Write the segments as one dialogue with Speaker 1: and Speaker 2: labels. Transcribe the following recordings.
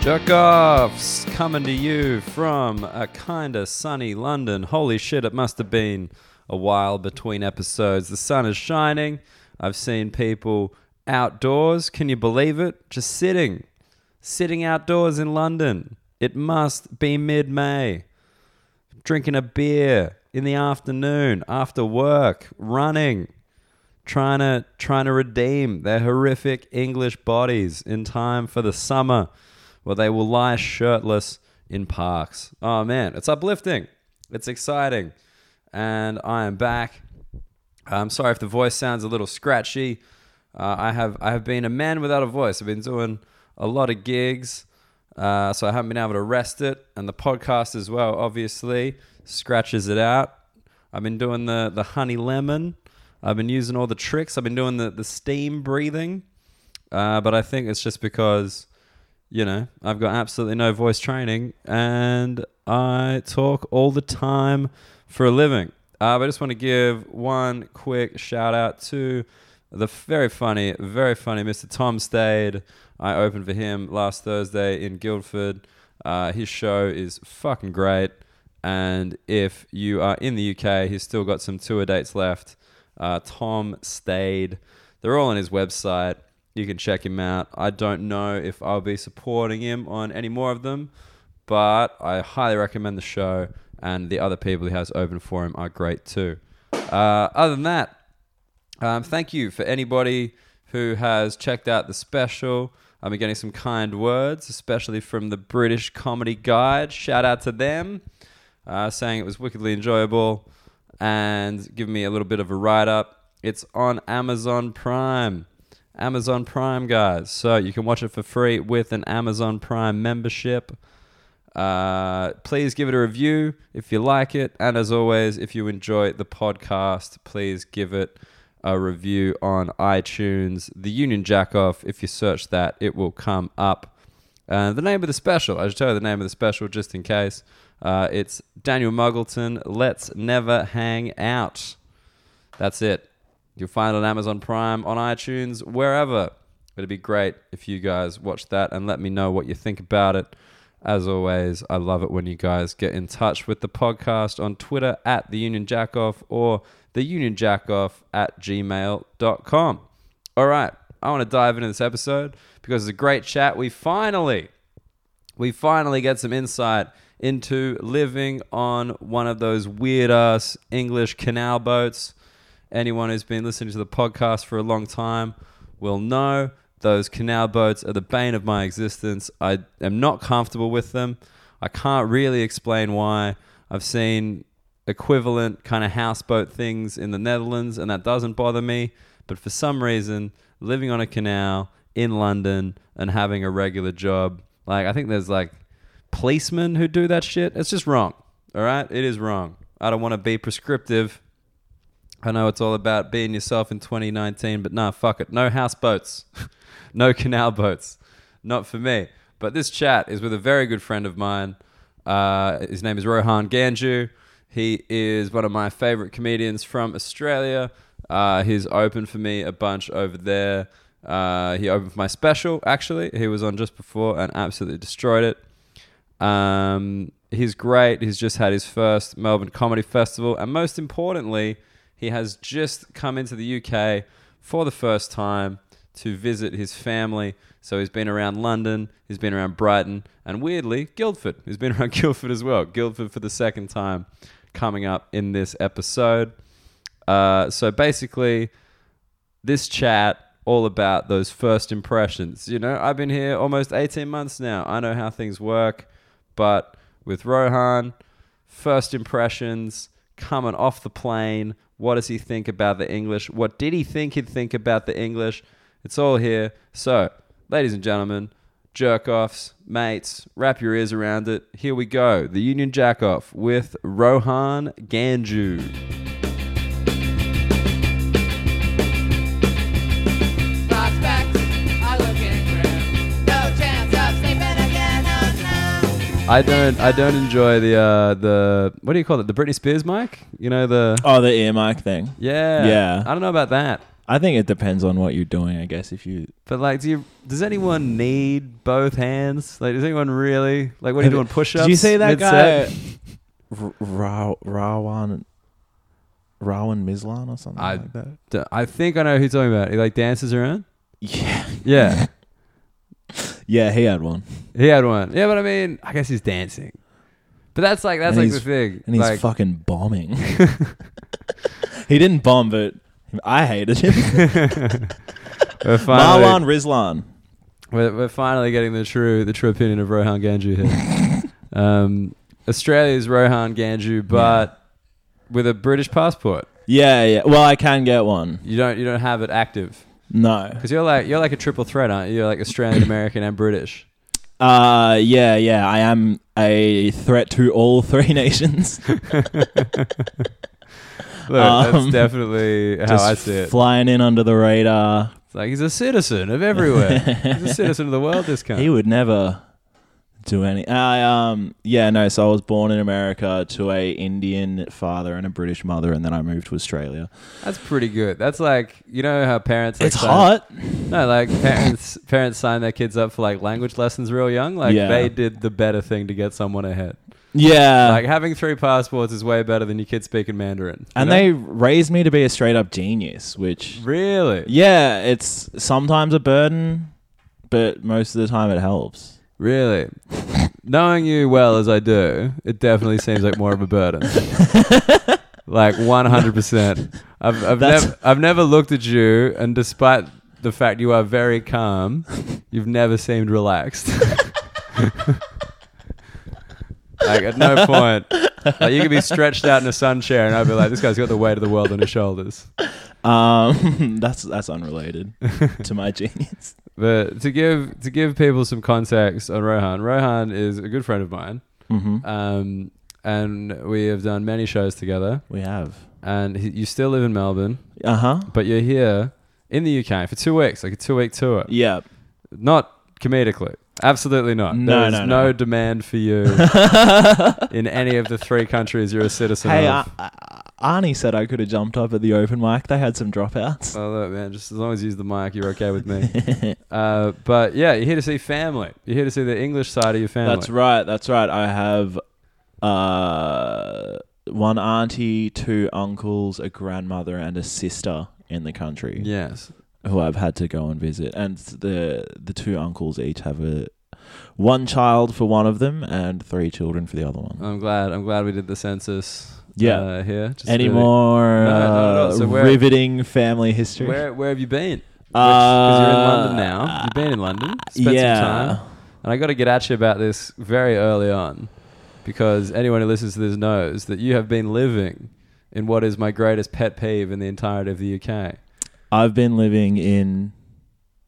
Speaker 1: Jerk offs coming to you from a kinda sunny London. Holy shit, it must have been a while between episodes. The sun is shining. I've seen people outdoors. Can you believe it? Just sitting. Sitting outdoors in London. It must be mid May. Drinking a beer in the afternoon after work, running, trying to trying to redeem their horrific English bodies in time for the summer, where they will lie shirtless in parks. Oh man, it's uplifting. It's exciting. And I am back. I'm sorry if the voice sounds a little scratchy. Uh, I have I have been a man without a voice. I've been doing a lot of gigs, uh, so I haven't been able to rest it, and the podcast as well. Obviously, scratches it out. I've been doing the the honey lemon. I've been using all the tricks. I've been doing the the steam breathing, uh, but I think it's just because you know, I've got absolutely no voice training and I talk all the time for a living. Uh, but I just want to give one quick shout out to the very funny, very funny Mr. Tom Stade. I opened for him last Thursday in Guildford. Uh, his show is fucking great. And if you are in the UK, he's still got some tour dates left. Uh, Tom Stade. They're all on his website. You can check him out. I don't know if I'll be supporting him on any more of them, but I highly recommend the show, and the other people he has open for him are great too. Uh, other than that, um, thank you for anybody who has checked out the special. I've been getting some kind words, especially from the British Comedy Guide. Shout out to them, uh, saying it was wickedly enjoyable and giving me a little bit of a write up. It's on Amazon Prime. Amazon Prime, guys. So you can watch it for free with an Amazon Prime membership. Uh, please give it a review if you like it. And as always, if you enjoy the podcast, please give it a review on iTunes. The Union Jackoff, if you search that, it will come up. Uh, the name of the special, I should tell you the name of the special just in case. Uh, it's Daniel Muggleton, Let's Never Hang Out. That's it. You'll find it on Amazon Prime, on iTunes, wherever. It'd be great if you guys watch that and let me know what you think about it. As always, I love it when you guys get in touch with the podcast on Twitter at the Union Jackoff or the Union Jackoff at gmail.com. All right, I want to dive into this episode because it's a great chat. We finally we finally get some insight into living on one of those weird ass English canal boats. Anyone who's been listening to the podcast for a long time will know those canal boats are the bane of my existence. I am not comfortable with them. I can't really explain why. I've seen equivalent kind of houseboat things in the Netherlands, and that doesn't bother me. But for some reason, living on a canal in London and having a regular job, like I think there's like policemen who do that shit. It's just wrong. All right, it is wrong. I don't want to be prescriptive. I know it's all about being yourself in 2019, but nah, fuck it. No houseboats, no canal boats, not for me. But this chat is with a very good friend of mine. Uh, his name is Rohan Ganju. He is one of my favorite comedians from Australia. Uh, he's opened for me a bunch over there. Uh, he opened for my special, actually. He was on just before and absolutely destroyed it. Um, he's great. He's just had his first Melbourne Comedy Festival. And most importantly, he has just come into the UK for the first time to visit his family. So he's been around London, he's been around Brighton, and weirdly, Guildford. He's been around Guildford as well. Guildford for the second time coming up in this episode. Uh, so basically, this chat all about those first impressions. You know, I've been here almost 18 months now. I know how things work, but with Rohan, first impressions coming off the plane. What does he think about the English? What did he think he'd think about the English? It's all here. So, ladies and gentlemen, jerk offs, mates, wrap your ears around it. Here we go. The Union Jack Off with Rohan Ganju.
Speaker 2: Prospects are looking grim. No chance of sleeping again, oh no.
Speaker 1: I don't I don't enjoy the uh the what do you call it? The Britney Spears mic? You know the
Speaker 3: Oh, the ear mic Oh, thing.
Speaker 1: Yeah.
Speaker 3: Yeah.
Speaker 1: I don't know about that.
Speaker 3: I think it depends on what you're doing. I guess if you
Speaker 1: But like, do you? Does anyone need both hands? Like, does anyone really? Like, what are you
Speaker 3: Have
Speaker 1: doing?
Speaker 3: you-
Speaker 1: Push-ups? uh,
Speaker 3: Did you say that
Speaker 1: mid-set?
Speaker 3: guy? Ra- Rawan Rawan Mislan or something
Speaker 1: I-
Speaker 3: like that.
Speaker 1: D- I think I know who you're talking about. He like dances around.
Speaker 3: Yeah,
Speaker 1: Yeah,
Speaker 3: yeah, he had one,
Speaker 1: he had one. Yeah, but I mean, I guess he's dancing. But that's like that's
Speaker 3: And
Speaker 1: like the
Speaker 3: he's-
Speaker 1: thing.
Speaker 3: and he's
Speaker 1: like,
Speaker 3: fucking bombing. he didn't bomb, but I hated him.
Speaker 1: we're finally,
Speaker 3: Marwan Rislan.
Speaker 1: we're, we're finally getting the true the true opinion of Rohan Ganju here. um, Australia's Rohan Ganju, but with a British passport.
Speaker 3: Yeah, yeah. Well, I can get one.
Speaker 1: You don't you don't have it active
Speaker 3: No.
Speaker 1: because you're like you're like a triple threat, aren't you? You're like Australian, American, and British.
Speaker 3: Uh, yeah, yeah. I am a threat to all three nations.
Speaker 1: Look,
Speaker 3: Um,
Speaker 1: that's definitely how
Speaker 3: Just
Speaker 1: I see it.
Speaker 3: Flying in under the radar.
Speaker 1: It's like he's a citizen of everywhere. he's a citizen of the world. This
Speaker 3: He
Speaker 1: kind.
Speaker 3: would never do any. I um yeah no. So I was born in America to a Indian father and a British mother, and then I moved to Australia.
Speaker 1: That's pretty good. That's like you know how parents. Like,
Speaker 3: it's
Speaker 1: sign-
Speaker 3: hot.
Speaker 1: No, like parents. parents sign their kids up for like language lessons real young. Like
Speaker 3: Yeah.
Speaker 1: they did the better thing to get someone ahead.
Speaker 3: Yeah,
Speaker 1: like having three passports is way better than your kid speaking Mandarin. you
Speaker 3: and
Speaker 1: know?
Speaker 3: they raised me to be a straight up genius, which
Speaker 1: really,
Speaker 3: yeah, it's sometimes a burden, but most of the time it helps.
Speaker 1: really. Knowing you well as I do, it definitely seems like more of a burden. like one hundred percent. I've I've
Speaker 3: That's-
Speaker 1: never I've never looked at you, and despite the fact you are very calm, you've never seemed relaxed. like at no point, like you could be stretched out in a sun chair, and I'd be like, this guy's got the weight of the world on his shoulders.
Speaker 3: Um, that's that's unrelated to my genius.
Speaker 1: But to give to give people some context on Rohan, Rohan is a good friend of mine,
Speaker 3: Mm-hmm.
Speaker 1: um, and we have done many shows together.
Speaker 3: We have.
Speaker 1: And he, you still live in Melbourne,
Speaker 3: Uh huh.
Speaker 1: but you're here in the UK for two weeks, like a two week tour.
Speaker 3: Yeah.
Speaker 1: Not comedically, absolutely not.
Speaker 3: No,
Speaker 1: there is
Speaker 3: no,
Speaker 1: no.
Speaker 3: no.
Speaker 1: demand for you in any of the three countries you're a citizen
Speaker 3: Hey, uh,
Speaker 1: of.
Speaker 3: Ar- Ar- Arnie said I could have jumped up at the open mic. They had some dropouts.
Speaker 1: Oh look, man! Just as long as you use the mic, you're okay with me. uh, but yeah, you're here to see family. You're here to see the English side of your family.
Speaker 3: That's right. That's right. I have uh, one auntie, two uncles, a grandmother, and a sister in the country
Speaker 1: Yes.
Speaker 3: who I've had to go and visit. And the the two uncles each have a one child for one of them and three children for the other one.
Speaker 1: I'm glad. I'm glad we did the census.
Speaker 3: Yeah.
Speaker 1: uh, here. Just
Speaker 3: Any
Speaker 1: really-
Speaker 3: more
Speaker 1: No, not at all.
Speaker 3: uh,
Speaker 1: So where-
Speaker 3: riveting family history?
Speaker 1: Where Where have you been? Because you're in London now. You've been in London. Spent
Speaker 3: Uh, yeah.
Speaker 1: some time. And I got to get at you about this very early on, because anyone who listens to this knows that you have been living in what is my greatest pet peeve in the entirety of the UK.
Speaker 3: I've been living in.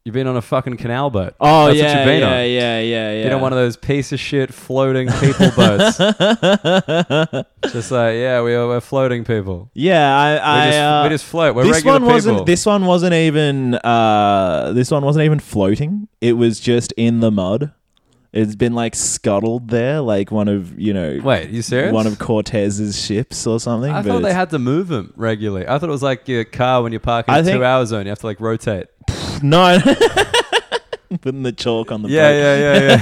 Speaker 1: You've been on a fucking canal boat.
Speaker 3: Oh
Speaker 1: That's
Speaker 3: yeah,
Speaker 1: what you've been
Speaker 3: yeah,
Speaker 1: on.
Speaker 3: yeah, yeah, yeah.
Speaker 1: Been on one of those piece of shit floating people boats. Just like, yeah, we are, we're floating people.
Speaker 3: yeah, I,
Speaker 1: We
Speaker 3: I
Speaker 1: just,
Speaker 3: uh,
Speaker 1: we just float. We're
Speaker 3: this
Speaker 1: regular
Speaker 3: one
Speaker 1: people.
Speaker 3: wasn't. This one wasn't even. Uh, this one wasn't even floating. It was just in the mud. It's been like scuttled there, like one of you know,
Speaker 1: Wait, you serious?
Speaker 3: one of Cortez's ships or something.
Speaker 1: I
Speaker 3: but
Speaker 1: thought they
Speaker 3: it's-
Speaker 1: had to move them regularly. I thought it was like your car when you park in
Speaker 3: I
Speaker 1: a
Speaker 3: think-
Speaker 1: two-hour zone. You have to like rotate.
Speaker 3: no. Putting the chalk on the
Speaker 1: Yeah,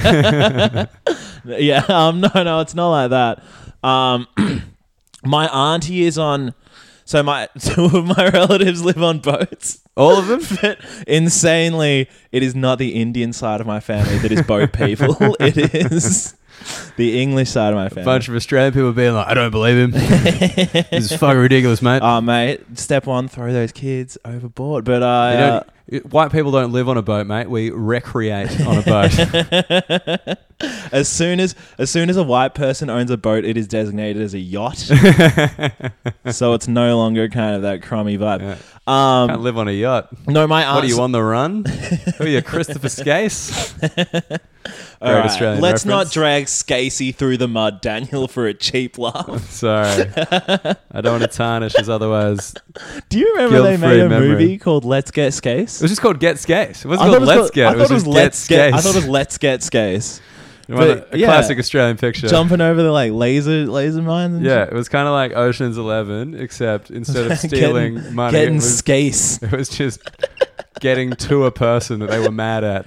Speaker 1: yeah,
Speaker 3: boat.
Speaker 1: yeah, yeah.
Speaker 3: Yeah, um, no, no, it's not like that. Um, my auntie is on. So my two of my relatives live on boats.
Speaker 1: All of them.
Speaker 3: But insanely, it is not the Indian side of my family that is boat people. it is the English side of my
Speaker 1: A
Speaker 3: family.
Speaker 1: bunch of Australian people being like, "I don't believe him. this is fucking ridiculous, mate."
Speaker 3: oh, mate, step one, throw those kids overboard. But
Speaker 1: You
Speaker 3: uh,
Speaker 1: don't- white people don't live on a boat, mate. We recreate on a boat.
Speaker 3: as soon as as soon as a white person owns a boat, it is designated as a yacht. so it's no longer kind of that crummy vibe. Um,
Speaker 1: Can't live on a yacht.
Speaker 3: No, my aunt.
Speaker 1: What are you on the run? Who are you, Christopher Skase?
Speaker 3: All
Speaker 1: Great
Speaker 3: right,
Speaker 1: Australian reference.
Speaker 3: Let's not drag Scasey through the mud, Daniel, for a cheap laugh.
Speaker 1: Sorry, I don't want to tarnish his otherwise.
Speaker 3: Do you remember they
Speaker 1: Guilt-free
Speaker 3: made a
Speaker 1: memory.
Speaker 3: movie called Let's Get
Speaker 1: It was
Speaker 3: Scase?
Speaker 1: just called Get Skase. It wasn't
Speaker 3: I thought
Speaker 1: called
Speaker 3: it was
Speaker 1: Let's
Speaker 3: called-
Speaker 1: Get.
Speaker 3: I
Speaker 1: It was
Speaker 3: thought it
Speaker 1: just
Speaker 3: was
Speaker 1: Get
Speaker 3: Let's Get. I
Speaker 1: Skase.
Speaker 3: thought it was Let's Get Scase.
Speaker 1: One of
Speaker 3: But,
Speaker 1: the- a
Speaker 3: yeah.
Speaker 1: classic Australian picture.
Speaker 3: Jumping over the like laser laser mines. And
Speaker 1: Yeah,
Speaker 3: shit.
Speaker 1: it was kind of like Ocean's Eleven, except instead of
Speaker 3: Getting-
Speaker 1: stealing money,
Speaker 3: getting
Speaker 1: it, was,
Speaker 3: skase.
Speaker 1: it was just getting to a person that they were mad at.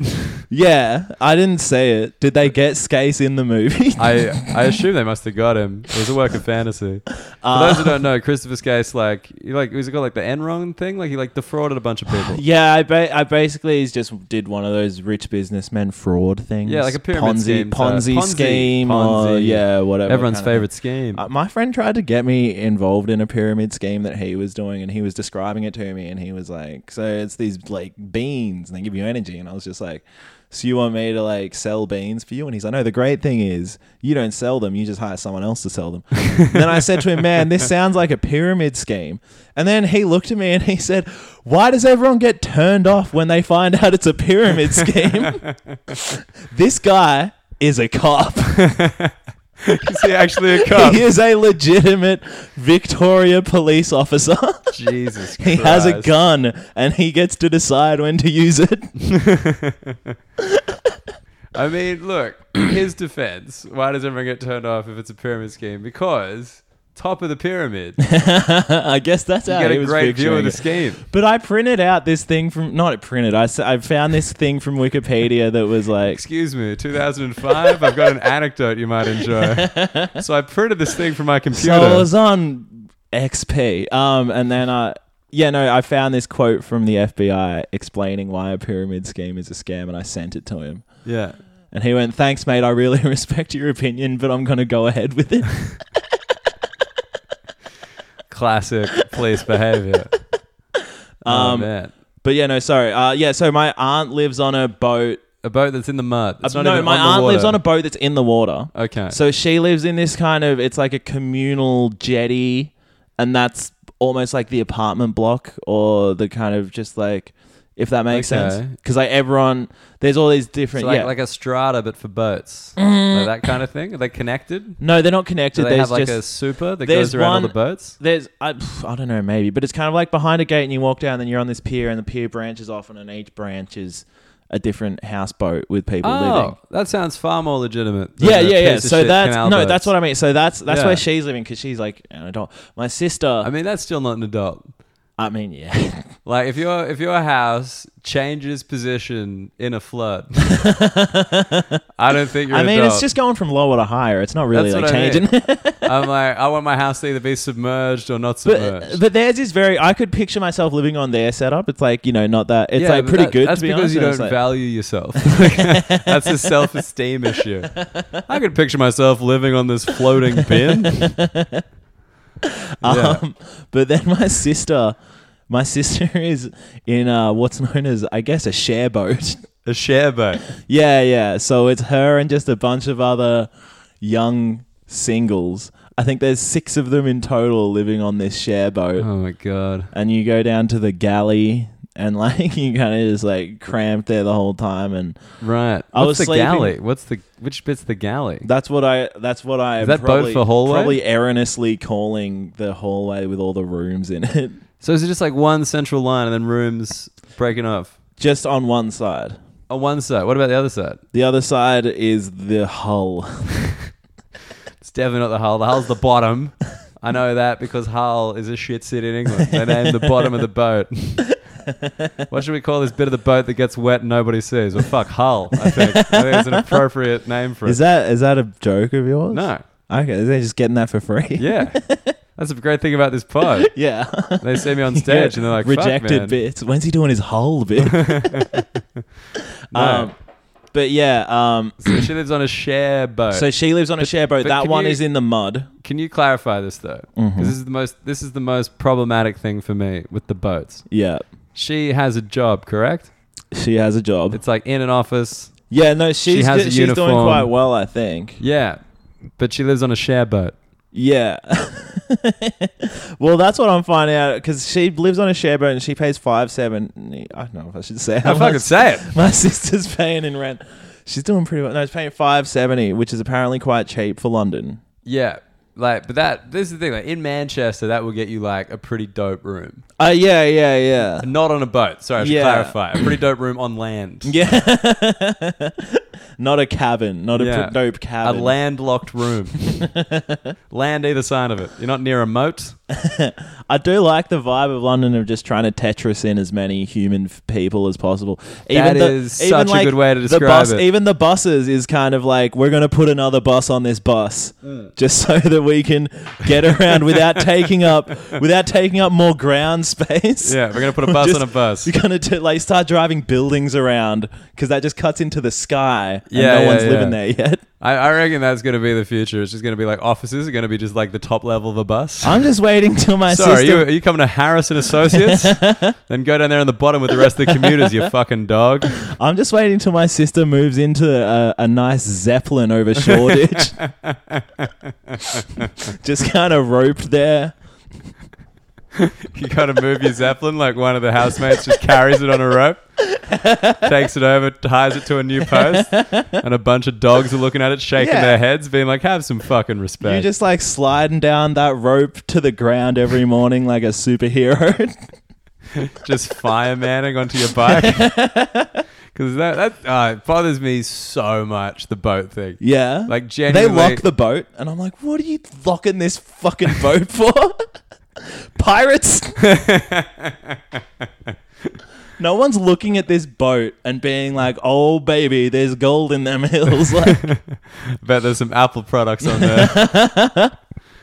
Speaker 3: Yeah, I didn't say it. Did they get skase in the movie?
Speaker 1: I I assume they must have got him. It was a work of fantasy. For those who
Speaker 3: Uh.
Speaker 1: don't know, Christopher Skase, like he like he's got like the Enron thing, like he like defrauded a bunch of people.
Speaker 3: yeah, I, ba- I basically just did one of those rich businessmen fraud things.
Speaker 1: Yeah, like a pyramid
Speaker 3: Ponzi,
Speaker 1: scheme type.
Speaker 3: Ponzi,
Speaker 1: Ponzi,
Speaker 3: scheme, or
Speaker 1: Ponzi.
Speaker 3: yeah, whatever.
Speaker 1: Everyone's
Speaker 3: kind of thing.
Speaker 1: favorite scheme.
Speaker 3: Uh, my friend tried to get me involved in a pyramid scheme that he was doing, and he was describing it to me, and he was like, "So it's these like beans, and they give you energy." And I was just like, "So you want me to like sell beans for you?" And he's like, "No, the great thing is you don't sell them; you just hire someone else to sell them." And then I said to him, "Man, this sounds like a pyramid scheme." And then he looked at me and he said, "Why does everyone get turned off when they find out it's a pyramid scheme?" this guy is a cop.
Speaker 1: Is he actually a cop?
Speaker 3: He is a legitimate Victoria police officer.
Speaker 1: Jesus Christ.
Speaker 3: he has a gun and he gets to decide when to use it.
Speaker 1: I mean, look, in his defense, why does everyone get turned off if it's a pyramid scheme? Because top of the pyramid. You
Speaker 3: I guess that's how
Speaker 1: get
Speaker 3: he
Speaker 1: a
Speaker 3: was
Speaker 1: great view of
Speaker 3: picturing
Speaker 1: the
Speaker 3: it.
Speaker 1: scheme.
Speaker 3: But I printed out this thing from not printed. I, s- I found this thing from Wikipedia that was like
Speaker 1: Excuse me, 2005. I've got an anecdote you might enjoy. So I printed this thing from my
Speaker 3: so I
Speaker 1: computer.
Speaker 3: was on XP. Um, and then I yeah no, I found this quote from the FBI explaining why a pyramid scheme is a scam, and I sent it to him.
Speaker 1: yeah.
Speaker 3: And he went, "Thanks, mate. I really respect your opinion, but I'm going to go ahead with it."
Speaker 1: Classic police behavior. oh,
Speaker 3: Um,
Speaker 1: man.
Speaker 3: But yeah, no, sorry. Uh, yeah, so my aunt lives on a boat.
Speaker 1: A boat that's in the mud. It's
Speaker 3: Uh,
Speaker 1: not
Speaker 3: no,
Speaker 1: even on
Speaker 3: my
Speaker 1: the
Speaker 3: aunt
Speaker 1: water.
Speaker 3: lives on a boat that's in the water.
Speaker 1: Okay.
Speaker 3: So she lives in this kind of it's like a communal jetty, and that's almost like the apartment block or the kind of just like if that makes
Speaker 1: Okay.
Speaker 3: sense because like everyone there's all these different
Speaker 1: So like,
Speaker 3: yeah.
Speaker 1: like a strata, but for boats. Like that kind of thing. Are they connected?
Speaker 3: no, they're not connected.
Speaker 1: Do they
Speaker 3: there's
Speaker 1: have like a
Speaker 3: just
Speaker 1: super that
Speaker 3: there's
Speaker 1: goes around all
Speaker 3: one-
Speaker 1: the boats?
Speaker 3: There's, I, pff, I don't know, maybe, but it's kind of like behind a gate, and you walk down, and you're on this pier, and the pier branches off, and on each branch is a different houseboat with people living.
Speaker 1: Oh, that sounds far more legitimate. than
Speaker 3: Yeah,
Speaker 1: the
Speaker 3: yeah, yeah.
Speaker 1: piece of
Speaker 3: So
Speaker 1: shit
Speaker 3: that's
Speaker 1: canal
Speaker 3: no,
Speaker 1: boats.
Speaker 3: that's what I mean. So that's that's
Speaker 1: Yeah.
Speaker 3: where she's living because she's like an adult. My sister,
Speaker 1: I mean, that's still not an adult.
Speaker 3: I mean, yeah,
Speaker 1: Like if your if your house changes position in a flood, I don't think you're.
Speaker 3: I
Speaker 1: an
Speaker 3: mean,
Speaker 1: adult.
Speaker 3: it's just going from lower to higher. It's not really
Speaker 1: That's
Speaker 3: like
Speaker 1: what I
Speaker 3: changing.
Speaker 1: I'm like, I want my house to either be submerged or not submerged.
Speaker 3: but but theirs is very. I could picture myself living on their setup. It's like you know, not that. It's
Speaker 1: Yeah,
Speaker 3: like
Speaker 1: but
Speaker 3: pretty
Speaker 1: that-
Speaker 3: good.
Speaker 1: That's
Speaker 3: to be
Speaker 1: because
Speaker 3: honest.
Speaker 1: you
Speaker 3: and
Speaker 1: don't
Speaker 3: it's like-
Speaker 1: value yourself. that's a self esteem issue. I could picture myself living on this floating bin. yeah.
Speaker 3: Um, but then my sister, my sister is in uh, what's known as, I guess, a share boat.
Speaker 1: A share boat.
Speaker 3: yeah, yeah. So it's her and just a bunch of other young singles. I think there's six of them in total living on this share boat.
Speaker 1: Oh my god.
Speaker 3: And you go down to the galley and like you kind of just like cramped there the whole time. And
Speaker 1: Right.
Speaker 3: I
Speaker 1: What's
Speaker 3: was
Speaker 1: the
Speaker 3: sleeping-
Speaker 1: galley? What's the which bit's the galley?
Speaker 3: that's what I, that's what I,
Speaker 1: Is that boat
Speaker 3: probably,
Speaker 1: for hallway?
Speaker 3: probably erroneously calling the hallway with all the rooms in it,
Speaker 1: So is it just like one central line and then rooms breaking off
Speaker 3: just on one side.
Speaker 1: on one side? What about the other side?
Speaker 3: The other side is the hull.
Speaker 1: It's definitely not the hull. The hull's the bottom. I know that because Hull is a shit city in England. They named the bottom of the boat. what should we call this bit of the boat that gets wet and nobody sees? Well, fuck Hull. I think, I think it's an appropriate name for it.
Speaker 3: Is that is that a joke of yours?
Speaker 1: no?
Speaker 3: Okay, they're just getting that for free.
Speaker 1: Yeah, that's the great thing about this pod.
Speaker 3: Yeah.
Speaker 1: They see me on stage and they're like,
Speaker 3: rejected
Speaker 1: "Fuck, man."
Speaker 3: bits. When's he doing his hull bit?
Speaker 1: No.
Speaker 3: Um, but yeah, um,
Speaker 1: so she lives on a share boat.
Speaker 3: so she lives on a share boat.
Speaker 1: but
Speaker 3: That
Speaker 1: can
Speaker 3: one
Speaker 1: you-
Speaker 3: is in the mud.
Speaker 1: Can you clarify this though? Because
Speaker 3: Mm-hmm.
Speaker 1: this is the most this is the most problematic thing for me with the boats.
Speaker 3: Yeah,
Speaker 1: She has a job, correct?
Speaker 3: Mm-hmm. she has a job.
Speaker 1: It's like in an office.
Speaker 3: yeah, no, she's
Speaker 1: has
Speaker 3: do-
Speaker 1: a
Speaker 3: she's doing
Speaker 1: uniform.
Speaker 3: quite well, I think.
Speaker 1: Yeah, but she lives on a share boat.
Speaker 3: Yeah. well, that's what I'm finding out because she lives on a share boat and she pays five seven. I don't know if I should say.
Speaker 1: I
Speaker 3: how
Speaker 1: fucking
Speaker 3: much.
Speaker 1: say it.
Speaker 3: My sister's paying in rent. She's doing pretty well. No, she's paying five seventy, which is apparently quite cheap for London.
Speaker 1: Yeah, like but that this is the thing. Like in Manchester, that will get you like a pretty dope room,
Speaker 3: Uh, yeah, yeah, yeah,
Speaker 1: not on a boat. Sorry, I should
Speaker 3: Yeah.
Speaker 1: clarify. A pretty dope room on land.
Speaker 3: yeah. not a cabin, not a
Speaker 1: Yeah.
Speaker 3: pr- dope
Speaker 1: A
Speaker 3: cabin.
Speaker 1: landlocked room. Land either side of it. You're not near a moat.
Speaker 3: I do like the vibe of London of just trying to Tetris in as many human f- people as possible.
Speaker 1: That is such a good way to
Speaker 3: the
Speaker 1: describe
Speaker 3: bus,
Speaker 1: it.
Speaker 3: Even the buses is kind of like we're going to put another bus on this bus
Speaker 1: Mm.
Speaker 3: just so that we can get around without taking up without taking up more ground space.
Speaker 1: Yeah, we're gonna put a bus
Speaker 3: Just-
Speaker 1: on a bus.
Speaker 3: You're gonna do, like start driving buildings around because that just cuts into the sky.
Speaker 1: Yeah,
Speaker 3: and no
Speaker 1: yeah,
Speaker 3: one's
Speaker 1: yeah.
Speaker 3: living there yet.
Speaker 1: I, I reckon that's gonna be the future. It's just gonna be like offices are gonna be just like the top level of a bus.
Speaker 3: I'm just waiting till my
Speaker 1: Sorry, you,
Speaker 3: sister.
Speaker 1: are you coming to Harris and Associates? then go down there on the bottom with the rest of the commuters, you fucking dog.
Speaker 3: I'm just waiting till my sister moves into a, a nice zeppelin over Shoreditch. just kind of roped there.
Speaker 1: You gotta move your Zeppelin like one of the housemates just carries it on a rope, takes it over, ties it to a new post, and a bunch of dogs are looking at it, shaking
Speaker 3: Yeah.
Speaker 1: their heads, being like, have some fucking respect.
Speaker 3: You're just like sliding down that rope to the ground every morning like a superhero.
Speaker 1: just firemanning onto your bike. Because that, that uh, it bothers me so much, the boat thing.
Speaker 3: yeah.
Speaker 1: Like,
Speaker 3: They
Speaker 1: genuinely.
Speaker 3: lock the boat, and I'm like, what are you locking this fucking boat for? Pirates? no one's looking at this boat and being like, oh, baby, there's gold in them hills. Like,
Speaker 1: Bet there's some Apple products on there.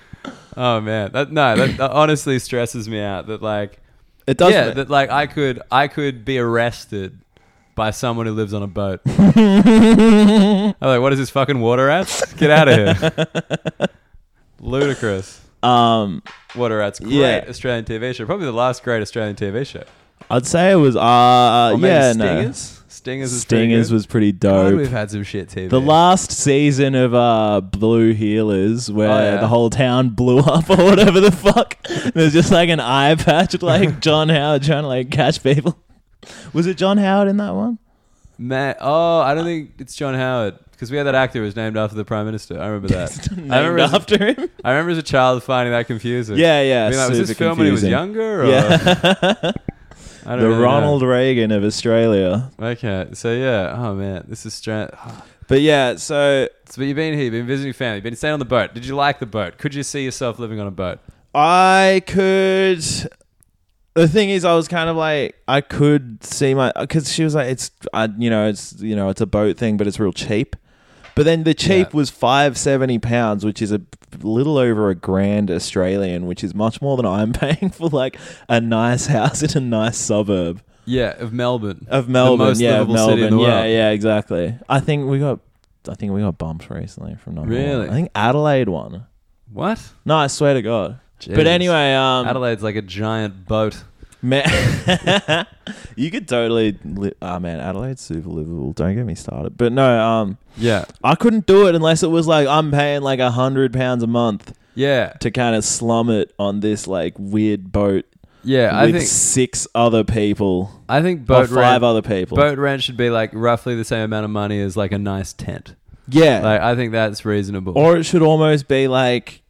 Speaker 1: oh, man. That, no, that, that honestly stresses me out that, like,
Speaker 3: it does.
Speaker 1: yeah, that like I could I could be arrested by someone who lives on a boat. I'm like, what is this fucking water rats? Get out of here! Ludicrous.
Speaker 3: um,
Speaker 1: Water rats, great
Speaker 3: Yeah.
Speaker 1: Australian TV show. Probably the last great Australian TV show.
Speaker 3: I'd say it was. Uh,
Speaker 1: Or Oh, maybe
Speaker 3: yeah,
Speaker 1: Stingers.
Speaker 3: no.
Speaker 1: Stingers. Is pretty
Speaker 3: Stingers
Speaker 1: good.
Speaker 3: was pretty
Speaker 1: God, we've
Speaker 3: dope.
Speaker 1: had some shit TV.
Speaker 3: The last season of uh, Blue Healers, where
Speaker 1: Oh, yeah.
Speaker 3: the whole town blew up or whatever the fuck, there's just like an eye patch, of, like John Howard trying to like catch people. Was it John Howard in that one?
Speaker 1: Matt. Oh, I don't think it's John Howard because we had that actor who was named after the prime minister. I remember that.
Speaker 3: Named
Speaker 1: I remember as a-
Speaker 3: after him.
Speaker 1: I remember as a child finding that confusing.
Speaker 3: Yeah, yeah.
Speaker 1: Being like, was this
Speaker 3: super
Speaker 1: film when he was
Speaker 3: confusing.
Speaker 1: younger? Or
Speaker 3: Yeah,
Speaker 1: I don't
Speaker 3: the
Speaker 1: really know.
Speaker 3: Ronald Reagan of Australia.
Speaker 1: Okay, so yeah, oh man, this is strange. So
Speaker 3: But yeah, so
Speaker 1: but you've been here, you've been visiting family, you've been staying on the boat. Did you like the boat? Could you see yourself living on a boat?
Speaker 3: I could. The thing is, I was kind of like, I could see my because she was like, it's, I, you know, it's, you know, it's a boat thing, but it's real cheap. But then the cheap
Speaker 1: Yeah.
Speaker 3: was five seventy pounds, which is a little over a grand Australian, which is much more than I'm paying for like a nice house in a nice suburb
Speaker 1: Yeah, of Melbourne.
Speaker 3: of Melbourne.
Speaker 1: most
Speaker 3: yeah, of
Speaker 1: livable city
Speaker 3: Melbourne.
Speaker 1: in the
Speaker 3: yeah,
Speaker 1: world.
Speaker 3: yeah, exactly. I think we got, I think we got bumped recently from number one.
Speaker 1: Really?
Speaker 3: I think Adelaide won.
Speaker 1: what?
Speaker 3: No, I swear to God.
Speaker 1: Jeez.
Speaker 3: But anyway, um,
Speaker 1: Adelaide's like a giant boat.
Speaker 3: Man, you could totally. Li- oh man, Adelaide's super livable. Don't get me started. But no, um,
Speaker 1: Yeah,
Speaker 3: I couldn't do it unless it was like I'm paying like a hundred pounds a month
Speaker 1: yeah,
Speaker 3: to kind of slum it on this like weird boat
Speaker 1: yeah. I
Speaker 3: with
Speaker 1: think
Speaker 3: six other people
Speaker 1: I think
Speaker 3: or
Speaker 1: boat
Speaker 3: five
Speaker 1: rent,
Speaker 3: other people.
Speaker 1: boat rent should be like roughly the same amount of money as like a nice tent.
Speaker 3: yeah,
Speaker 1: Like I think that's reasonable.
Speaker 3: or it should almost be like.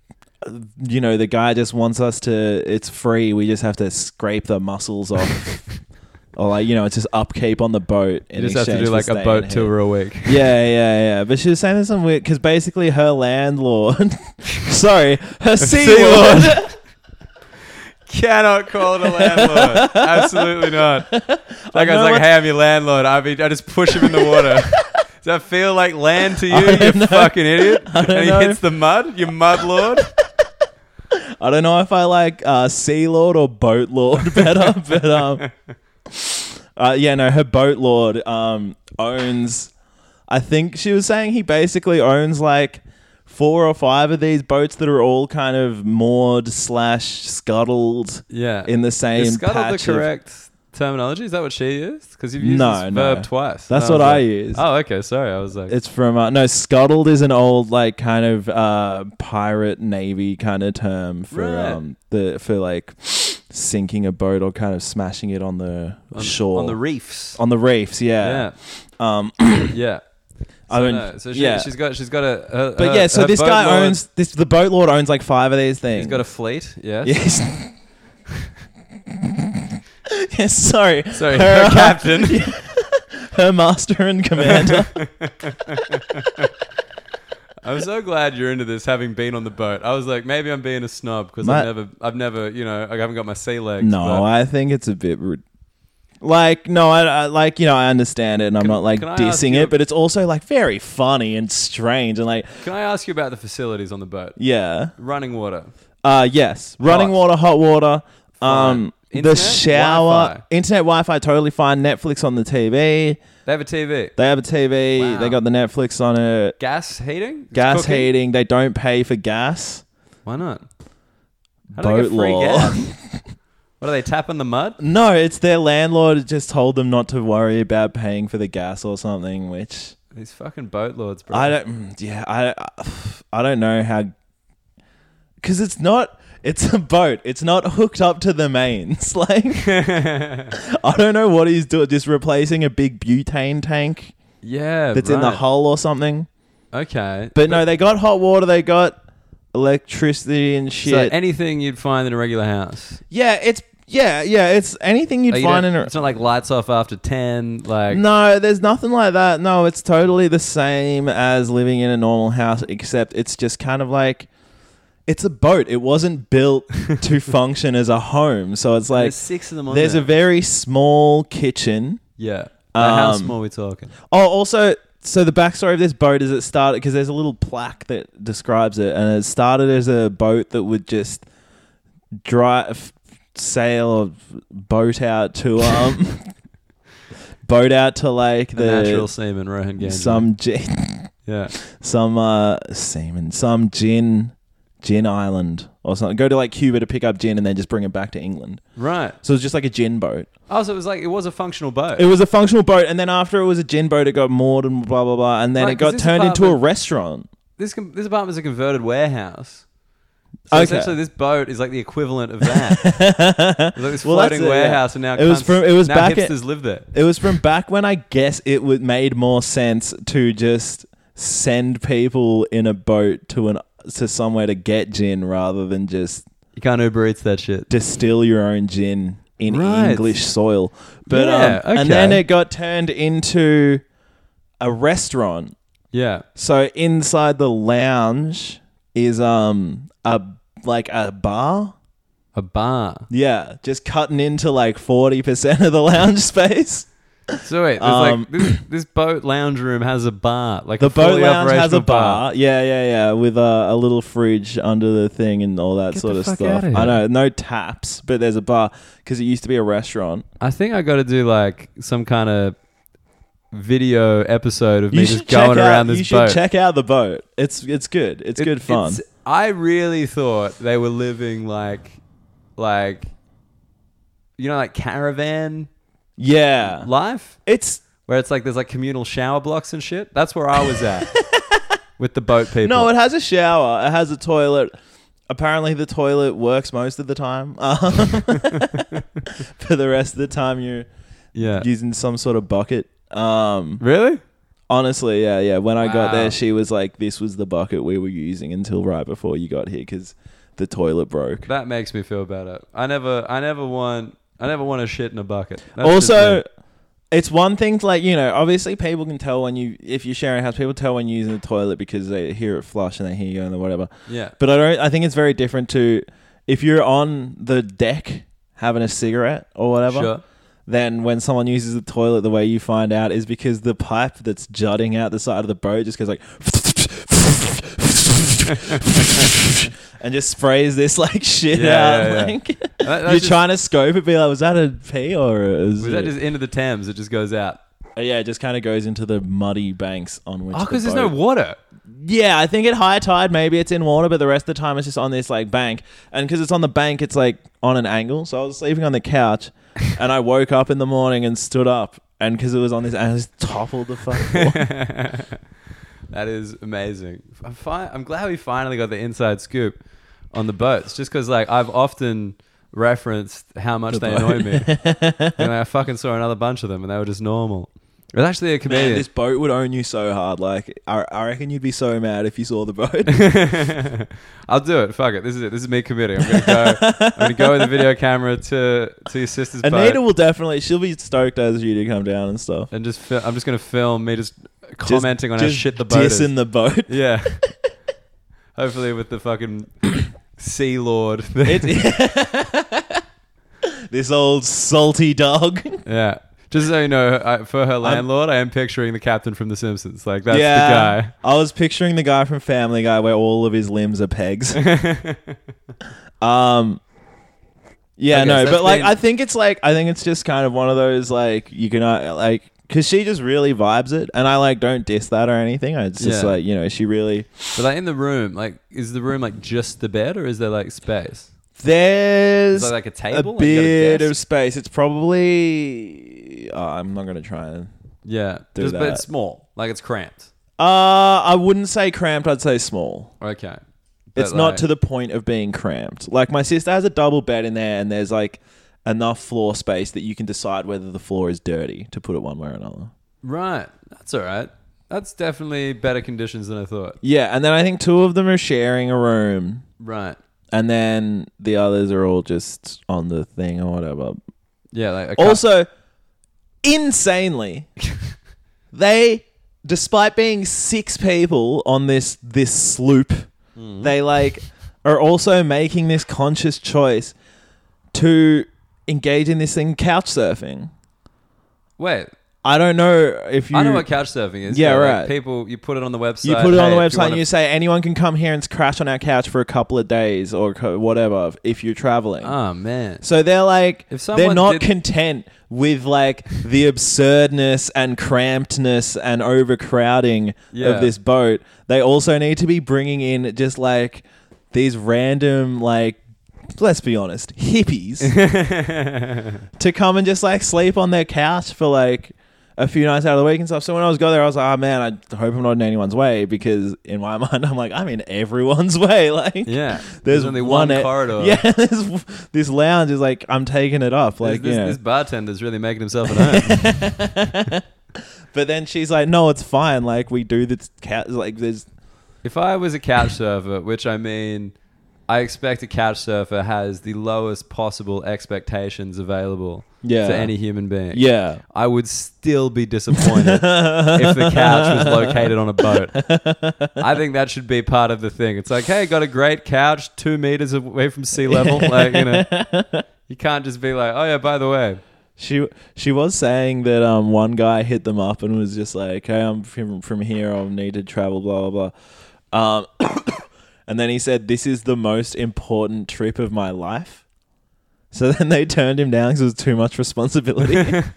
Speaker 3: uh, You know, the guy just wants us to. It's free. We just have to scrape the muscles off, or like you know, it's just upkeep on the boat.
Speaker 1: you
Speaker 3: in
Speaker 1: just have to
Speaker 3: exchange
Speaker 1: do
Speaker 3: for
Speaker 1: like a
Speaker 3: staying
Speaker 1: boat
Speaker 3: here.
Speaker 1: tour a week.
Speaker 3: Yeah, yeah, yeah. But she was saying there's some weird because basically her landlord, sorry, her sea lord.
Speaker 1: Cannot call it a landlord. Absolutely not. That
Speaker 3: know
Speaker 1: guy's like,
Speaker 3: what-
Speaker 1: hey, I'm your landlord. I mean, I just push him in the water. Does that feel like land to you, you fucking idiot? And he
Speaker 3: know.
Speaker 1: hits the mud, you mud lord.
Speaker 3: I don't know if I like uh, sea lord or boat lord better, but um, uh, yeah, no, her boat lord um owns. I think she was saying he basically owns like four or five of these boats that are all kind of moored slash scuttled
Speaker 1: Yeah.
Speaker 3: in the same.
Speaker 1: Is scuttle the
Speaker 3: patch of-
Speaker 1: correct terminology? Is that what she used? Because you've used
Speaker 3: No,
Speaker 1: this
Speaker 3: no.
Speaker 1: verb twice.
Speaker 3: That's
Speaker 1: And
Speaker 3: what I
Speaker 1: was like-
Speaker 3: use.
Speaker 1: Oh, okay. Sorry. I was like,
Speaker 3: It's from uh, no scuttled is an old like kind of uh, pirate navy kind of term for
Speaker 1: Right.
Speaker 3: um the for like sinking a boat or kind of smashing it on the
Speaker 1: on,
Speaker 3: shore
Speaker 1: On the reefs.
Speaker 3: On the reefs.
Speaker 1: yeah.
Speaker 3: Yeah. Um.
Speaker 1: Yeah. So,
Speaker 3: I mean,
Speaker 1: no, so she,
Speaker 3: yeah.
Speaker 1: she's got she's got a. her-
Speaker 3: but
Speaker 1: her-
Speaker 3: yeah, so
Speaker 1: her
Speaker 3: this
Speaker 1: boat
Speaker 3: guy
Speaker 1: lord-
Speaker 3: owns this. The boat lord owns like five of these things.
Speaker 1: He's got a fleet. Yes.
Speaker 3: Yes. yes. Sorry.
Speaker 1: Sorry,
Speaker 3: Her,
Speaker 1: her
Speaker 3: uh,
Speaker 1: captain.
Speaker 3: her master and commander.
Speaker 1: I'm so glad you're into this, having been on the boat. I was like, maybe I'm being a snob because
Speaker 3: My-
Speaker 1: I've never, I've never, you know, I haven't got my sea legs.
Speaker 3: no,
Speaker 1: but-
Speaker 3: I think it's a bit. rid- like no, I, I like you know I understand it, and I'm not like
Speaker 1: can I ask
Speaker 3: dissing
Speaker 1: you a-
Speaker 3: it, but it's also like very funny and strange, and like
Speaker 1: can I ask you about the facilities on the boat?
Speaker 3: yeah,
Speaker 1: Running water.
Speaker 3: Uh yes, running
Speaker 1: Hot.
Speaker 3: water, hot water. Um,
Speaker 1: Fine.
Speaker 3: the
Speaker 1: Internet,
Speaker 3: shower,
Speaker 1: Wi-Fi.
Speaker 3: internet, Wi-Fi, totally fine. Netflix on the TV.
Speaker 1: They have a TV.
Speaker 3: They have a TV.
Speaker 1: Wow.
Speaker 3: They got the Netflix on it.
Speaker 1: Gas heating. It's
Speaker 3: Gas
Speaker 1: cooking?
Speaker 3: heating. They don't pay for gas.
Speaker 1: Why not? How do they
Speaker 3: Boat
Speaker 1: get free
Speaker 3: law.
Speaker 1: gas? What are they tapping the mud?
Speaker 3: no, it's their landlord just told them not to worry about paying for the gas or something. Which
Speaker 1: These fucking boat lords, bro.
Speaker 3: I don't. mm, Yeah, I I don't know how. Because it's not. It's a boat. It's not hooked up to the mains. Like I don't know what he's doing. Just replacing a big butane tank.
Speaker 1: yeah,
Speaker 3: that's in the
Speaker 1: right.
Speaker 3: hull or something.
Speaker 1: Okay,
Speaker 3: But no, they got hot water, they got electricity and shit.
Speaker 1: so anything you'd find in a regular house.
Speaker 3: yeah, it's yeah, yeah, it's anything you'd
Speaker 1: Like, Oh, you
Speaker 3: find
Speaker 1: don't-
Speaker 3: in a
Speaker 1: it's not like lights off after ten. Like
Speaker 3: No, there's nothing like that. No, it's totally the same as living in a normal house except it's just kind of like it's a boat. It wasn't built to function as a home. So it's like
Speaker 1: there's six of them on
Speaker 3: there's a
Speaker 1: there.
Speaker 3: very small kitchen.
Speaker 1: yeah. Like, how
Speaker 3: Um,
Speaker 1: small are we talking?
Speaker 3: Oh, also, so the backstory of this boat is it started because there's a little plaque that describes it, and it started as a boat that would just drive, sail, or boat out to um, boat out to like
Speaker 1: The natural
Speaker 3: the
Speaker 1: semen, Rohan Ganji.
Speaker 3: some gin,
Speaker 1: yeah.
Speaker 3: some uh seaman, some gin, gin island or something. Go to like Cuba to pick up gin, and then just bring it back to England.
Speaker 1: Right.
Speaker 3: So it's just like a gin boat.
Speaker 1: Oh, so it was like it was a functional boat.
Speaker 3: It was a functional boat, and then after it was a gin boat, it got moored and blah blah blah, and then
Speaker 1: Right,
Speaker 3: it
Speaker 1: 'cause
Speaker 3: got
Speaker 1: this
Speaker 3: turned into a
Speaker 1: apartment-
Speaker 3: restaurant.
Speaker 1: this com- this apartment's a converted warehouse. So
Speaker 3: Okay.
Speaker 1: essentially, this boat is like the equivalent of that. it's like this
Speaker 3: Well, that's
Speaker 1: floating
Speaker 3: it, yeah.
Speaker 1: warehouse, and now
Speaker 3: It was
Speaker 1: cunts-
Speaker 3: from- it was
Speaker 1: now
Speaker 3: back at-
Speaker 1: hipsters live there.
Speaker 3: It was from back when I guess it would made more sense to just send people in a boat to an to somewhere to get gin rather than just
Speaker 1: You can't Uber Eats that shit.
Speaker 3: distill your own gin in
Speaker 1: Right.
Speaker 3: English soil. But
Speaker 1: Yeah,
Speaker 3: um, and then
Speaker 1: okay.
Speaker 3: it got turned into a restaurant.
Speaker 1: Yeah.
Speaker 3: So inside the lounge is um a like a bar.
Speaker 1: A bar.
Speaker 3: Yeah, just cutting into like 40% of the lounge space.
Speaker 1: So wait, there's
Speaker 3: Um,
Speaker 1: like this, this boat lounge room has a bar. Like
Speaker 3: The
Speaker 1: a fully
Speaker 3: boat lounge has a
Speaker 1: operational
Speaker 3: bar. Yeah, yeah, yeah, with a, a little fridge under the thing and all that
Speaker 1: Get
Speaker 3: sort
Speaker 1: the
Speaker 3: of
Speaker 1: fuck
Speaker 3: stuff.
Speaker 1: outta
Speaker 3: I
Speaker 1: here.
Speaker 3: know, no taps, but there's a bar because it used to be a restaurant.
Speaker 1: I think I got to do like some kind of video episode of me just
Speaker 3: check
Speaker 1: going
Speaker 3: out,
Speaker 1: around this
Speaker 3: you should
Speaker 1: boat.
Speaker 3: check out the boat. It's it's good. It's
Speaker 1: It-
Speaker 3: good fun.
Speaker 1: it's- I really thought they were living like, like, you know, like caravan
Speaker 3: yeah.
Speaker 1: life,
Speaker 3: It's
Speaker 1: where it's like there's like communal shower blocks and shit. That's where I was at with the boat people.
Speaker 3: No, it has a shower. It has a toilet. Apparently, the toilet works most of the time. For the rest of the time, you're
Speaker 1: yeah,
Speaker 3: using some sort of bucket. Um,
Speaker 1: really?
Speaker 3: honestly, yeah, yeah. When I got
Speaker 1: Wow.
Speaker 3: there, she was like, "This was the bucket we were using until right before you got here because the toilet broke."
Speaker 1: That makes me feel better. I never, I never want, I never want to shit in a bucket. That's just me.
Speaker 3: also, it's one thing to like you know. Obviously, people can tell when you if you share a house, people tell when you're using the toilet because they hear it flush and they hear you and whatever.
Speaker 1: yeah.
Speaker 3: But I don't. I think it's very different to if you're on the deck having a cigarette or whatever.
Speaker 1: Sure.
Speaker 3: Then when someone uses the toilet, the way you find out is because the pipe that's jutting out the side of the boat just goes like. and just sprays this like shit
Speaker 1: Yeah,
Speaker 3: out.
Speaker 1: yeah, yeah.
Speaker 3: Like,
Speaker 1: That- that's
Speaker 3: you're
Speaker 1: just-
Speaker 3: trying to scope it, be like, was that a pee or a,
Speaker 1: Was
Speaker 3: is
Speaker 1: that
Speaker 3: it-"
Speaker 1: just into the Thames? It just goes out.
Speaker 3: Uh, yeah? It just kind of goes into the muddy banks on which.
Speaker 1: Oh,
Speaker 3: because
Speaker 1: because there's no water.
Speaker 3: Yeah, I think at high tide maybe it's in water, but the rest of the time it's just on this like bank. And because it's on the bank, it's like on an angle. So I was sleeping on the couch, and I woke up in the morning and stood up, and because it was on this, I just toppled the fuck. floor.
Speaker 1: That is amazing. I'm, fi- I'm glad we finally got the inside scoop on the boats, just because like I've often referenced how much they annoy me. and I fucking saw another bunch of them, and they were just normal. It's actually a
Speaker 3: Man,
Speaker 1: comedian.
Speaker 3: this boat would own you so hard. Like, I, I reckon you'd be so mad if you saw the boat.
Speaker 1: I'll do it. Fuck it. This is it. This is me committing. I'm gonna go. I'm gonna go with the video camera to to your sister's
Speaker 3: Anita
Speaker 1: boat
Speaker 3: will definitely. She'll be stoked as you to come down and stuff.
Speaker 1: and just. Fi- I'm just gonna film me just
Speaker 3: Just-
Speaker 1: commenting on
Speaker 3: just
Speaker 1: how shit the boat is.
Speaker 3: dissing the boat.
Speaker 1: yeah. Hopefully with the fucking sea lord.
Speaker 3: It's- this old salty dog.
Speaker 1: yeah. Just so you know, I, for her landlord, I am picturing the captain from The Simpsons. Like that's the guy.
Speaker 3: I was picturing the guy from Family Guy where all of his limbs are pegs. um Yeah,
Speaker 1: Okay,
Speaker 3: no,
Speaker 1: so
Speaker 3: but
Speaker 1: that's
Speaker 3: like
Speaker 1: been-
Speaker 3: I think it's like I think it's just kind of one of those like you can uh, like cuz she just really vibes it and I like don't diss that or anything. I it's just
Speaker 1: Yeah.
Speaker 3: like, you know, she really
Speaker 1: But like in the room, like is the room like just the bed or is there like space? Is
Speaker 3: there's
Speaker 1: there, like, a table
Speaker 3: a
Speaker 1: and you got a
Speaker 3: bit
Speaker 1: desk?
Speaker 3: of space. It's probably oh, I'm not going to try and
Speaker 1: Yeah.
Speaker 3: Do
Speaker 1: Just- But
Speaker 3: that.
Speaker 1: it's small. Like it's cramped.
Speaker 3: Uh, I wouldn't say cramped. I'd say small.
Speaker 1: Okay.
Speaker 3: It's not to the point of being cramped. Like my sister has a double bed in there, and there's like enough floor space that you can decide whether the floor is dirty. To put it one way or another.
Speaker 1: Right. That's all right. That's definitely better conditions than I thought.
Speaker 3: Yeah, and then I think two of them are sharing a room,
Speaker 1: Right.
Speaker 3: and then the others are all just on the thing or whatever.
Speaker 1: Yeah. Like a cou-
Speaker 3: Also, insanely, they, despite being six people on this this sloop,
Speaker 1: Hmm.
Speaker 3: they like are also making this conscious choice to engage in this thing couch surfing.
Speaker 1: wait.
Speaker 3: I don't know if you.
Speaker 1: I know what couch surfing is.
Speaker 3: Yeah,
Speaker 1: but, like,
Speaker 3: right.
Speaker 1: people, you put it on the website.
Speaker 3: you put it on
Speaker 1: hey,
Speaker 3: the
Speaker 1: if
Speaker 3: website
Speaker 1: wanna-
Speaker 3: and you say anyone can come here and crash on our couch for a couple of days or co- whatever if you're traveling.
Speaker 1: Oh man.
Speaker 3: So they're like,
Speaker 1: If
Speaker 3: they're
Speaker 1: someone
Speaker 3: not
Speaker 1: did-
Speaker 3: content with like the absurdness and crampedness and overcrowding
Speaker 1: Yeah.
Speaker 3: of this boat. They also need to be bringing in just like these random, like, let's be honest, hippies to come and just like sleep on their couch for like a few nights out of the week and stuff. So when I was go there, I was like, oh man, I hope I'm not in anyone's way because in my mind, I'm like, I'm in everyone's way. Like,
Speaker 1: Yeah.
Speaker 3: there's,
Speaker 1: There's only one
Speaker 3: e-
Speaker 1: corridor.
Speaker 3: Yeah, this, this lounge is like I'm taking it up,
Speaker 1: This-
Speaker 3: like
Speaker 1: this,
Speaker 3: you know.
Speaker 1: this bartender's really making himself at home.
Speaker 3: But then she's like, "No, it's fine. Like we do this cat. Like there's
Speaker 1: if I was a couch surfer, which I mean, I expect a couch surfer has the lowest possible expectations available
Speaker 3: Yeah.
Speaker 1: to any human being.
Speaker 3: yeah,
Speaker 1: I would still be disappointed if the couch was located on a boat. I think that should be part of the thing. It's like, hey, got a great couch two meters away from sea level. Like, you know, you can't just be like, oh yeah, by the way,
Speaker 3: she she was saying that um one guy hit them up and was just like, "Hey, I'm from from here. I'll need to travel. Blah blah blah." Um, and then he said, "This is the most important trip of my life." So then they turned him down because it was too much responsibility.
Speaker 1: this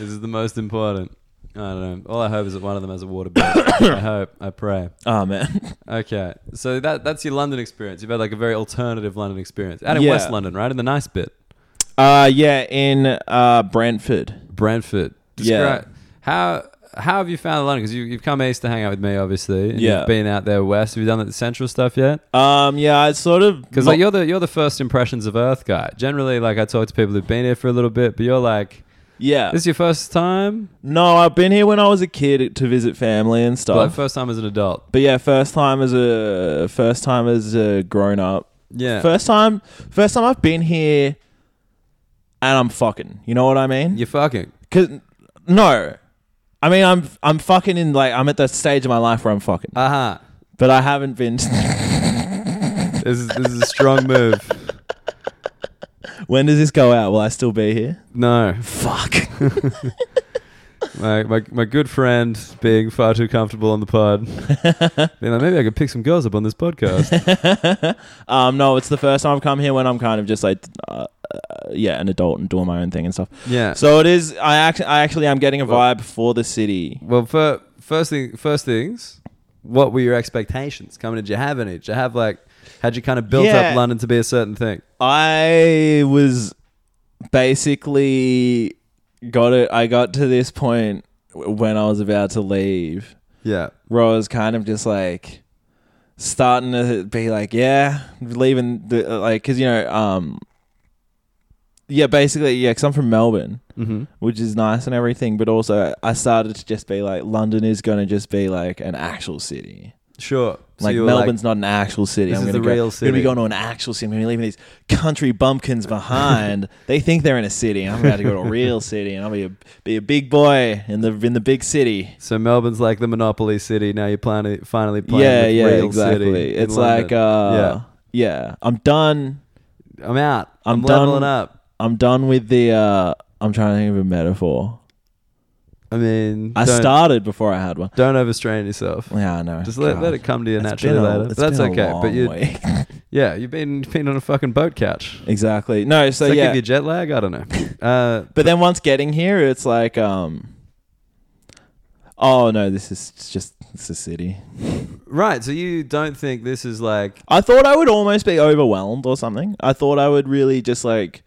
Speaker 1: is the most important. I don't know. All I hope is that one of them has a water bill. I hope. I pray.
Speaker 3: oh man,
Speaker 1: Okay, so that that's your London experience. You've had like a very alternative London experience out in
Speaker 3: Yeah.
Speaker 1: West London, right in the nice bit,
Speaker 3: uh yeah, in uh Brentford.
Speaker 1: Brantford.
Speaker 3: Yeah.
Speaker 1: Describe- How how have you found London? Because you, you've come east to hang out with me, obviously. And
Speaker 3: Yeah.
Speaker 1: You've been out there west. Have you done the central stuff yet?
Speaker 3: Um, yeah, I sort of
Speaker 1: Because
Speaker 3: not-
Speaker 1: like you're the you're the first impressions of Earth guy. Generally, like I talk to people who've been here for a little bit, but you're like,
Speaker 3: yeah.
Speaker 1: this is your first time,
Speaker 3: no, I've been here when I was a kid to visit family and
Speaker 1: but like
Speaker 3: stuff.
Speaker 1: first time as an adult.
Speaker 3: but yeah, first time as a first time as a grown up.
Speaker 1: Yeah.
Speaker 3: First time, first time I've been here, and I'm fucking. You know what I mean?
Speaker 1: You're fucking.
Speaker 3: Cause no, I mean I'm I'm fucking in like I'm at that stage of my life where I'm fucking,
Speaker 1: Uh huh.
Speaker 3: but I haven't been.
Speaker 1: This is this is a strong move.
Speaker 3: when does this go out? Will I still be here?
Speaker 1: No,
Speaker 3: Fuck.
Speaker 1: my, my my good friend being far too comfortable on the pod. being like, maybe I could pick some girls up on this podcast.
Speaker 3: um, no, it's the first time I've come here when I'm kind of just like, uh, uh, yeah, an adult and doing my own thing and stuff.
Speaker 1: yeah.
Speaker 3: So it is. I actually, I actually, am getting a vibe for the city.
Speaker 1: Well, fir- first thing, first things. What were your expectations coming? in? Did you have any? Did you have like, had you kind of built
Speaker 3: Yeah.
Speaker 1: up London to be a certain thing?
Speaker 3: I was basically got it. I got to this point w- when I was about to leave,
Speaker 1: Yeah.
Speaker 3: where I was kind of just like starting uh, to be like, yeah, leaving the like, because you know, um, yeah, basically, yeah, because I'm from Melbourne,
Speaker 1: Mm-hmm.
Speaker 3: which is nice and everything, but also I started to just be like, London is going to just be like an actual city.
Speaker 1: Sure. So
Speaker 3: like
Speaker 1: you were like,
Speaker 3: Melbourne's not an actual city.
Speaker 1: this
Speaker 3: I'm
Speaker 1: is
Speaker 3: gonna
Speaker 1: the
Speaker 3: go,
Speaker 1: real
Speaker 3: I'm gonna
Speaker 1: city.
Speaker 3: be going to an actual city. I'm gonna be leaving these country bumpkins behind. they think they're in a city. I'm about to go to a real city, and I'll be a be a big boy in the in the big city.
Speaker 1: so Melbourne's like the monopoly city. Now you're planning, finally playing
Speaker 3: yeah,
Speaker 1: with
Speaker 3: yeah,
Speaker 1: real
Speaker 3: exactly.
Speaker 1: city in
Speaker 3: It's like uh, yeah. I'm done.
Speaker 1: yeah. I'm out. I'm,
Speaker 3: I'm
Speaker 1: leveling
Speaker 3: done.
Speaker 1: up.
Speaker 3: I'm done with the. Uh, I'm trying to think of a metaphor.
Speaker 1: I mean,
Speaker 3: I
Speaker 1: don't,
Speaker 3: started before I had one.
Speaker 1: Don't overstrain yourself.
Speaker 3: Yeah, I know.
Speaker 1: Just let, let
Speaker 3: Oh God.
Speaker 1: it come to you
Speaker 3: It's
Speaker 1: naturally
Speaker 3: been a-
Speaker 1: later.
Speaker 3: it's
Speaker 1: But that's
Speaker 3: been a
Speaker 1: okay. But
Speaker 3: long
Speaker 1: you,
Speaker 3: week.
Speaker 1: yeah, you've been been on a fucking boat couch.
Speaker 3: exactly. No, so
Speaker 1: Does that
Speaker 3: yeah.
Speaker 1: give you jet lag? I don't know. Uh,
Speaker 3: But then once getting here, it's like, um, oh no, this is it's just it's a city.
Speaker 1: right. So you don't think this is like
Speaker 3: I thought I would almost be overwhelmed or something. I thought I would really just like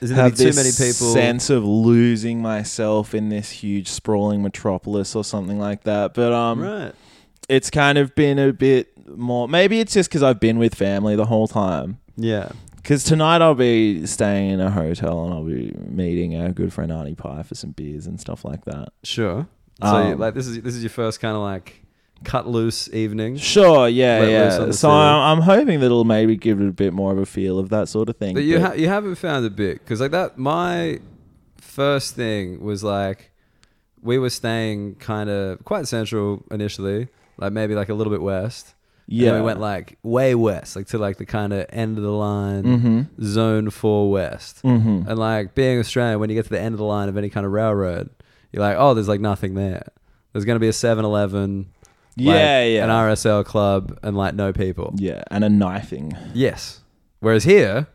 Speaker 1: is there gonna
Speaker 3: have
Speaker 1: be too
Speaker 3: this
Speaker 1: many people?
Speaker 3: sense of losing myself in this huge sprawling metropolis or something like that. But um,
Speaker 1: right.
Speaker 3: it's kind of been a bit more. Maybe it's just because I've been with family the whole time.
Speaker 1: Yeah.
Speaker 3: Because tonight I'll be staying in a hotel and I'll be meeting our good friend Arnie Pie for some beers and stuff like that.
Speaker 1: Sure. So you,
Speaker 3: Um,
Speaker 1: like this is this is your first kind of like cut loose evening.
Speaker 3: Sure,
Speaker 1: Let
Speaker 3: yeah,
Speaker 1: loose on
Speaker 3: yeah.
Speaker 1: the
Speaker 3: So
Speaker 1: city.
Speaker 3: I'm, I'm hoping that it'll maybe give it a bit more of a feel of that sort of thing.
Speaker 1: But you ha- you haven't found it big because like that. My first thing was like we were staying kind of quite central initially, like maybe like a little bit west. And then
Speaker 3: Yeah.
Speaker 1: we went like way west, like to like the kind of end of the line
Speaker 3: Mm-hmm.
Speaker 1: zone four west.
Speaker 3: Mhm.
Speaker 1: And like being Australian, when you get to the end of the line of any kind of railroad, you're like, oh, there's like nothing there. There's gonna be a 7-Eleven, like,
Speaker 3: Yeah, yeah.
Speaker 1: an RSL club, and like no people.
Speaker 3: yeah, and a knifing,
Speaker 1: Yes. Whereas here,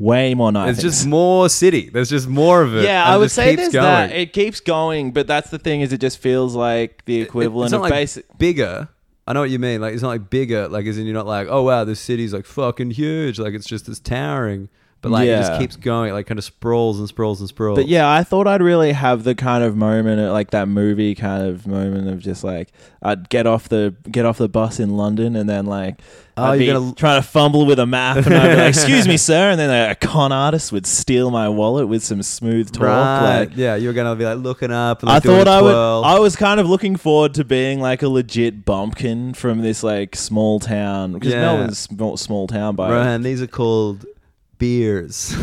Speaker 3: way more knifing.
Speaker 1: it's just more city. There's just more of it.
Speaker 3: yeah,
Speaker 1: and
Speaker 3: I
Speaker 1: it
Speaker 3: would
Speaker 1: just
Speaker 3: say
Speaker 1: keeps
Speaker 3: there's
Speaker 1: going.
Speaker 3: that.
Speaker 1: It-
Speaker 3: It keeps going, but that's the thing is, it just feels like the equivalent
Speaker 1: it's not
Speaker 3: of
Speaker 1: like
Speaker 3: basic.
Speaker 1: bigger. I know what you mean. Like it's not like bigger. Like as in you're not like, oh wow, this city's like fucking huge. Like it's just it's towering. But like it just
Speaker 3: Yeah.
Speaker 1: keeps going. It, Like kind of sprawls and sprawls and sprawls.
Speaker 3: But yeah, I thought I'd really have the kind of moment, uh, like that movie kind of moment of just like I'd get off the get off the bus in London, and then like
Speaker 1: Oh,
Speaker 3: I'd be
Speaker 1: you're gonna-
Speaker 3: trying to fumble with a map, and I'd be like, "Excuse me, sir," and then a con artist would steal my wallet with some smooth talk.
Speaker 1: Right.
Speaker 3: Like
Speaker 1: yeah, you're gonna be like looking up. And,
Speaker 3: I
Speaker 1: like, doing
Speaker 3: thought
Speaker 1: a
Speaker 3: I would.
Speaker 1: twirl.
Speaker 3: I was kind of looking forward to being like a legit bumpkin from this like small town because
Speaker 1: Yeah.
Speaker 3: Melbourne's a small, small town by
Speaker 1: Ryan, these are called beers.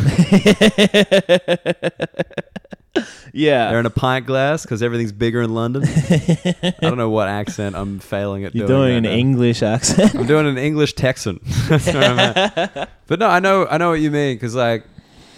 Speaker 1: They're
Speaker 3: yeah.
Speaker 1: in a pint glass because everything's bigger in London. I don't know what accent I'm failing at
Speaker 3: You're
Speaker 1: doing.
Speaker 3: doing an
Speaker 1: right now.
Speaker 3: English accent.
Speaker 1: I'm doing an English Texan. That's where I'm at. But no, I know, I know what you mean because like,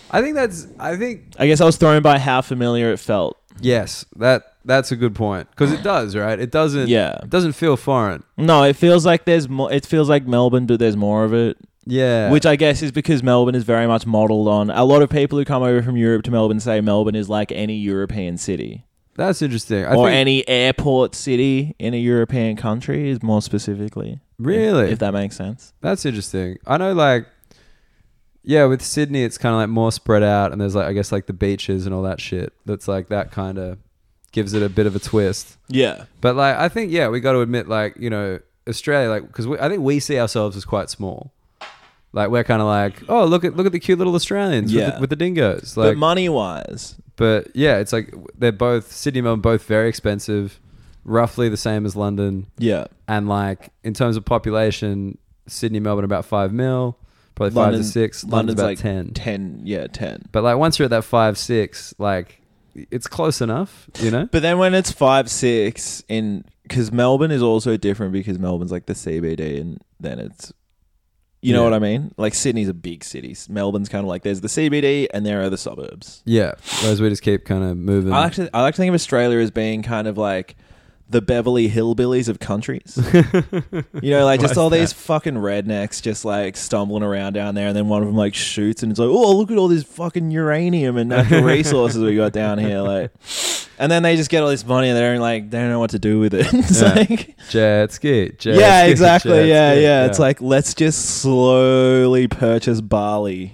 Speaker 1: I think that's, I think
Speaker 3: I guess I was thrown by how familiar it felt.
Speaker 1: yes, that that's a good point because it does, right? It doesn't,
Speaker 3: Yeah.
Speaker 1: it doesn't feel foreign.
Speaker 3: No, it feels like there's more. It feels like Melbourne, but there's more of it.
Speaker 1: Yeah,
Speaker 3: Which I guess is because Melbourne is very much modelled on. A lot of people who come over from Europe to Melbourne say Melbourne is like any European city
Speaker 1: that's interesting. I
Speaker 3: or
Speaker 1: think,
Speaker 3: any airport city in a European country, is more specifically.
Speaker 1: Really?
Speaker 3: If, if that makes sense.
Speaker 1: That's interesting. I know, like, yeah, with Sydney, it's kind of like more spread out, and there's like, I guess, like the beaches and all that shit. That's like that kind of gives it a bit of a twist.
Speaker 3: Yeah.
Speaker 1: But like, I think, yeah, we got to admit, like, you know, Australia, like, because I think we see ourselves as quite small. Like we're kind of like, oh, look at look at the cute little Australians with,
Speaker 3: Yeah.
Speaker 1: the, with the dingoes.
Speaker 3: But
Speaker 1: Like,
Speaker 3: money wise,
Speaker 1: but yeah, it's like they're both Sydney, and Melbourne, both very expensive, roughly the same as London.
Speaker 3: yeah.
Speaker 1: And like in terms of population, Sydney, Melbourne about five mil, probably five to six. London's, about
Speaker 3: like
Speaker 1: ten.
Speaker 3: Ten, yeah, ten.
Speaker 1: But like once you're at that five six, like it's close enough, you know.
Speaker 3: But then when it's five six in because Melbourne is also different because Melbourne's like the CBD and then it's you know
Speaker 1: Yeah.
Speaker 3: what I mean? Like Sydney's a big city. Melbourne's kind of like there's the CBD and there are the suburbs.
Speaker 1: yeah, whereas we just keep kind of moving.
Speaker 3: I actually I like to think of Australia as being kind of like the Beverly Hillbillies of countries. you know, like just all these fucking rednecks just like stumbling around down there and then one of them like shoots and it's like, "Oh, look at all this fucking uranium and natural resources we got down here." Like and And then they just get all this money and they don't like they don't know what to do with it. it's
Speaker 1: Yeah.
Speaker 3: like
Speaker 1: Jet ski. Jet
Speaker 3: yeah,
Speaker 1: ski,
Speaker 3: exactly.
Speaker 1: jet
Speaker 3: yeah, yeah,
Speaker 1: ski,
Speaker 3: It's like let's just slowly purchase Bali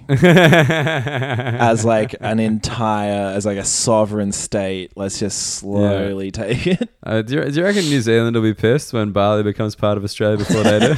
Speaker 3: as like an entire, as like a sovereign state. Let's just slowly take it.
Speaker 1: Uh, do, you, do you reckon New Zealand will be pissed when Bali becomes part of Australia before they do?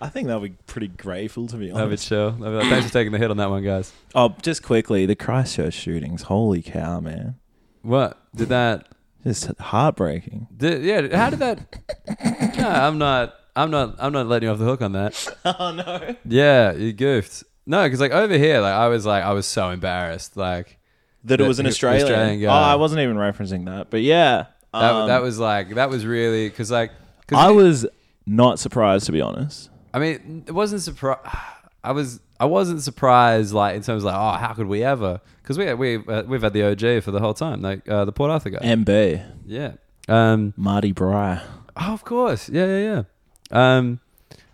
Speaker 3: I think they'll be pretty grateful to be
Speaker 1: That'd be
Speaker 3: honest.
Speaker 1: chill. That'd be like, Thanks for taking the hit on that one, guys.
Speaker 3: Oh, just quickly, the Christchurch shootings. Holy cow, man!
Speaker 1: What did that?
Speaker 3: Just heartbreaking.
Speaker 1: Did, yeah, how did that? no, I'm not. I'm not. I'm not letting you off the hook on that.
Speaker 3: Oh no.
Speaker 1: Yeah, you goofed. No, because like over here, like I was like I was so embarrassed. Like
Speaker 3: That it
Speaker 1: That
Speaker 3: was an
Speaker 1: the- the
Speaker 3: Australian.
Speaker 1: Australian
Speaker 3: oh,
Speaker 1: guy.
Speaker 3: I wasn't even referencing that, but yeah,
Speaker 1: that,
Speaker 3: um,
Speaker 1: that was like that was really because like cause
Speaker 3: I was not surprised to be honest.
Speaker 1: I mean, it wasn't surprise. I was. I wasn't surprised, like in terms of like, oh, how could we ever? Because we we uh, we've had the OG for the whole time, like uh, the Port Arthur guy.
Speaker 3: MB
Speaker 1: yeah. Um.
Speaker 3: Marty Bry
Speaker 1: Oh, of course. Yeah, yeah, yeah. Um.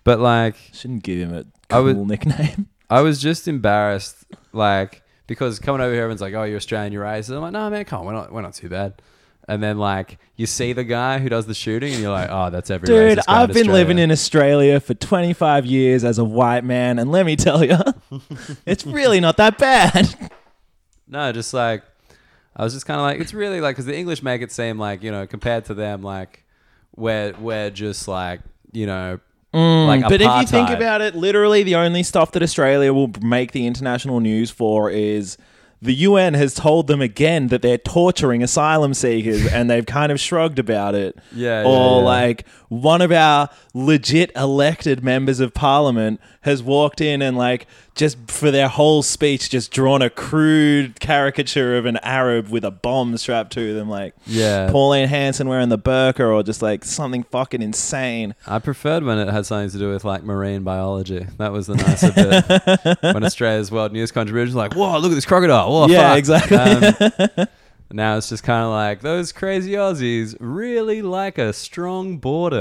Speaker 1: But like,
Speaker 3: shouldn't give him a
Speaker 1: I
Speaker 3: cool
Speaker 1: would-
Speaker 3: nickname.
Speaker 1: I was just embarrassed, like because coming over here, everyone's like, "Oh, you're Australian, you're racist." I'm like, "No, man, come on, we're not, we're not too bad." And then like you see the guy who does the shooting, and you're like, "Oh, that's every racist
Speaker 3: Dude,
Speaker 1: guy
Speaker 3: I've been
Speaker 1: Australia."
Speaker 3: living in Australia for 25 years as a white man, and let me tell you, it's really not that bad.
Speaker 1: No, just like I was just kind of like it's really like because the English make it seem like you know compared to them like we're we're just like you know like
Speaker 3: Mm, but if you think
Speaker 1: apartheid.
Speaker 3: about it, literally the only stuff that Australia will make the international news for is the UN has told them again that they're torturing asylum seekers and they've kind of shrugged about it.
Speaker 1: Yeah, yeah,
Speaker 3: Or
Speaker 1: yeah.
Speaker 3: like one of our legit elected members of parliament has walked in and like just for their whole speech just drawn a crude caricature of an Arab with a bomb strapped to them like
Speaker 1: Yeah.
Speaker 3: Pauline Hanson wearing the burqa or just like something fucking insane.
Speaker 1: I preferred when it had something to do with like marine biology. That was the nicer bit. When Australia's world news contribution was like, whoa, look at this crocodile. Whoa,
Speaker 3: Yeah,
Speaker 1: fuck."
Speaker 3: exactly.
Speaker 1: Um, now it's just kind of like those crazy Aussies really like a strong border.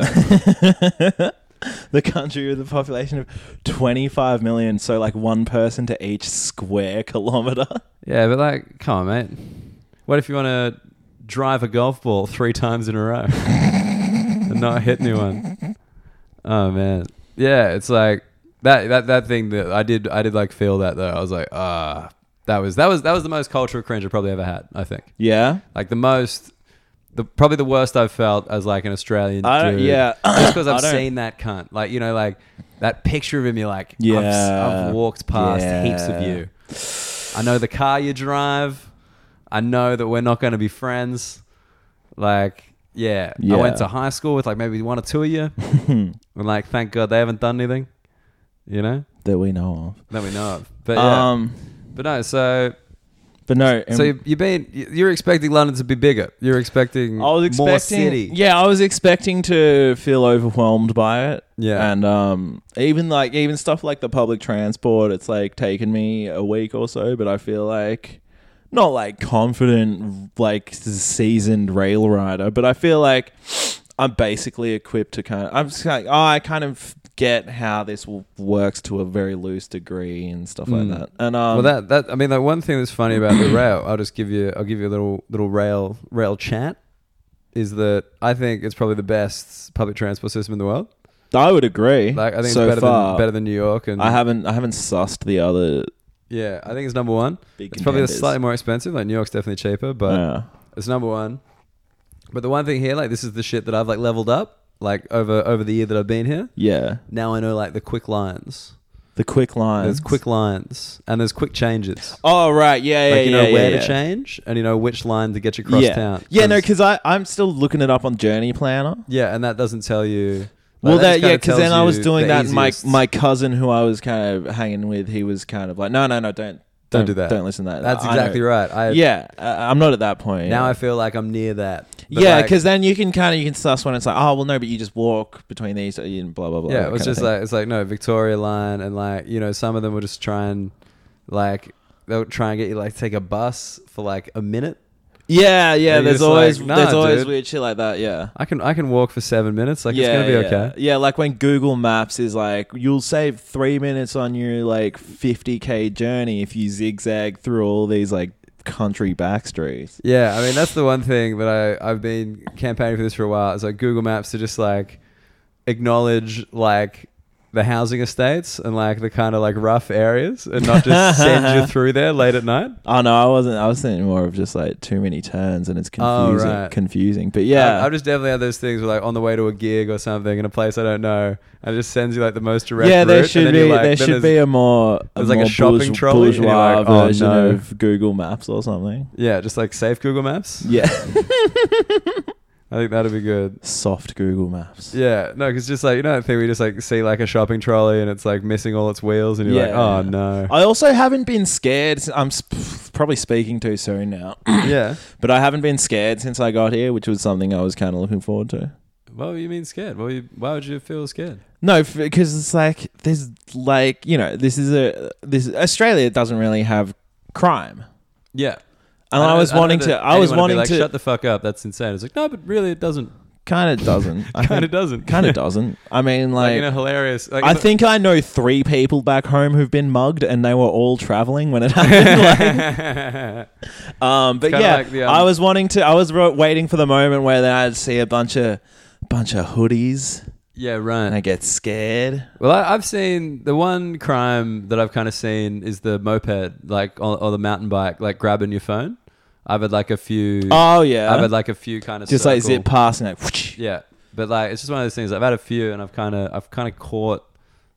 Speaker 3: the country with a population of 25 million, so like one person to each square kilometer.
Speaker 1: yeah, but like, come on, mate. What if you want to drive a golf ball three times in a row and not hit anyone? Oh man, yeah, it's like that that that thing that I did I did like feel that though. I was like, ah, that was that was that was the most cultural cringe I probably ever had. I think
Speaker 3: Yeah.
Speaker 1: like the most. The, probably the worst I've felt as like an Australian
Speaker 3: I don't-
Speaker 1: dude.
Speaker 3: yeah.
Speaker 1: just because
Speaker 3: I
Speaker 1: I've
Speaker 3: don't-
Speaker 1: seen that cunt. Like you know, like that picture of him. You're like, I've, s-
Speaker 3: Yeah.
Speaker 1: I've walked past heaps of
Speaker 3: Yeah.
Speaker 1: you. I know the car you drive. I know that we're not going to be friends. Like, yeah. I
Speaker 3: Yeah.
Speaker 1: went to high school with like maybe one or two of you. and like, thank God they haven't done anything. You know
Speaker 3: That we know of.
Speaker 1: that we know of. But yeah.
Speaker 3: Um,
Speaker 1: but no. So
Speaker 3: but no. um, and-
Speaker 1: so you, you've been you- you're expecting London to be bigger. You're expecting
Speaker 3: I was expecting,
Speaker 1: more city.
Speaker 3: yeah, I was expecting to feel overwhelmed by it.
Speaker 1: Yeah.
Speaker 3: and um, even like even stuff like the public transport, it's like taken me a week or so, but I feel like not like confident, like seasoned rail rider, but I feel like I'm basically equipped to kind of. I'm just like, oh, I kind of get how this w- works to a very loose degree and stuff like that. And um,
Speaker 1: Mm. Well, that that I mean, the one thing that's funny about the rail, I'll just give you, I'll give you a little little rail rail chat, is that I think it's probably the best public transport system in the world.
Speaker 3: I would agree.
Speaker 1: Like I think
Speaker 3: so
Speaker 1: it's better
Speaker 3: far,
Speaker 1: than better than New York, and
Speaker 3: I haven't I haven't sussed the other.
Speaker 1: yeah, I think it's number one.
Speaker 3: Big
Speaker 1: it's probably
Speaker 3: contenders.
Speaker 1: slightly more expensive. Like New York's definitely cheaper, but
Speaker 3: Yeah.
Speaker 1: it's number one. But the one thing here, like this is the shit that I've like leveled up, like over over the year that I've been here.
Speaker 3: Yeah.
Speaker 1: Now I know like the quick lines.
Speaker 3: The quick lines.
Speaker 1: There's quick lines and there's quick changes.
Speaker 3: Oh right, yeah, yeah,
Speaker 1: like you know
Speaker 3: yeah,
Speaker 1: where
Speaker 3: yeah,
Speaker 1: to
Speaker 3: yeah.
Speaker 1: change and you know which line to get you cross
Speaker 3: yeah.
Speaker 1: town.
Speaker 3: Yeah, no, because I I'm still looking it up on Journey Planner.
Speaker 1: Yeah, and that doesn't tell you. like,
Speaker 3: well,
Speaker 1: just
Speaker 3: that, yeah,
Speaker 1: kinda
Speaker 3: because
Speaker 1: tells
Speaker 3: then I was
Speaker 1: you
Speaker 3: doing
Speaker 1: the
Speaker 3: that, and my
Speaker 1: easiest.
Speaker 3: my cousin who I was kind of hanging with, he was kind of like, no, no, no, don't
Speaker 1: Don't do that.
Speaker 3: don't listen to that.
Speaker 1: That's
Speaker 3: I
Speaker 1: exactly
Speaker 3: know.
Speaker 1: right. I,
Speaker 3: Yeah, uh, I'm not at that point.
Speaker 1: Now I feel like I'm near that. But
Speaker 3: yeah,
Speaker 1: like-
Speaker 3: because then you can kind of you can suss when it's like, oh well, no, but you just walk between these uh, and blah blah blah.
Speaker 1: yeah,
Speaker 3: that
Speaker 1: it was
Speaker 3: kinda
Speaker 1: just
Speaker 3: thing.
Speaker 1: like it's like no Victoria line, and like you know some of them will just try and like they'll try and get you like take a bus for like a minute.
Speaker 3: yeah, yeah.
Speaker 1: you're
Speaker 3: There's
Speaker 1: just like,
Speaker 3: always
Speaker 1: nah,
Speaker 3: there's always
Speaker 1: dude.
Speaker 3: weird shit like that. Yeah.
Speaker 1: I can I can walk for seven minutes. Like it's gonna be
Speaker 3: yeah.
Speaker 1: okay.
Speaker 3: Yeah, like when Google Maps is like, you'll save three minutes on your like 50k journey if you zigzag through all these like country backstreets.
Speaker 1: Yeah, I mean that's the one thing that I I've been campaigning for this for a while. Is like Google Maps to just like acknowledge like the housing estates and like the kind of like rough areas and not just send you through there late at night.
Speaker 3: Oh no, I wasn't. I was thinking more of just like too many turns and it's
Speaker 1: Oh,
Speaker 3: confusing.
Speaker 1: right.
Speaker 3: Confusing, but
Speaker 1: I,
Speaker 3: yeah,
Speaker 1: have Um, just definitely had those things where like on the way to a gig or something in a place I don't know, and it just sends you like the most direct.
Speaker 3: yeah. There
Speaker 1: route, and
Speaker 3: should
Speaker 1: then you're
Speaker 3: be
Speaker 1: like-
Speaker 3: there
Speaker 1: then
Speaker 3: should
Speaker 1: there's-
Speaker 3: be a more a
Speaker 1: there's like a
Speaker 3: more
Speaker 1: shopping
Speaker 3: bourge-
Speaker 1: trolley, and you're
Speaker 3: bourgeois
Speaker 1: like, oh,
Speaker 3: version
Speaker 1: no.
Speaker 3: of Google Maps or something.
Speaker 1: yeah, just like safe Google Maps.
Speaker 3: Yeah,
Speaker 1: I think that'd be good.
Speaker 3: soft Google Maps.
Speaker 1: Yeah, no, because just like you know that thing where you just like see like a shopping trolley and it's like missing all its wheels, and you're
Speaker 3: Yeah.
Speaker 1: like, oh no,
Speaker 3: I also haven't been scared. s- I'm sp- probably speaking too soon now,
Speaker 1: yeah.
Speaker 3: but I haven't been scared since I got here, which was something I was kind of looking forward to.
Speaker 1: What do you mean scared? What were you, why would you feel scared?
Speaker 3: No, because it's like there's like you know this is a this Australia doesn't really have crime,
Speaker 1: Yeah,
Speaker 3: and I, was wanting to I was wanting to
Speaker 1: shut the fuck up. That's insane. It's like no, but really, it doesn't.
Speaker 3: kind of doesn't
Speaker 1: Kind of doesn't.
Speaker 3: kind of doesn't. I mean
Speaker 1: Like,
Speaker 3: like.
Speaker 1: in a hilarious. Like,
Speaker 3: I
Speaker 1: in a-
Speaker 3: think I know three people back home who've been mugged, and they were all traveling when it happened. Um, but
Speaker 1: kinda
Speaker 3: yeah,
Speaker 1: like the, um,
Speaker 3: I was wanting to. I was ro- waiting for the moment where then I'd see a bunch of bunch of hoodies,
Speaker 1: yeah,
Speaker 3: and
Speaker 1: right.
Speaker 3: I get scared.
Speaker 1: Well, I, I've seen the one crime that I've kind of seen is the moped, like or, or the mountain bike, like grabbing your phone. I've had like a few.
Speaker 3: Oh yeah,
Speaker 1: I've had like a few kind of
Speaker 3: just like zip past and like. whoosh.
Speaker 1: Yeah, but like it's just one of those things. I've had a few, and I've kind of I've kind of caught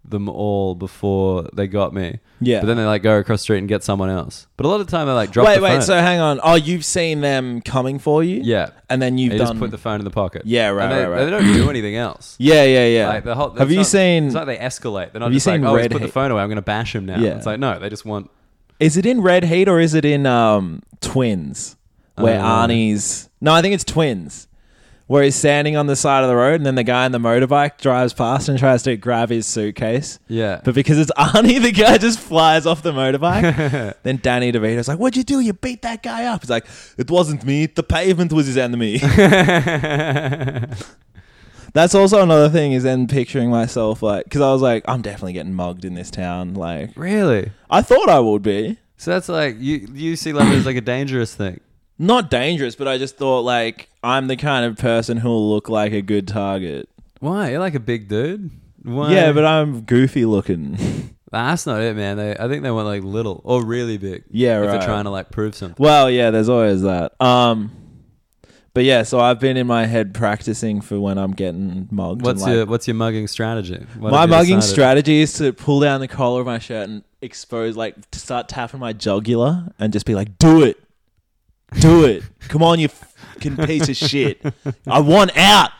Speaker 1: them all before they got me.
Speaker 3: Yeah.
Speaker 1: But then they like go across the street and get someone else. But a lot of the time they like drop.
Speaker 3: wait,
Speaker 1: the
Speaker 3: wait.
Speaker 1: phone.
Speaker 3: So hang on. Oh, you've seen them coming for you.
Speaker 1: yeah,
Speaker 3: and then you've
Speaker 1: you
Speaker 3: done.
Speaker 1: just put the phone in the pocket.
Speaker 3: Yeah, right,
Speaker 1: And they,
Speaker 3: right, right.
Speaker 1: They don't do anything else.
Speaker 3: yeah, yeah, yeah.
Speaker 1: Like the whole,
Speaker 3: have
Speaker 1: it's
Speaker 3: you
Speaker 1: not-
Speaker 3: seen?
Speaker 1: It's not they escalate. They're not
Speaker 3: have you
Speaker 1: just like,
Speaker 3: seen
Speaker 1: oh, he's
Speaker 3: Red
Speaker 1: put the
Speaker 3: Heat?
Speaker 1: phone away. I'm going to bash him now.
Speaker 3: Yeah.
Speaker 1: It's like no, they just want.
Speaker 3: is it in Red Heat or is it in um, Twins? Where
Speaker 1: Uh,
Speaker 3: Arnie's. No, I think it's Twins. Where he's standing on the side of the road and then the guy on the motorbike drives past and tries to grab his suitcase.
Speaker 1: Yeah.
Speaker 3: But because it's Arnie, the guy just flies off the motorbike. then Danny DeVito's like, What'd you do? You beat that guy up. He's like, It wasn't me. The pavement was his enemy. That's also another thing is then picturing myself like, because I was like, I'm definitely getting mugged in this town. Like,
Speaker 1: really?
Speaker 3: I thought I would be.
Speaker 1: So that's like you you see London as like a dangerous thing.
Speaker 3: not dangerous, but I just thought like I'm the kind of person who'll look like a good target.
Speaker 1: Why? You're like a big dude. Why?
Speaker 3: Yeah, but I'm goofy looking.
Speaker 1: that's not it, man. They, I think they want like little or really big.
Speaker 3: Yeah,
Speaker 1: if
Speaker 3: right.
Speaker 1: they're trying to like prove something.
Speaker 3: well, yeah, there's always that. Um, but yeah, so I've been in my head practicing for when I'm getting mugged.
Speaker 1: What's
Speaker 3: and,
Speaker 1: your
Speaker 3: like,
Speaker 1: what's your mugging strategy? What
Speaker 3: my
Speaker 1: have you
Speaker 3: mugging
Speaker 1: decided?
Speaker 3: strategy is to pull down the collar of my shirt and expose, like, to start tapping my jugular and just be like, "Do it, do it, come on, you fucking piece of shit, I want out,"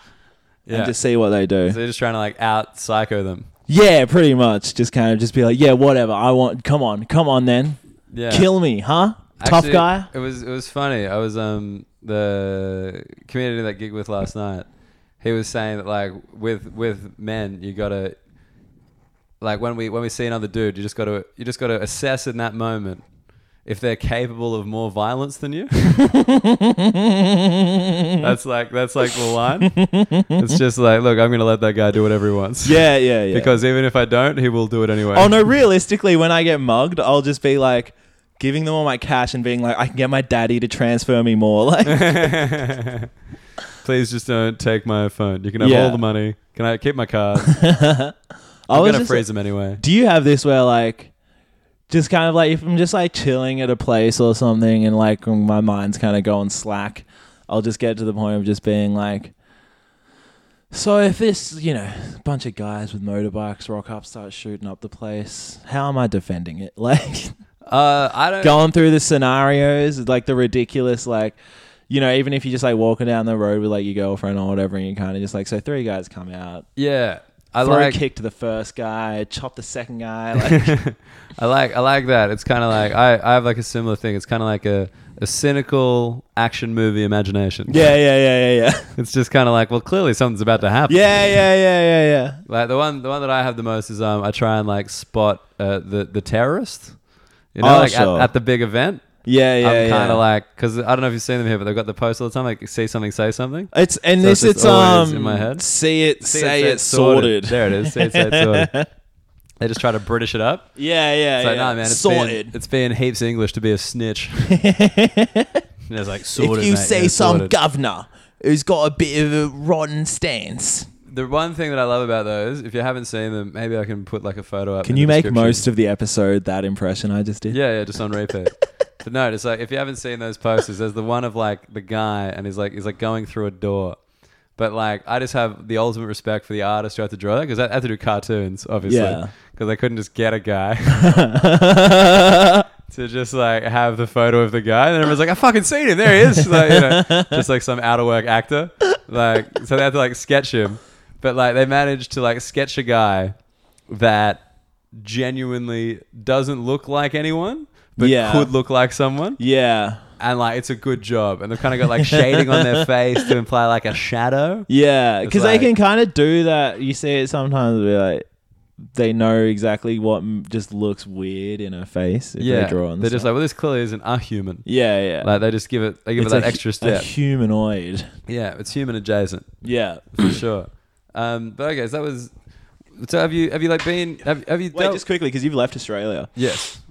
Speaker 1: Yeah.
Speaker 3: and just see what they do.
Speaker 1: so you're just trying to like out psycho them.
Speaker 3: Yeah, pretty much. Just kind of just be like, yeah, whatever. I want. Come on, come on, then
Speaker 1: Yeah.
Speaker 3: kill me, huh? Tough
Speaker 1: Actually,
Speaker 3: guy.
Speaker 1: It was it was funny. I was um the comedian that gig with last night. He was saying that like with with men you gotta like when we when we see another dude you just gotta you just gotta assess in that moment if they're capable of more violence than you. that's like that's like the line. It's just like look, I'm gonna let that guy do whatever he wants.
Speaker 3: Yeah, yeah, yeah.
Speaker 1: Because even if I don't, he will do it anyway.
Speaker 3: oh no, realistically, when I get mugged, I'll just be like giving them all my cash and being like, I can get my daddy to transfer me more. Like,
Speaker 1: Please just don't take my phone. You can have
Speaker 3: Yeah.
Speaker 1: all the money. Can I keep my card?
Speaker 3: I
Speaker 1: I'm
Speaker 3: was
Speaker 1: gonna
Speaker 3: just-
Speaker 1: freeze them anyway.
Speaker 3: Do you have this where like? Just kind of like if I'm just like chilling at a place or something, and like my mind's kind of going slack, I'll just get to the point of just being like, So if this, you know, bunch of guys with motorbikes rock up, start shooting up the place, how am I defending it? Like
Speaker 1: Uh, I don't.
Speaker 3: going through the scenarios, like the ridiculous, like you know, even if you're just like walking down the road with like your girlfriend or whatever, and you kind of just like, so three guys come out,
Speaker 1: Yeah, I
Speaker 3: throw
Speaker 1: like.
Speaker 3: a kick to the first guy, chop the second guy, like
Speaker 1: I like. I like that. It's kind of like I. I have like a similar thing. It's kind of like a a cynical action movie imagination.
Speaker 3: yeah, yeah, yeah, yeah, yeah,
Speaker 1: It's just kind of like well, clearly something's about to happen.
Speaker 3: yeah, yeah, yeah, yeah, yeah.
Speaker 1: Like the one, the one that I have the most is um, I try and like spot uh, the the terrorist. You know,
Speaker 3: Oh,
Speaker 1: like
Speaker 3: sure.
Speaker 1: at, at the big event.
Speaker 3: Yeah, yeah,
Speaker 1: I'm kind
Speaker 3: yeah.
Speaker 1: of like because I don't know if you've seen them here, but they've got the post all the time. Like see something, say something.
Speaker 3: it's and
Speaker 1: So
Speaker 3: this
Speaker 1: it's
Speaker 3: it's
Speaker 1: just always
Speaker 3: um
Speaker 1: in my head.
Speaker 3: see it
Speaker 1: See
Speaker 3: say
Speaker 1: say
Speaker 3: it, sorted.
Speaker 1: There it is. See it, say it sorted. They just try to British it up.
Speaker 3: Yeah, yeah,
Speaker 1: It's like, nah, man, it's being,
Speaker 3: Sorted.
Speaker 1: it's being heaps English to be a snitch. and it's like, sorted,
Speaker 3: if you
Speaker 1: mate,
Speaker 3: see
Speaker 1: yeah,
Speaker 3: some
Speaker 1: sorted.
Speaker 3: governor who's got a bit of a rotten stance,
Speaker 1: The one thing that I love about those, if you haven't seen them, maybe I can put like a photo up.
Speaker 3: can
Speaker 1: in
Speaker 3: you
Speaker 1: the
Speaker 3: make
Speaker 1: description.
Speaker 3: most of the episode that impression I just did?
Speaker 1: Yeah, yeah, just on repeat. but no, it's like if you haven't seen those posters, there's the one of like the guy and he's like he's like going through a door. But like I just have the ultimate respect for the artist who had to draw that because I had to do cartoons, obviously,
Speaker 3: Yeah.
Speaker 1: because I couldn't just get a guy to just like have the photo of the guy. And everyone's like, I fucking seen him. There he is. Like, you know, just like some out of work actor. Like so they had to like sketch him, but like they managed to like sketch a guy that genuinely doesn't look like anyone, but
Speaker 3: Yeah.
Speaker 1: could look like someone.
Speaker 3: yeah,
Speaker 1: And like it's a good job. And they've kind of got like shading on their face to imply like a shadow.
Speaker 3: yeah, because
Speaker 1: like-
Speaker 3: they can kind of do that. You see it sometimes. Be like, they know exactly what m- just looks weird in a face if
Speaker 1: yeah.
Speaker 3: they draw on.
Speaker 1: They're just like, well, this clearly isn't a human.
Speaker 3: yeah, yeah.
Speaker 1: Like they just give it, they give
Speaker 3: It's
Speaker 1: it
Speaker 3: a
Speaker 1: that
Speaker 3: hu-
Speaker 1: extra
Speaker 3: a
Speaker 1: step.
Speaker 3: humanoid.
Speaker 1: yeah, it's human adjacent.
Speaker 3: Yeah.
Speaker 1: for sure. Um, but okay, so that was. So have you have you like been have have you
Speaker 3: Wait,
Speaker 1: dealt-
Speaker 3: just quickly because you've left Australia.
Speaker 1: yes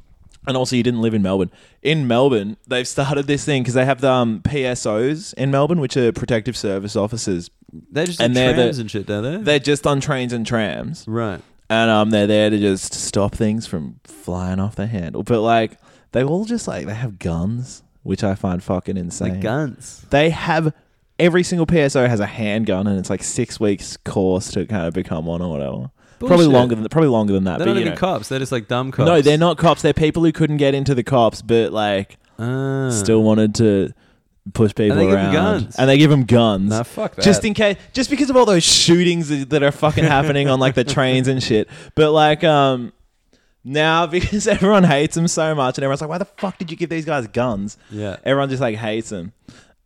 Speaker 3: and also you didn't live in Melbourne. In Melbourne, they've started this thing because they have the um, PSOs in Melbourne, which are protective service officers.
Speaker 1: they just and
Speaker 3: And they're the-
Speaker 1: trams and shit don't they
Speaker 3: They're just on trains and trams,
Speaker 1: right
Speaker 3: and um, they're there to just stop things from flying off the handle. But like, they all just like they have guns, which I find fucking
Speaker 1: the
Speaker 3: insane.
Speaker 1: guns
Speaker 3: They have every single PSO has a handgun, and it's like six weeks course to kind of become one or whatever. Probably
Speaker 1: Bullshit.
Speaker 3: longer than probably longer than that.
Speaker 1: they're
Speaker 3: but
Speaker 1: not
Speaker 3: you
Speaker 1: even
Speaker 3: know.
Speaker 1: cops they're just like dumb cops
Speaker 3: No, they're not cops. They're people who couldn't get into the cops, but like
Speaker 1: Ah.
Speaker 3: still wanted to push people
Speaker 1: And they give 'em
Speaker 3: around,
Speaker 1: guns.
Speaker 3: and they give them guns.
Speaker 1: nah fuck that
Speaker 3: just in case, just because of all those shootings that are fucking happening on like the trains and shit. But like, um, now because everyone hates them so much, and everyone's like, "Why the fuck did you give these guys guns?"
Speaker 1: yeah
Speaker 3: Everyone just like hates them.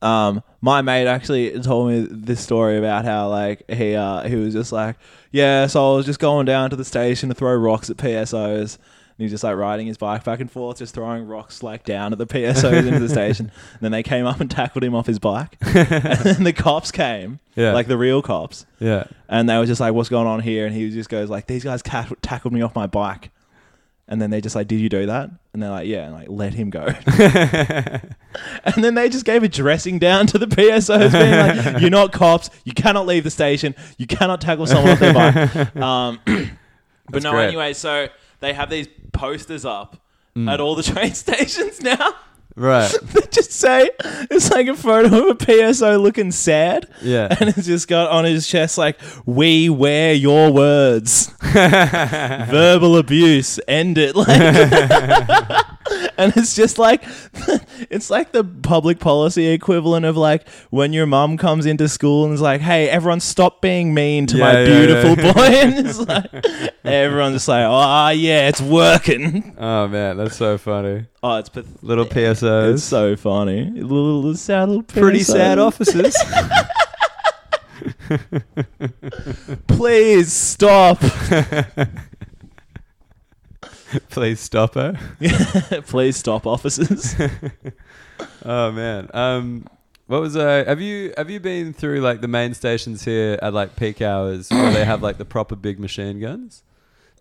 Speaker 3: Um, my mate actually told me this story about how like he uh he was just like, yeah, so I was just going down to the station to throw rocks at PSOs. And he was just like riding his bike back and forth, just throwing rocks like down at the PSOs into the station. And then they came up and tackled him off his bike. and then the cops came,
Speaker 1: Yeah.
Speaker 3: like the real cops,
Speaker 1: yeah
Speaker 3: and they were just like, "What's going on here?" And he just goes like, "These guys ca- tackled me off my bike." And then they just like, "Did you do that?" And they're like, "Yeah," and like let him go. and then they just gave a dressing down to the PSOs, being like, "You're not cops. You cannot leave the station. You cannot tackle someone off their bike." Um, but
Speaker 1: That's
Speaker 3: no,
Speaker 1: great.
Speaker 3: anyway, so they have these posters up
Speaker 1: Mm.
Speaker 3: at all the train stations now.
Speaker 1: right
Speaker 3: they just say it's like a photo of a PSO looking sad.
Speaker 1: Yeah.
Speaker 3: And it's just got on his chest like, We wear your words. Verbal abuse. End it. Like And it's just like it's like the public policy equivalent of like when your mum comes into school and is like, Hey, everyone stop being mean to
Speaker 1: Yeah,
Speaker 3: my
Speaker 1: yeah,
Speaker 3: beautiful
Speaker 1: yeah.
Speaker 3: boy and it's like everyone's just like, Oh yeah, it's working.
Speaker 1: oh man that's so funny
Speaker 3: Oh, it's pathetic.
Speaker 1: little
Speaker 3: It's
Speaker 1: PSOs
Speaker 3: so funny. Little, little sad little eh?
Speaker 1: pretty
Speaker 3: person.
Speaker 1: sad officers
Speaker 3: Please stop.
Speaker 1: please stop her
Speaker 3: Please stop, officers.
Speaker 1: oh man um what was uh have you have you been through like the main stations here at like peak hours where they have like the proper big machine guns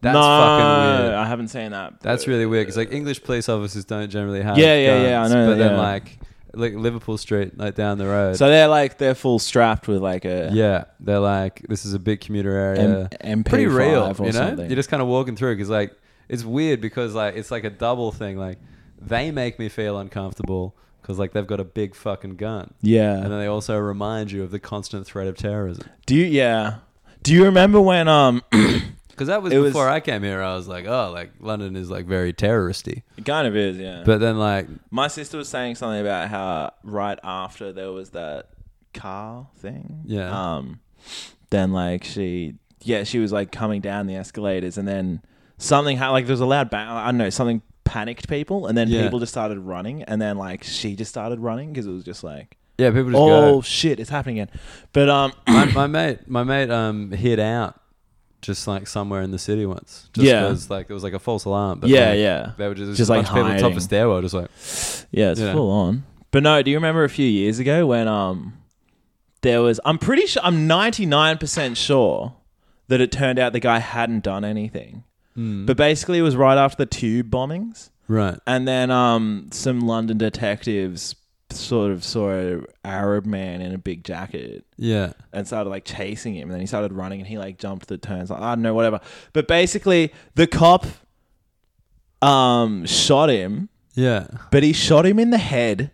Speaker 1: that's fucking weird
Speaker 3: I haven't seen that.
Speaker 1: That's really weird because like English police officers don't generally have
Speaker 3: Yeah, yeah, yeah, I
Speaker 1: guns,
Speaker 3: know
Speaker 1: But
Speaker 3: that,
Speaker 1: then
Speaker 3: yeah.
Speaker 1: like like Liverpool Street, like down the road.
Speaker 3: So they're like they're full strapped with like a
Speaker 1: yeah, they're like this is a big commuter area.
Speaker 3: M- MP5
Speaker 1: Pretty real,
Speaker 3: or
Speaker 1: you know.
Speaker 3: something.
Speaker 1: You're just kind of walking through because like it's weird because like it's like a double thing. Like they make me feel uncomfortable because like they've got a big fucking gun, and
Speaker 3: yeah.
Speaker 1: then they also remind you of the constant threat of terrorism.
Speaker 3: Do you yeah? Do you remember when um
Speaker 1: Because that was
Speaker 3: It was-
Speaker 1: before I came here. I was like, oh, like London is like very terroristy.
Speaker 3: it kind of is yeah.
Speaker 1: But then like
Speaker 3: my sister was saying something about how right after there was that car thing.
Speaker 1: Yeah.
Speaker 3: Um, then like she, yeah, she was like coming down the escalators, and then something ha- like there was a loud bang. I don't know something panicked people, and then
Speaker 1: Yeah.
Speaker 3: people just started running, and then like she just started running because it was just like,
Speaker 1: yeah, people just go.
Speaker 3: oh shit, it's happening again. But um,
Speaker 1: my, my mate, my mate, um, hid out just like somewhere in the city once. Just
Speaker 3: Yeah.
Speaker 1: 'cause, like it was like a false alarm. But
Speaker 3: Yeah,
Speaker 1: like,
Speaker 3: yeah.
Speaker 1: They were just,
Speaker 3: Just,
Speaker 1: just
Speaker 3: like,
Speaker 1: like people on top of
Speaker 3: hiding.
Speaker 1: a stairwell, just like
Speaker 3: Yeah, it's
Speaker 1: Yeah.
Speaker 3: full on. But no, do you remember a few years ago when um there was I'm pretty sure I'm 99% sure that it turned out the guy hadn't done anything.
Speaker 1: mm.
Speaker 3: But basically, it was right after the tube bombings.
Speaker 1: Right.
Speaker 3: And then um, some London detectives sort of saw an Arab man in a big jacket
Speaker 1: Yeah.
Speaker 3: and started like chasing him. And then he started running and he like jumped the turns. Like, I don't know, whatever. But basically, the cop um, shot him,
Speaker 1: Yeah.
Speaker 3: but he shot him in the head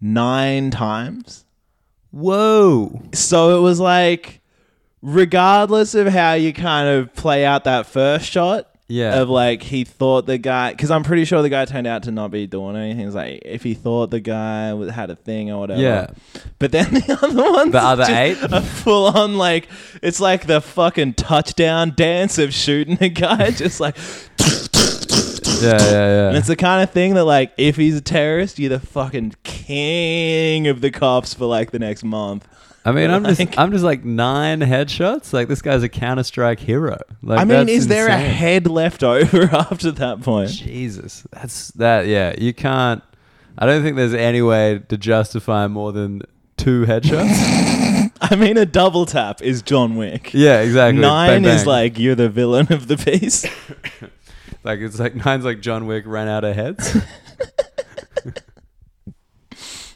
Speaker 3: nine times.
Speaker 1: Whoa.
Speaker 3: So it was like, regardless of how you kind of play out that first shot.
Speaker 1: Yeah.
Speaker 3: Of like he thought the guy, because I'm pretty sure the guy turned out to not be doing anything. It's like if he thought the guy was- had a thing or whatever.
Speaker 1: Yeah.
Speaker 3: But then the other ones,
Speaker 1: The other
Speaker 3: just
Speaker 1: eight?
Speaker 3: a full on like it's like the fucking touchdown dance of shooting a guy, just like,
Speaker 1: Yeah. Yeah.
Speaker 3: and
Speaker 1: Yeah.
Speaker 3: it's the kind of thing that like if he's a terrorist, you're the fucking king of the cops for like the next month.
Speaker 1: I mean, I'm
Speaker 3: like-
Speaker 1: just, I'm just like nine headshots. Like this guy's a Counter Strike hero. Like,
Speaker 3: I mean,
Speaker 1: that's
Speaker 3: is there a
Speaker 1: insane.
Speaker 3: head left over after that point?
Speaker 1: Jesus, that's that. Yeah, you can't. I don't think there's any way to justify more than two headshots.
Speaker 3: I mean, a double tap is John Wick.
Speaker 1: yeah, exactly.
Speaker 3: Nine
Speaker 1: Bang,
Speaker 3: is
Speaker 1: bang.
Speaker 3: like you're the villain of the piece.
Speaker 1: like it's like nine's like John Wick ran out of heads.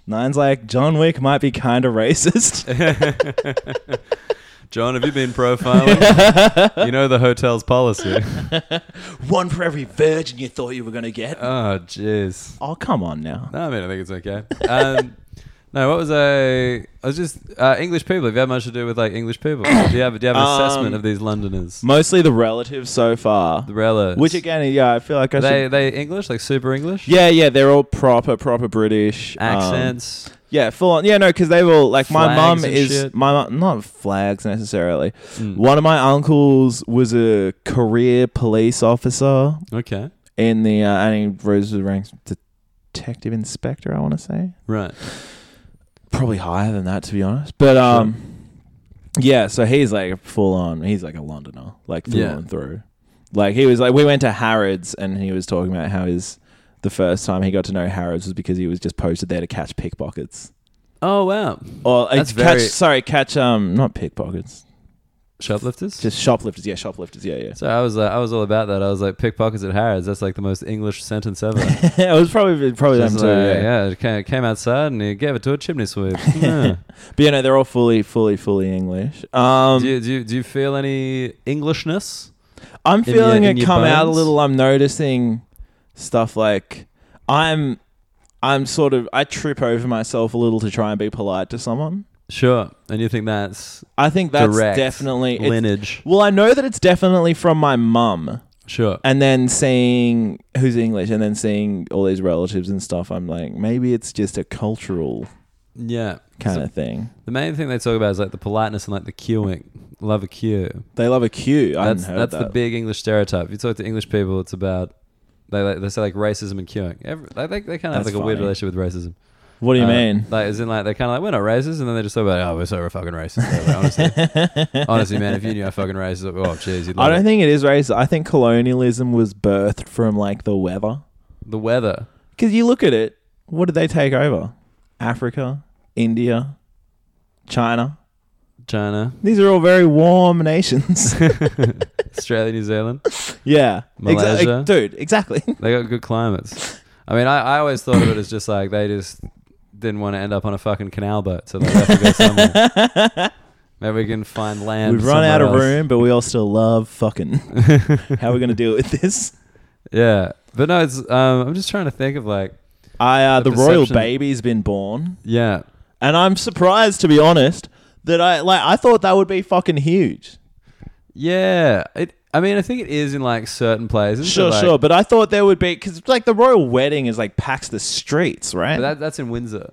Speaker 3: Nine's like John Wick might be kind of racist.
Speaker 1: John, have you been profiling? you know the hotel's policy.
Speaker 3: One for every virgin you thought you were gonna get.
Speaker 1: Oh, jeez.
Speaker 3: oh come on now.
Speaker 1: No, I mean I think it's okay. Um, no, what was I? I was just uh, English people. Have you had much to do with like English people? Do you have Do you have an
Speaker 3: Um,
Speaker 1: assessment of these Londoners?
Speaker 3: Mostly the relatives so far.
Speaker 1: The relatives.
Speaker 3: Which again, yeah, I feel like I
Speaker 1: Are they
Speaker 3: should.
Speaker 1: they English like super English?
Speaker 3: Yeah, yeah, they're all proper, proper British um,
Speaker 1: Accents.
Speaker 3: yeah, full on. Yeah, no, because they all like my
Speaker 1: Flags
Speaker 3: mum
Speaker 1: and
Speaker 3: is
Speaker 1: shit.
Speaker 3: my mum not flags necessarily.
Speaker 1: Mm,
Speaker 3: One of my uncles was a career police officer
Speaker 1: okay.
Speaker 3: in the uh, and he rose to the ranks of detective inspector. I want to say
Speaker 1: Right.
Speaker 3: probably higher than that to be honest. But um, yeah, so he's like full on. He's like a Londoner, like through
Speaker 1: Yeah.
Speaker 3: and through. Like he was like we went to Harrods and he was talking about how his the first time he got to know Harrods was because he was just posted there to catch pickpockets
Speaker 1: Oh wow.
Speaker 3: or uh,
Speaker 1: That's
Speaker 3: catch
Speaker 1: very-
Speaker 3: sorry catch um not pickpockets
Speaker 1: Shoplifters.
Speaker 3: just shoplifters yeah shoplifters yeah yeah.
Speaker 1: so I was like, I was all about that. I was like, pickpockets at Harrods. That's like the most English sentence ever. Just
Speaker 3: it was probably probably Oh, them
Speaker 1: like,
Speaker 3: too. Yeah.
Speaker 1: yeah, it ca- came outside and he gave it to a chimney sweep. Yeah.
Speaker 3: But you know they're all fully fully fully English. Um,
Speaker 1: do, you, do you do you feel any Englishness?
Speaker 3: I'm
Speaker 1: your-
Speaker 3: feeling
Speaker 1: in
Speaker 3: it
Speaker 1: your
Speaker 3: come out a
Speaker 1: bones?
Speaker 3: little. I'm noticing stuff like I'm I'm sort of I trip over myself a little to try and be polite to someone.
Speaker 1: Sure. And you think that's
Speaker 3: I think that's
Speaker 1: direct
Speaker 3: definitely it's-
Speaker 1: lineage?
Speaker 3: Well, I know that it's definitely from my mum,
Speaker 1: Sure.
Speaker 3: and then seeing who's English, and then seeing all these relatives and stuff. I'm like, maybe it's just a cultural
Speaker 1: Yeah.
Speaker 3: kind
Speaker 1: So
Speaker 3: of thing.
Speaker 1: the main thing they talk about is like the politeness and like the queuing. Love a queue.
Speaker 3: They love a queue. I
Speaker 1: That's
Speaker 3: haven't heard
Speaker 1: that's
Speaker 3: that.
Speaker 1: the big English stereotype. If you talk to English people, it's about they like, they say like racism and queuing. Every, they they, kind of have like
Speaker 3: That's
Speaker 1: a weird
Speaker 3: funny.
Speaker 1: relationship with racism.
Speaker 3: what do you
Speaker 1: Uh,
Speaker 3: mean?
Speaker 1: Like, as in, like, they're kind of like, we're not racist. And then they just talk about, oh, we're so fucking racist. They're like, honestly, honestly, man, if you knew how fucking racist, oh, jeez, you'd
Speaker 3: I
Speaker 1: love
Speaker 3: don't
Speaker 1: it.
Speaker 3: think it is racist. I think colonialism was birthed from like the weather.
Speaker 1: The weather.
Speaker 3: Because you look at it, what did they take over? Africa, India, China.
Speaker 1: China,
Speaker 3: These are all very warm nations.
Speaker 1: Australia, New Zealand.
Speaker 3: yeah.
Speaker 1: Malaysia.
Speaker 3: Exactly, dude, exactly.
Speaker 1: They got good climates. I mean, I, I always thought of it as just like they just didn't want to end up on a fucking canal boat. So they have to go somewhere. Maybe we can find land.
Speaker 3: We've run out of
Speaker 1: somewhere else.
Speaker 3: room, but we all still love fucking. How are we going to deal with this?
Speaker 1: Yeah. But no, it's, um, I'm just trying to think of like,
Speaker 3: I uh,
Speaker 1: The
Speaker 3: the, royal
Speaker 1: perception-
Speaker 3: baby's been born,
Speaker 1: yeah.
Speaker 3: and I'm surprised to be honest that I like I thought that would be fucking huge.
Speaker 1: Yeah. It, I mean, I think it is in like certain places.
Speaker 3: Sure,
Speaker 1: but, like,
Speaker 3: sure, but I thought there would be because like the royal wedding is like packs the streets, right?
Speaker 1: But that, that's in Windsor.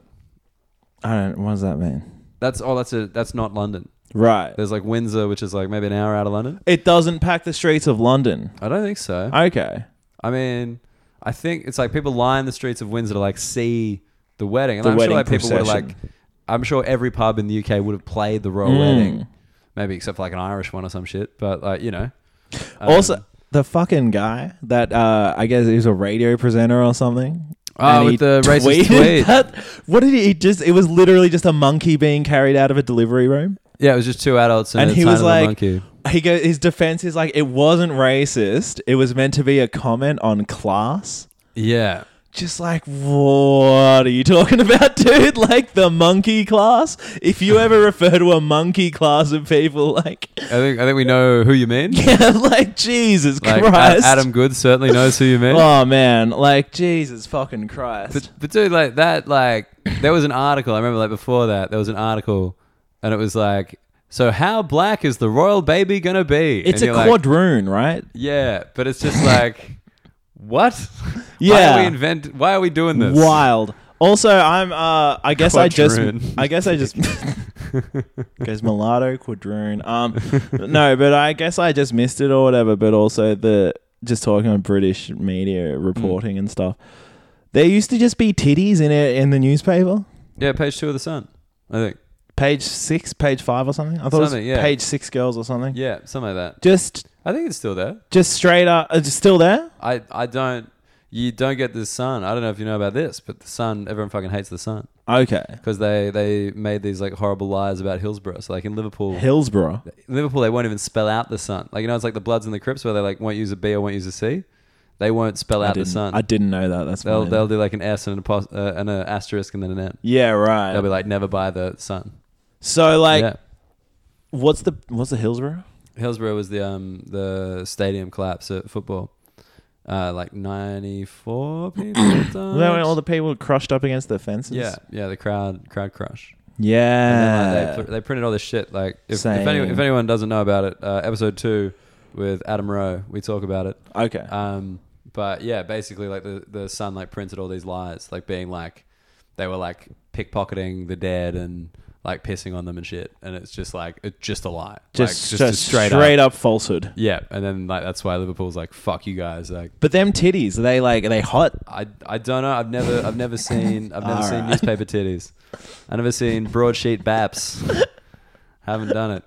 Speaker 3: I don't. What does that mean?
Speaker 1: That's oh, that's a that's not London.
Speaker 3: Right.
Speaker 1: There's like Windsor, which is like maybe an hour out of London.
Speaker 3: It doesn't pack the streets of London.
Speaker 1: I don't think so. I,
Speaker 3: Okay.
Speaker 1: mean, I think it's like people line the streets of Windsor to like see the wedding, and
Speaker 3: The
Speaker 1: I'm
Speaker 3: wedding
Speaker 1: sure like people would
Speaker 3: procession. Mm.
Speaker 1: like. I'm sure every pub in the UK would have played the royal wedding, maybe except for like an Irish one or some shit. But like you know, um,
Speaker 3: also, the fucking guy that uh, I guess he was a radio presenter or something.
Speaker 1: Oh,
Speaker 3: and
Speaker 1: with
Speaker 3: he
Speaker 1: the racist
Speaker 3: tweeted
Speaker 1: tweet.
Speaker 3: that- what did he he just? It was literally just a monkey being carried out of a delivery room.
Speaker 1: Yeah, it was just two adults and,
Speaker 3: and
Speaker 1: a
Speaker 3: he
Speaker 1: tiny
Speaker 3: was
Speaker 1: little
Speaker 3: like,
Speaker 1: monkey.
Speaker 3: he go, his defense is like, it wasn't racist. It was meant to be a comment on class.
Speaker 1: Yeah.
Speaker 3: Just like, what are you talking about, dude? Like the monkey class? If you ever refer to a monkey class of people, like,
Speaker 1: I think I think we know who you mean.
Speaker 3: yeah, like Jesus
Speaker 1: Like A-
Speaker 3: Christ.
Speaker 1: Adam Good certainly knows who you mean.
Speaker 3: Oh man, like Jesus fucking Christ.
Speaker 1: But, but dude, like that, like there was an article. I remember, like before that, there was an article, and it was like, so how black is the royal baby gonna be? And
Speaker 3: it's a
Speaker 1: you're like,
Speaker 3: quadroon, right?
Speaker 1: yeah, but it's just like, what? Why
Speaker 3: Yeah.
Speaker 1: are we invent? Why are we doing this?
Speaker 3: Wild. Also, I'm. Uh, I guess I
Speaker 1: Quadroon.
Speaker 3: just. I guess I just. goes mulatto quadroon. Um, no, but I guess I just missed it or whatever. But also the just talking on British media reporting and stuff. There used to just be titties in it in the newspaper.
Speaker 1: Yeah, page two of the Sun, I think.
Speaker 3: Page six, page five, or something. I thought
Speaker 1: Something,
Speaker 3: it was
Speaker 1: yeah.
Speaker 3: page six girls or something.
Speaker 1: Yeah, something like that.
Speaker 3: Just,
Speaker 1: I think it's still there.
Speaker 3: just straight up. Uh, just still there.
Speaker 1: I I don't. You don't get the Sun. I don't know if you know about this, but the Sun. Everyone fucking hates the Sun
Speaker 3: Okay.
Speaker 1: because they they made these like horrible lies about Hillsborough. So like in Liverpool,
Speaker 3: Hillsborough.
Speaker 1: In Liverpool, they won't even spell out the sun. Like you know, it's like the Bloods and the Crips where they like won't use a B or won't use a C. They won't spell
Speaker 3: I
Speaker 1: out the
Speaker 3: didn't,
Speaker 1: sun.
Speaker 3: I didn't know that. That's
Speaker 1: they'll
Speaker 3: funny.
Speaker 1: they'll do like an S and an, apos- uh, and an asterisk and then an N.
Speaker 3: yeah, right.
Speaker 1: They'll be like never buy the sun.
Speaker 3: so like,
Speaker 1: yeah,
Speaker 3: what's the what's the Hillsborough?
Speaker 1: Hillsborough was the um the stadium collapse at football. Uh, like ninety four people.
Speaker 3: Was that when
Speaker 1: died.
Speaker 3: all the people crushed up against the fences?
Speaker 1: yeah, yeah, the crowd crowd crush. And then, like,
Speaker 3: Yeah.
Speaker 1: they, pr- they printed all this shit. Like if if,
Speaker 3: Uh, Same.
Speaker 1: anyone, if anyone doesn't know about it, uh, episode two with Adam Rowe, we talk about it.
Speaker 3: okay.
Speaker 1: Um, but yeah, basically, like the the sun like printed all these lies, like being like they were like pickpocketing the dead and like pissing on them and shit, and it's just like it's just a lie,
Speaker 3: just,
Speaker 1: like,
Speaker 3: just, straight, straight up. falsehood.
Speaker 1: Yeah, and then like that's why Liverpool's like fuck you guys. Like
Speaker 3: But them titties, are they like are they hot?
Speaker 1: I I don't know. I've never I've never seen I've never
Speaker 3: All
Speaker 1: seen
Speaker 3: right.
Speaker 1: newspaper titties. I've never seen broadsheet baps. Haven't done it.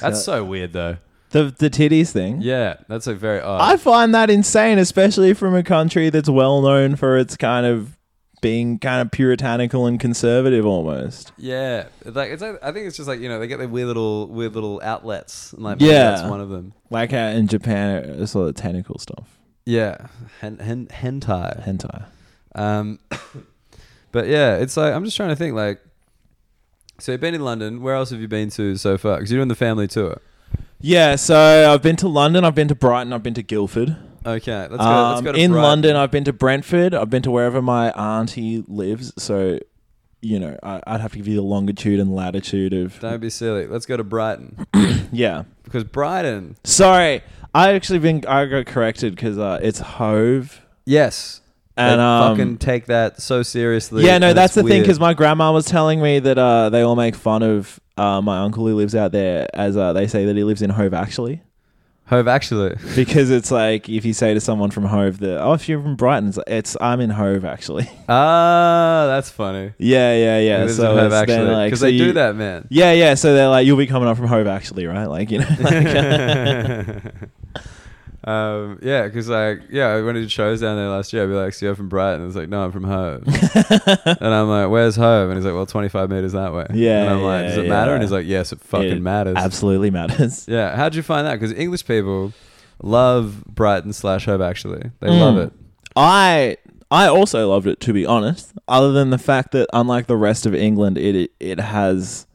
Speaker 1: That's so weird though.
Speaker 3: The the titties thing.
Speaker 1: Yeah, that's like very odd.
Speaker 3: I find that insane, especially from a country that's well known for its kind of being kind of puritanical and conservative almost.
Speaker 1: Yeah, it's like it's like I think it's just like you know they get their weird little weird little outlets and like maybe
Speaker 3: Yeah.
Speaker 1: that's one of them.
Speaker 3: Like how in Japan it's all the tentacle stuff.
Speaker 1: Yeah, hen, hen, hentai.
Speaker 3: Hentai.
Speaker 1: Um, but yeah, it's like I'm just trying to think like. So you've been in London. Where else have you been to so far? Because you're doing the family tour.
Speaker 3: Yeah, so I've been to London, I've been to Brighton, I've been to Guildford.
Speaker 1: Okay, let's go. let's
Speaker 3: Um,
Speaker 1: go to
Speaker 3: in
Speaker 1: Brighton.
Speaker 3: London, I've been to Brentford, I've been to wherever my auntie lives. So, you know, I, I'd have to give you the longitude and latitude of.
Speaker 1: Don't be silly. Let's go to Brighton
Speaker 3: Yeah.
Speaker 1: because Brighton.
Speaker 3: Sorry, I actually been I got corrected because uh, it's Hove.
Speaker 1: Yes,
Speaker 3: And
Speaker 1: They
Speaker 3: um,
Speaker 1: fucking take that so seriously.
Speaker 3: yeah, no,
Speaker 1: and
Speaker 3: that's
Speaker 1: it's
Speaker 3: the thing
Speaker 1: weird.
Speaker 3: because my grandma was telling me that uh, they all make fun of uh, my uncle who lives out there as uh, they say that he lives in Hove actually.
Speaker 1: Hove actually.
Speaker 3: Because it's like if you say to someone from Hove that oh if you're from Brighton it's, like, it's I'm in Hove actually
Speaker 1: Ah, that's funny.
Speaker 3: yeah yeah yeah
Speaker 1: Because
Speaker 3: so it's then, like
Speaker 1: because
Speaker 3: so
Speaker 1: they
Speaker 3: you-
Speaker 1: do that, man.
Speaker 3: Yeah, yeah. So they're like, you'll be coming up from Hove, actually, right? Like, you know. like-
Speaker 1: um, yeah, because like yeah, I went to shows down there last year. I'd be like, "So you're from Brighton?" And it's like, "No, I'm from Hove." and I'm like, "Where's Hove?" And he's like, "Well, 25 meters that way."
Speaker 3: Yeah,
Speaker 1: And I'm like,
Speaker 3: yeah,
Speaker 1: "Does it
Speaker 3: yeah.
Speaker 1: matter?" And he's like, "Yes, it fucking
Speaker 3: It
Speaker 1: matters."
Speaker 3: Absolutely matters.
Speaker 1: Yeah. How'd you find that? Because English people love Brighton slash Hove. Actually, they
Speaker 3: Mm.
Speaker 1: love it.
Speaker 3: I I also loved it, to be honest. Other than the fact that, unlike the rest of England, it it has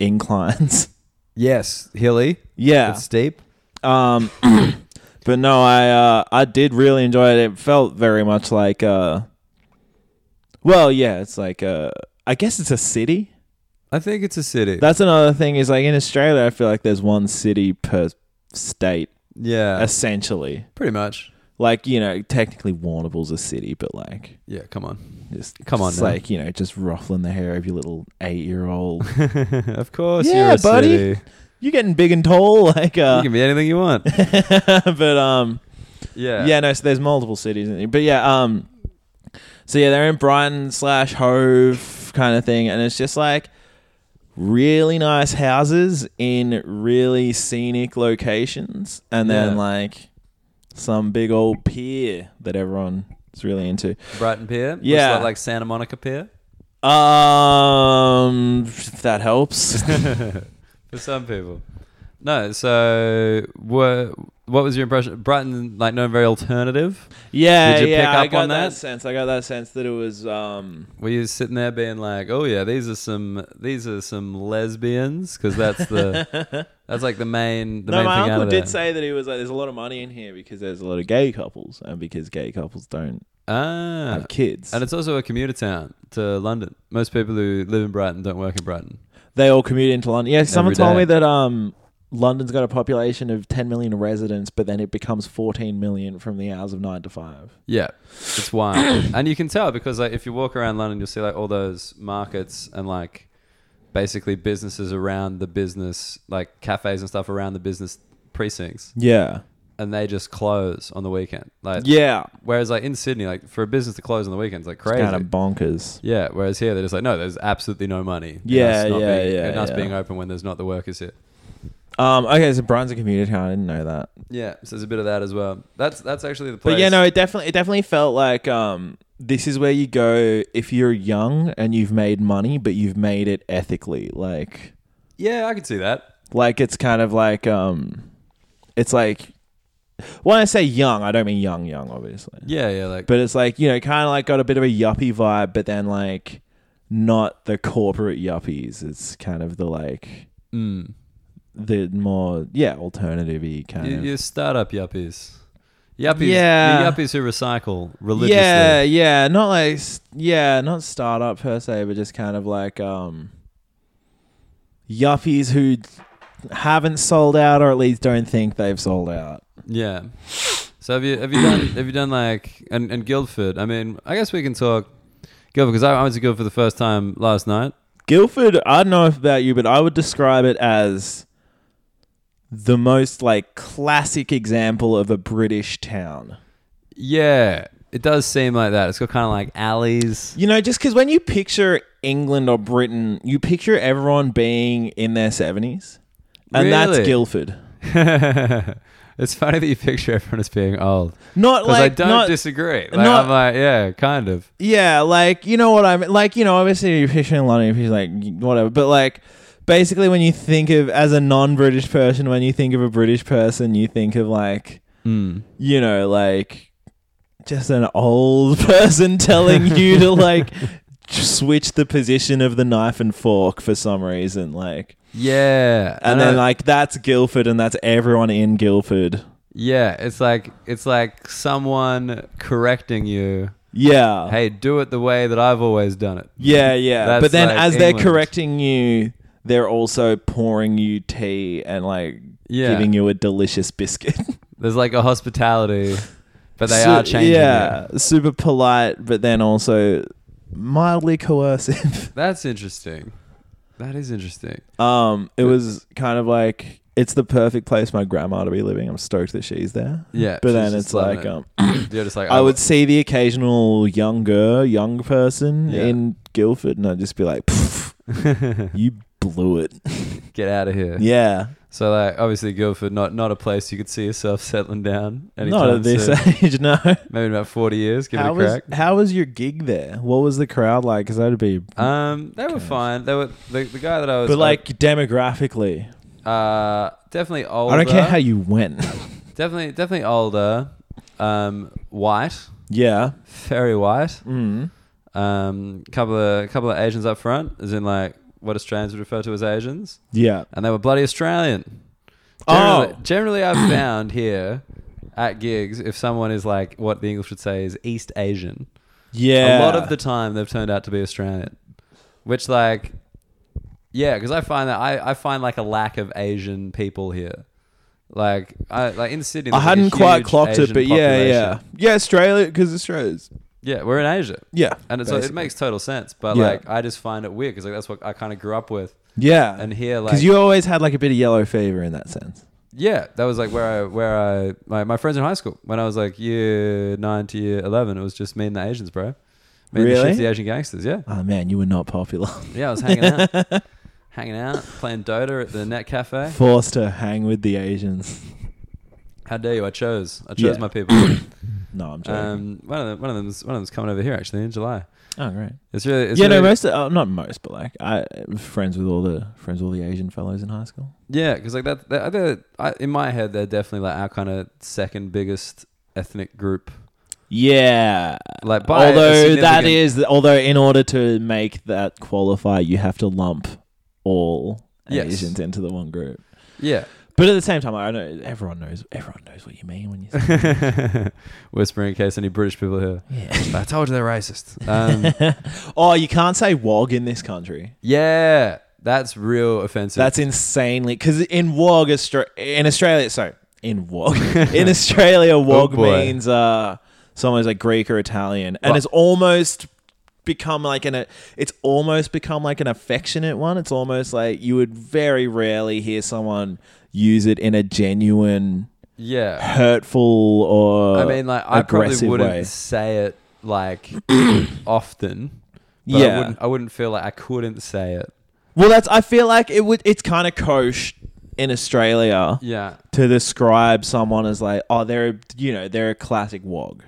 Speaker 3: inclines.
Speaker 1: Yes, hilly.
Speaker 3: yeah.
Speaker 1: It's steep.
Speaker 3: Um. but no, I uh, I did really enjoy it. It felt very much like uh. Well, yeah, it's like uh, I guess it's a city.
Speaker 1: I think it's a city.
Speaker 3: That's another thing. Is like in Australia, I feel like there's one city per state,
Speaker 1: yeah,
Speaker 3: essentially.
Speaker 1: pretty much.
Speaker 3: like you know technically Warnable's a city but like
Speaker 1: Yeah, come on.
Speaker 3: just
Speaker 1: Come on
Speaker 3: just
Speaker 1: now.
Speaker 3: like you know just ruffling the hair of your little eight year old
Speaker 1: of course,
Speaker 3: Yeah,
Speaker 1: you're a
Speaker 3: buddy.
Speaker 1: city.
Speaker 3: you're getting big and tall like
Speaker 1: You
Speaker 3: uh
Speaker 1: can be anything you want.
Speaker 3: but um
Speaker 1: Yeah.
Speaker 3: yeah. no so there's multiple cities in but yeah um so yeah they're in Brighton slash Hove kind of thing and it's just like really nice houses in really scenic locations and then
Speaker 1: Yeah.
Speaker 3: like some big old pier that everyone's really into
Speaker 1: Brighton Pier. Looks
Speaker 3: Yeah.
Speaker 1: like, like Santa Monica Pier.
Speaker 3: Um, if that helps.
Speaker 1: for some people. No, so what? What was your impression? Brighton, like, no very alternative.
Speaker 3: Yeah,
Speaker 1: Did you
Speaker 3: yeah.
Speaker 1: pick
Speaker 3: I
Speaker 1: up
Speaker 3: got
Speaker 1: on that?
Speaker 3: sense. I got that sense that it was. um
Speaker 1: Were you sitting there being like, "Oh yeah, these are some these are some lesbians," because that's the that's like the main the
Speaker 3: No,
Speaker 1: main
Speaker 3: my
Speaker 1: thing out
Speaker 3: uncle
Speaker 1: of
Speaker 3: did
Speaker 1: that.
Speaker 3: say that he was like, "There's a lot of money in here because there's a lot of gay couples, and because gay couples don't
Speaker 1: Ah,
Speaker 3: have kids,
Speaker 1: and it's also a commuter town to London. Most people who live in Brighton don't work in Brighton.
Speaker 3: they all commute into London." Yeah, someone
Speaker 1: Every
Speaker 3: told
Speaker 1: day.
Speaker 3: me that um, London's got a population of 10 million residents, but then it becomes 14 million from the hours of nine to five.
Speaker 1: Yeah, it's wild, and you can tell because like if you walk around London, you'll see like all those markets and like basically businesses around the business, like cafes and stuff around the business precincts,
Speaker 3: Yeah,
Speaker 1: and they just close on the weekend. Like
Speaker 3: yeah,
Speaker 1: whereas like in Sydney, like for a business to close on the weekends, like crazy.
Speaker 3: kind of bonkers.
Speaker 1: yeah, whereas here they're just like, no, there's absolutely no money. in
Speaker 3: Yeah,
Speaker 1: us not
Speaker 3: yeah,
Speaker 1: being,
Speaker 3: yeah,
Speaker 1: in us
Speaker 3: yeah.
Speaker 1: being open when there's not the workers here.
Speaker 3: Um, okay, so Brian's a commuter town. I didn't know that.
Speaker 1: Yeah, so there's a bit of that as well. That's that's actually the place.
Speaker 3: But yeah, no, it definitely it definitely felt like um this is where you go if you're young and you've made money, but you've made it ethically. Like
Speaker 1: yeah, I could see that.
Speaker 3: like it's kind of like um it's like when I say young, I don't mean young young, obviously.
Speaker 1: Yeah, yeah, like
Speaker 3: But it's like, you know, kinda like got a bit of a yuppie vibe, but then like not the corporate yuppies. It's kind of the like
Speaker 1: mm,
Speaker 3: the more yeah, alternative y kind
Speaker 1: you,
Speaker 3: of
Speaker 1: you startup yuppies, yuppies,
Speaker 3: Yeah.
Speaker 1: the yuppies who recycle religiously.
Speaker 3: Yeah, yeah, not like s- yeah, not startup per se, but just kind of like um yuppies who d- haven't sold out or at least don't think they've sold out.
Speaker 1: Yeah. So have you have you done have you done like and, and Guildford? I mean, I guess we can talk Guildford because I, I went to Guildford the first time last night.
Speaker 3: Guildford, I don't know if about you, but I would describe it as the most like classic example of a British town.
Speaker 1: Yeah, it does seem like that. It's got kind of like alleys.
Speaker 3: You know, just because when you picture England or Britain, you picture everyone being in their 70s. And that's
Speaker 1: Really?
Speaker 3: Guildford.
Speaker 1: it's funny that you picture everyone as being old
Speaker 3: Not
Speaker 1: because
Speaker 3: like
Speaker 1: I don't
Speaker 3: not,
Speaker 1: disagree. Like,
Speaker 3: not-
Speaker 1: I'm like, yeah, kind of.
Speaker 3: Yeah, like you know what I mean. Like you know, obviously you're fishing a lot, of fish like whatever. But like, basically, when you think of as a non-British person, when you think of a British person, you think of like
Speaker 1: Mm.
Speaker 3: you know, like just an old person telling you to like switch the position of the knife and fork for some reason, like.
Speaker 1: Yeah,
Speaker 3: And
Speaker 1: I
Speaker 3: then
Speaker 1: know.
Speaker 3: like that's Guildford, and that's everyone in Guildford.
Speaker 1: yeah, it's like it's like someone correcting you.
Speaker 3: Yeah.
Speaker 1: Hey, do it the way that I've always done it.
Speaker 3: Uh. Yeah, yeah.
Speaker 1: That's
Speaker 3: but then
Speaker 1: like
Speaker 3: as
Speaker 1: England.
Speaker 3: they're correcting you, they're also pouring you tea and like
Speaker 1: Yeah.
Speaker 3: giving you a delicious biscuit.
Speaker 1: There's like a hospitality, but they
Speaker 3: Su-
Speaker 1: are changing. it.
Speaker 3: Yeah, super polite, but then also mildly coercive.
Speaker 1: that's interesting. That is interesting.
Speaker 3: um, it was kind of like it's the perfect place my grandma to be living. I'm stoked that she's there.
Speaker 1: Yeah,
Speaker 3: But
Speaker 1: she's
Speaker 3: then
Speaker 1: just
Speaker 3: it's
Speaker 1: loving
Speaker 3: like
Speaker 1: it.
Speaker 3: um,
Speaker 1: You're just like "Oh,
Speaker 3: I would see the occasional younger young person
Speaker 1: Yeah.
Speaker 3: in Guildford, and I'd just be like, "Pff, "You blew it."
Speaker 1: get out of here.
Speaker 3: yeah.
Speaker 1: So like obviously Guildford not not a place you could see yourself settling down anytime
Speaker 3: Not at this
Speaker 1: soon.
Speaker 3: age, no.
Speaker 1: Maybe in about 40 years, give
Speaker 3: How
Speaker 1: it a
Speaker 3: was,
Speaker 1: crack.
Speaker 3: how was your gig there? What was the crowd like? Because that'd be.
Speaker 1: um, they were fine. They were the, the guy that I was
Speaker 3: but like demographically,
Speaker 1: uh, definitely older.
Speaker 3: I don't care how you went.
Speaker 1: definitely definitely older. Um, white,
Speaker 3: yeah.
Speaker 1: very white.
Speaker 3: Mm.
Speaker 1: Um, couple of couple of Asians up front, as in like what Australians would refer to as Asians.
Speaker 3: Yeah.
Speaker 1: and they were bloody Australian.
Speaker 3: Oh.
Speaker 1: Generally, generally I've found here at gigs, if someone is like what the English would say is East Asian,
Speaker 3: Yeah.
Speaker 1: a lot of the time they've turned out to be Australian, which like, yeah, because I find that I, I find like a lack of Asian people here. Like I like in Sydney,
Speaker 3: I
Speaker 1: there's, like, a
Speaker 3: hadn't quite
Speaker 1: huge
Speaker 3: clocked
Speaker 1: Asian
Speaker 3: it, but yeah, yeah,
Speaker 1: population.
Speaker 3: yeah. Australia, because Australia's
Speaker 1: yeah, we're in Asia,
Speaker 3: yeah,
Speaker 1: and it's like, it
Speaker 3: basically.
Speaker 1: makes total sense. But
Speaker 3: Yeah.
Speaker 1: like, I just find it weird because like that's what I kind of grew up with,
Speaker 3: yeah,
Speaker 1: and here like
Speaker 3: because you always had like a bit of yellow fever in that sense.
Speaker 1: Yeah, that was like where I where I my, my friends in high school when I was like year nine to year eleven. It was just me and the Asians, bro. Me and the,
Speaker 3: Really?
Speaker 1: shits, the Asian gangsters. Yeah,
Speaker 3: Oh man, you were not popular.
Speaker 1: yeah. I was hanging out, hanging out, playing Dota at the Net Cafe.
Speaker 3: Forced to hang with the Asians.
Speaker 1: How dare you? I chose. I chose
Speaker 3: Yeah.
Speaker 1: my people.
Speaker 3: No, I'm joking.
Speaker 1: Um, one of the, one of them's one of them's coming over here actually in July.
Speaker 3: oh, great.
Speaker 1: It's really it's
Speaker 3: yeah,
Speaker 1: really,
Speaker 3: no, most of, uh, not most, but like I was friends with all the friends with all the Asian fellows in high school.
Speaker 1: yeah, because like that, that they're- I, in my head they're definitely like our kind of second biggest ethnic group.
Speaker 3: Yeah.
Speaker 1: Like by a
Speaker 3: although that
Speaker 1: significant-
Speaker 3: is although in order to make that qualify, you have to lump all
Speaker 1: Yes.
Speaker 3: Asians into the one group.
Speaker 1: yeah.
Speaker 3: But at the same time, I know everyone knows everyone knows what you mean when you say
Speaker 1: Whispering in case any British people hear.
Speaker 3: yeah.
Speaker 1: I told you they're racist. Um,
Speaker 3: oh, you can't say wog in this country.
Speaker 1: yeah, that's real offensive.
Speaker 3: That's insanely because in wog Austra- in Australia, sorry, in wog in Australia, wog
Speaker 1: boy.
Speaker 3: means uh someone who's like Greek or Italian, and
Speaker 1: Right.
Speaker 3: it's almost become like an it's almost become like an affectionate one. It's almost like you would very rarely hear someone use it in a genuine
Speaker 1: yeah.
Speaker 3: hurtful or
Speaker 1: I mean, like, I probably
Speaker 3: aggressive
Speaker 1: wouldn't
Speaker 3: way.
Speaker 1: say it like often. But I
Speaker 3: Yeah.
Speaker 1: wouldn't, I wouldn't feel like I couldn't say it.
Speaker 3: Well, that's I feel like it would. It's kind of kosh in Australia.
Speaker 1: Yeah.
Speaker 3: to describe someone as like, oh, they're a- you know they're a classic wog,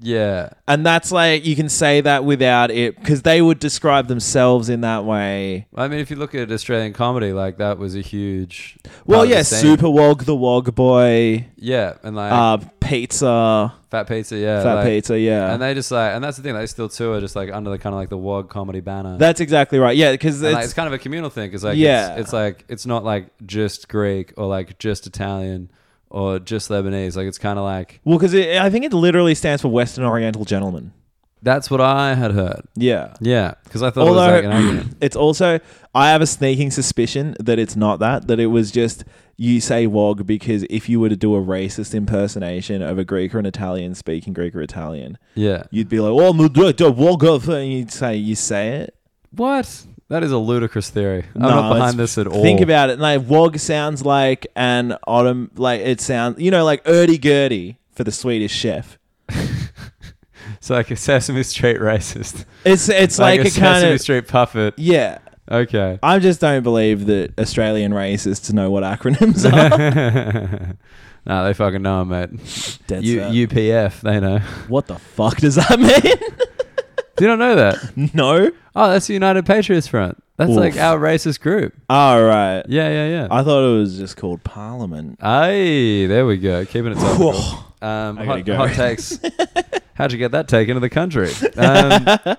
Speaker 1: Yeah.
Speaker 3: and that's like you can say that without it because they would describe themselves in that way.
Speaker 1: I mean, if you look at Australian comedy, like, that was a huge.
Speaker 3: Well,
Speaker 1: part of the
Speaker 3: yeah,
Speaker 1: scene.
Speaker 3: super wog, the wog boy,
Speaker 1: Yeah. And, like,
Speaker 3: uh, pizza,
Speaker 1: Fat Pizza. Yeah.
Speaker 3: fat
Speaker 1: Uh, like-
Speaker 3: pizza, yeah.
Speaker 1: And they just, like, and that's the thing, they still tour just, like, under the kind of like the WOG comedy banner.
Speaker 3: that's exactly right. Yeah, because
Speaker 1: And, like, it's,
Speaker 3: it's
Speaker 1: kind of a communal thing because like
Speaker 3: Yeah.
Speaker 1: it's, it's like it's not like just Greek or like just Italian or just Lebanese. Like it's kind of like
Speaker 3: well, because I think it literally stands for Western Oriental Gentleman.
Speaker 1: that's what I had heard.
Speaker 3: Yeah.
Speaker 1: Yeah, because I thought
Speaker 3: Although
Speaker 1: it was like an acronym.
Speaker 3: it's also, I have a sneaking suspicion that it's not that. That it was just you say wog because if you were to do a racist impersonation of a Greek or an Italian speaking Greek or Italian,
Speaker 1: Yeah.
Speaker 3: you'd be like, "Oh, the the wog of," and you'd say you say it.
Speaker 1: What? That is a ludicrous theory. I'm
Speaker 3: No,
Speaker 1: not
Speaker 3: it's-
Speaker 1: behind this at all.
Speaker 3: Think about it. Like wog sounds like an autumn. Like it sounds, you know, like erdy gurdy for the Swedish chef.
Speaker 1: it's like a Sesame Street racist.
Speaker 3: It's it's like,
Speaker 1: a,
Speaker 3: a
Speaker 1: Sesame
Speaker 3: kind of
Speaker 1: Street puppet.
Speaker 3: yeah.
Speaker 1: Okay.
Speaker 3: I just don't believe that Australian racists know what acronyms are.
Speaker 1: nah, they fucking know, 'em, mate.
Speaker 3: Dead
Speaker 1: U-
Speaker 3: set.
Speaker 1: UPF, they know.
Speaker 3: What the fuck does that mean?
Speaker 1: Do you not know that?
Speaker 3: no.
Speaker 1: Oh, that's the United Patriots Front. That's like
Speaker 3: Oof.
Speaker 1: our racist group.
Speaker 3: All right.
Speaker 1: Yeah, yeah, yeah.
Speaker 3: I thought it was just called Parliament.
Speaker 1: Aye, there we go. Keeping it topical. Um,
Speaker 3: I gotta
Speaker 1: hot,
Speaker 3: go.
Speaker 1: hot takes. How'd you get that take into the country? Um,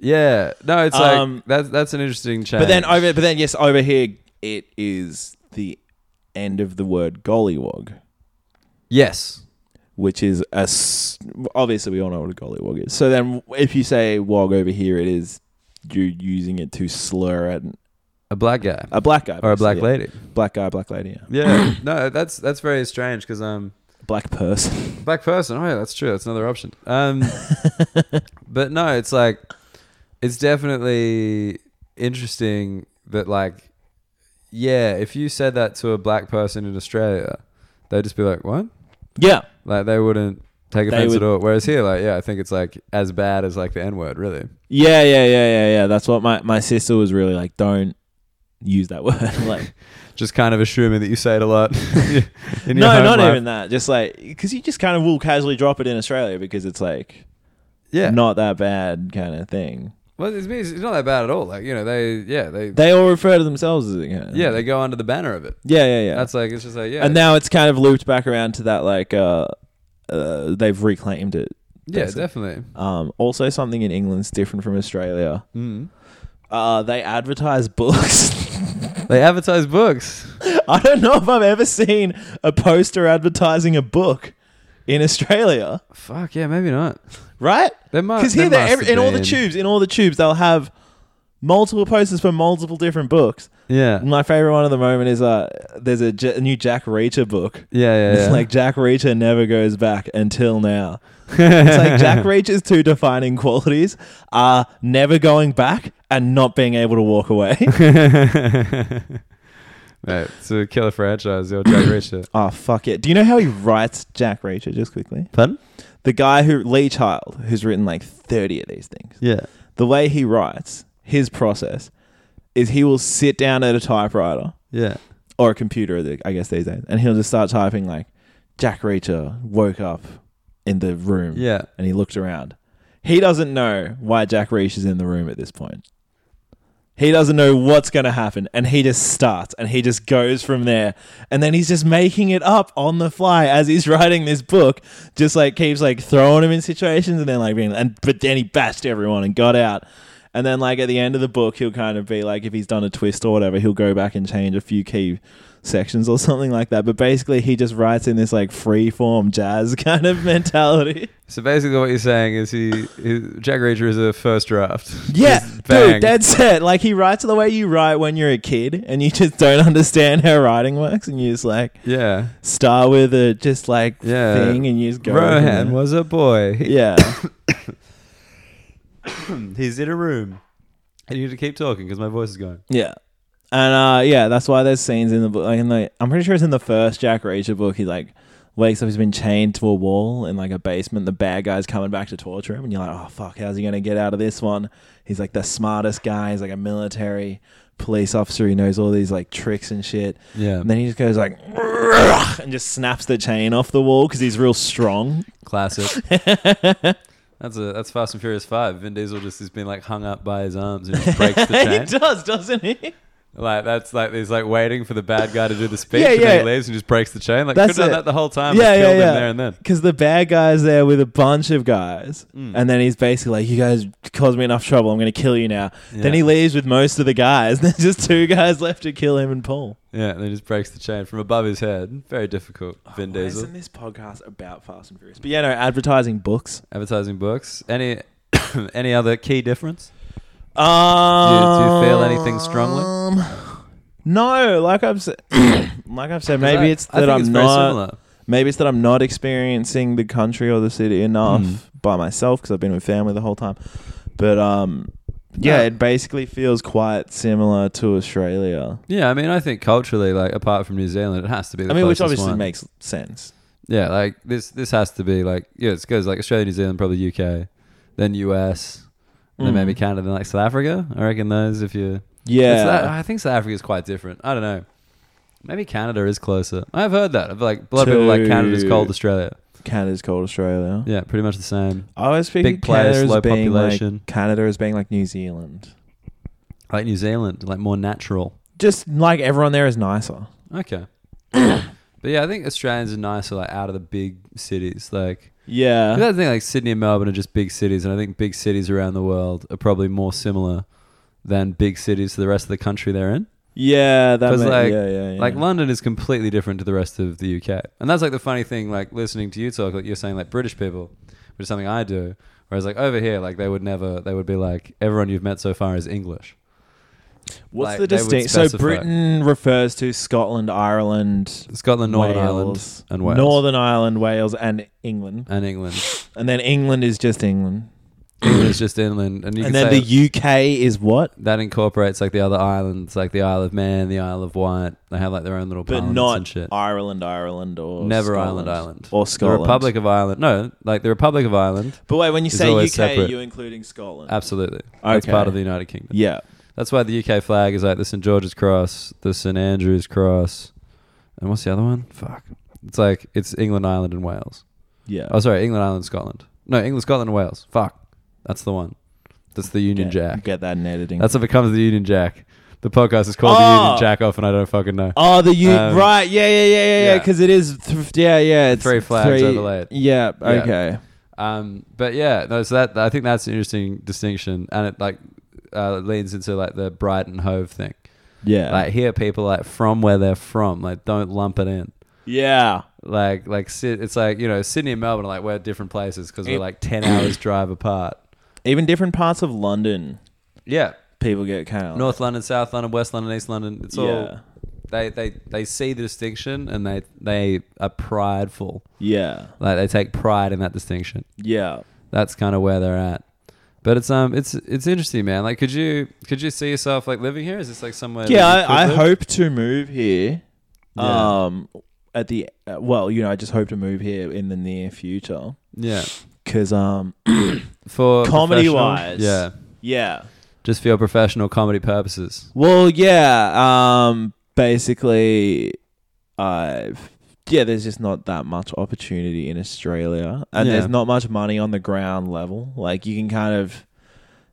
Speaker 1: yeah, no, it's
Speaker 3: Um,
Speaker 1: like that's that's an interesting change.
Speaker 3: But then over, but then yes, over here it is the end of the word gollywog,
Speaker 1: yes,
Speaker 3: which is a s- obviously we all know what a gollywog is. So then, if you say wog over here, it is you're using it to slur at
Speaker 1: a black guy
Speaker 3: a black guy
Speaker 1: or a black
Speaker 3: basically.
Speaker 1: lady.
Speaker 3: black guy, black lady, yeah.
Speaker 1: Yeah, no, that's that's very strange because um,
Speaker 3: black person.
Speaker 1: black person. Oh yeah, that's true. That's another option. Um, but no, it's like it's definitely interesting that like yeah, if you said that to a black person in Australia, they'd just be like, what?
Speaker 3: yeah,
Speaker 1: Like they wouldn't take offense
Speaker 3: would-
Speaker 1: at all. Whereas here, like, yeah, I think it's like as bad as like the N word, really.
Speaker 3: yeah, yeah, yeah, yeah, yeah. That's what my my sister was really like. Don't use that word, like.
Speaker 1: Just kind of assuming that you say it a lot. in your
Speaker 3: no,
Speaker 1: home
Speaker 3: not
Speaker 1: life.
Speaker 3: even that. Just like because you just kind of will casually drop it in Australia because it's like
Speaker 1: Yeah.
Speaker 3: not that bad kind of thing.
Speaker 1: Well, it's, it's not that bad at all. Like you know, they yeah they,
Speaker 3: They all refer to themselves as it. Kind of
Speaker 1: yeah they go under the banner of it.
Speaker 3: yeah, yeah, yeah.
Speaker 1: That's like it's just like yeah
Speaker 3: and now it's kind of looped back around to that like uh, uh they've reclaimed it.
Speaker 1: yeah
Speaker 3: basically.
Speaker 1: definitely.
Speaker 3: Um, also something in England's different from Australia.
Speaker 1: Mm.
Speaker 3: Uh, they advertise books.
Speaker 1: They advertise books.
Speaker 3: I don't know if I've ever seen a poster advertising a book in Australia,
Speaker 1: Fuck yeah, maybe not.
Speaker 3: right?
Speaker 1: They mu-
Speaker 3: Because
Speaker 1: they
Speaker 3: here, they're
Speaker 1: must
Speaker 3: every,
Speaker 1: have
Speaker 3: in all the
Speaker 1: been.
Speaker 3: tubes, in all the tubes, they'll have multiple posters for multiple different books.
Speaker 1: Yeah, yeah,
Speaker 3: My favorite one at the moment is uh, there's a J- new Jack Reacher book.
Speaker 1: yeah, yeah.
Speaker 3: It's like Jack Reacher never goes back until now. It's like Jack Reacher's two defining qualities are never going back and not being able to walk away.
Speaker 1: Mate, it's a killer franchise. Your Jack Reacher.
Speaker 3: oh fuck it! Do you know how he writes Jack Reacher? Just quickly,
Speaker 1: Pardon?
Speaker 3: the guy who Lee Child, who's written like thirty of these things.
Speaker 1: Yeah.
Speaker 3: the way he writes, his process is he will sit down at a typewriter
Speaker 1: Yeah.
Speaker 3: or a computer, I guess these days, and he'll just start typing like Jack Reacher woke up in the room.
Speaker 1: Yeah.
Speaker 3: And he looked around. He doesn't know why Jack Reach is in the room at this point. He doesn't know what's going to happen. And he just starts and he just goes from there. And then he's just making it up on the fly as he's writing this book. Just like keeps like throwing him in situations and then like being, and but then he bashed everyone and got out. And then like at the end of the book, he'll kind of be like, if he's done a twist or whatever, he'll go back and change a few key sections or something like that. But basically, he just writes in this like free form jazz kind of mentality.
Speaker 1: So basically, what you're saying is he, he Jack Reacher is a first draft.
Speaker 3: Yeah,
Speaker 1: Just bang.
Speaker 3: dude, that's it. Like he writes the way you write when you're a kid, and you just don't understand how writing works, and you just like
Speaker 1: yeah.
Speaker 3: start with a just like
Speaker 1: Yeah.
Speaker 3: thing, and you just go. from
Speaker 1: Rohan
Speaker 3: there.
Speaker 1: was a boy. He-
Speaker 3: yeah,
Speaker 1: He's in a room. I need to keep talking because my voice is going.
Speaker 3: yeah, and uh, yeah, that's why there's scenes in the book. Like, in the, I'm pretty sure it's in the first Jack Reacher book. He like wakes up, he's been chained to a wall in like a basement. The bad guy's coming back to torture him, and you're like, oh fuck, how's he gonna get out of this one? He's like the smartest guy. He's like a military police officer. He knows all these like tricks and shit.
Speaker 1: Yeah.
Speaker 3: And then he just goes like, and just snaps the chain off the wall because he's real strong.
Speaker 1: Classic. that's a that's Fast and Furious Five. Vin Diesel just has been like hung up by his arms and just breaks the chain.
Speaker 3: he does, doesn't he?
Speaker 1: like that's like he's like waiting for the bad guy to do the speech,
Speaker 3: Yeah,
Speaker 1: and then
Speaker 3: yeah.
Speaker 1: he leaves and just breaks the chain. Like could
Speaker 3: That's
Speaker 1: have done
Speaker 3: it.
Speaker 1: that the whole time. Yeah, killed him there and then. Mm.
Speaker 3: Because the bad guy's there with a bunch of guys, and then he's basically like, "You guys caused me enough trouble. I'm going to kill you now." Then
Speaker 1: Yeah.
Speaker 3: he leaves with most of the guys. There's just two guys left to kill him and Paul.
Speaker 1: Yeah, and he just breaks the chain from above his head. Very difficult. Vin Diesel.
Speaker 3: Isn't this podcast about Fast and Furious? But yeah, no, advertising books.
Speaker 1: Advertising books. Any any other key difference?
Speaker 3: Um,
Speaker 1: do you feel anything strongly?
Speaker 3: No, like I've said, like I've said,
Speaker 1: I-
Speaker 3: maybe it's
Speaker 1: I
Speaker 3: that
Speaker 1: think
Speaker 3: I'm
Speaker 1: it's very similar.
Speaker 3: not. Maybe it's that I'm not experiencing the country or the city enough
Speaker 1: Mm.
Speaker 3: by myself because I've been with family the whole time. But um, yeah,
Speaker 1: No.
Speaker 3: it basically feels quite similar to Australia.
Speaker 1: Yeah, I mean, I think culturally, like apart from New Zealand, it has to be. The
Speaker 3: I mean, which
Speaker 1: closest
Speaker 3: obviously
Speaker 1: one.
Speaker 3: makes sense.
Speaker 1: Yeah, like this this has to be like yeah, it goes like Australia, New Zealand, probably UK, then US, and then
Speaker 3: Mm.
Speaker 1: maybe Canada, then like South Africa. I reckon those if you
Speaker 3: Yeah,
Speaker 1: It's that- I think South Africa is quite different. I don't know. Maybe Canada is closer. I've heard that. I've like a lot of people like Canada's
Speaker 3: To-
Speaker 1: cold Australia.
Speaker 3: Canada's called Australia.
Speaker 1: Yeah, pretty much the same.
Speaker 3: I always think
Speaker 1: Big place,
Speaker 3: Canada
Speaker 1: low
Speaker 3: as being
Speaker 1: population.
Speaker 3: like Canada as being like New Zealand.
Speaker 1: Like New Zealand, like more natural.
Speaker 3: Just like everyone there is nicer.
Speaker 1: Okay. but yeah, I think Australians are nicer like out of the big cities. Like
Speaker 3: Yeah.
Speaker 1: That's the thing, like Sydney and Melbourne are just big cities, and I think big cities around the world are probably more similar than big cities to the rest of the country they're in.
Speaker 3: Yeah, that
Speaker 1: Because
Speaker 3: ma-
Speaker 1: like,
Speaker 3: yeah, yeah, yeah.
Speaker 1: like London is completely different to the rest of the UK, and that's like the funny thing. Like listening to you talk, like you're saying, like British people, which is something I do. Whereas like over here, like they would never, they would be like everyone you've met so far is English. like,
Speaker 3: What's the
Speaker 1: they would
Speaker 3: distinction? So
Speaker 1: specify.
Speaker 3: Britain refers to Scotland, Ireland,
Speaker 1: Scotland, Northern
Speaker 3: Wales,
Speaker 1: Ireland, and Wales,
Speaker 3: Northern Ireland, Wales, and England,
Speaker 1: and England.
Speaker 3: and then England is just England,
Speaker 1: England is just inland, and you
Speaker 3: and
Speaker 1: can
Speaker 3: then
Speaker 1: say
Speaker 3: the UK is what?
Speaker 1: that incorporates like the other islands, like the Isle of Man, the Isle of Wight. They have like their own little
Speaker 3: But
Speaker 1: parliaments and
Speaker 3: not
Speaker 1: shit.
Speaker 3: Ireland, Ireland, or
Speaker 1: Never
Speaker 3: Scotland.
Speaker 1: Ireland Island
Speaker 3: or Scotland.
Speaker 1: The Republic of Ireland. No, like the Republic of Ireland.
Speaker 3: But wait, when you
Speaker 1: is
Speaker 3: say UK,
Speaker 1: always separate.
Speaker 3: you're including Scotland.
Speaker 1: Absolutely. That's
Speaker 3: Okay.
Speaker 1: part of the United Kingdom.
Speaker 3: yeah,
Speaker 1: That's why the UK flag is like the St George's Cross, the St Andrew's Cross, and what's the other one? Fuck. It's like it's England, Ireland, and Wales.
Speaker 3: yeah.
Speaker 1: Oh, sorry, England, Ireland, Scotland. No, England, Scotland, and Wales. Fuck. That's the one. That's the Union
Speaker 3: get,
Speaker 1: Jack.
Speaker 3: Get that in editing.
Speaker 1: That's what becomes the Union Jack. The podcast is called the Union
Speaker 3: Oh.
Speaker 1: Jack off, and I don't fucking know.
Speaker 3: Oh, the U
Speaker 1: Um,
Speaker 3: right? Yeah, yeah, yeah, yeah, yeah.
Speaker 1: yeah.
Speaker 3: Because it is, th- yeah, yeah. It's
Speaker 1: Three flags
Speaker 3: three,
Speaker 1: overlaid.
Speaker 3: Yeah. Okay.
Speaker 1: Um, but yeah, no, so that I think that's an interesting distinction, and it like uh, leans into like the Brighton Hove thing.
Speaker 3: Yeah.
Speaker 1: Like here, people like from where they're from, like don't lump it in.
Speaker 3: yeah.
Speaker 1: Like like Sid, it's like you know Sydney and Melbourne are like we're different places because we're
Speaker 3: Yep.
Speaker 1: like ten hours drive apart.
Speaker 3: Even different parts of London,
Speaker 1: Yeah,
Speaker 3: people get kind of
Speaker 1: North London, South London, West London, East London. It's all
Speaker 3: Yeah.
Speaker 1: they they they see the distinction and they they are prideful.
Speaker 3: Yeah.
Speaker 1: Like they take pride in that distinction.
Speaker 3: Yeah.
Speaker 1: that's kind of where they're at. But it's um it's it's interesting, man. Like, could you could you see yourself like living here? Is this like somewhere? that
Speaker 3: Yeah.
Speaker 1: you could
Speaker 3: I, I
Speaker 1: live?
Speaker 3: hope to move here.
Speaker 1: Yeah.
Speaker 3: Um, at the uh, well, you know, I just hope to move here in the near future
Speaker 1: Yeah,
Speaker 3: because um,
Speaker 1: for
Speaker 3: Comedy
Speaker 1: professional-
Speaker 3: wise.
Speaker 1: Yeah,
Speaker 3: yeah.
Speaker 1: just for your professional comedy purposes.
Speaker 3: Well, yeah. Um, basically, I've yeah, there's just not that much opportunity in Australia, and
Speaker 1: Yeah.
Speaker 3: there's not much money on the ground level. Like you can kind of,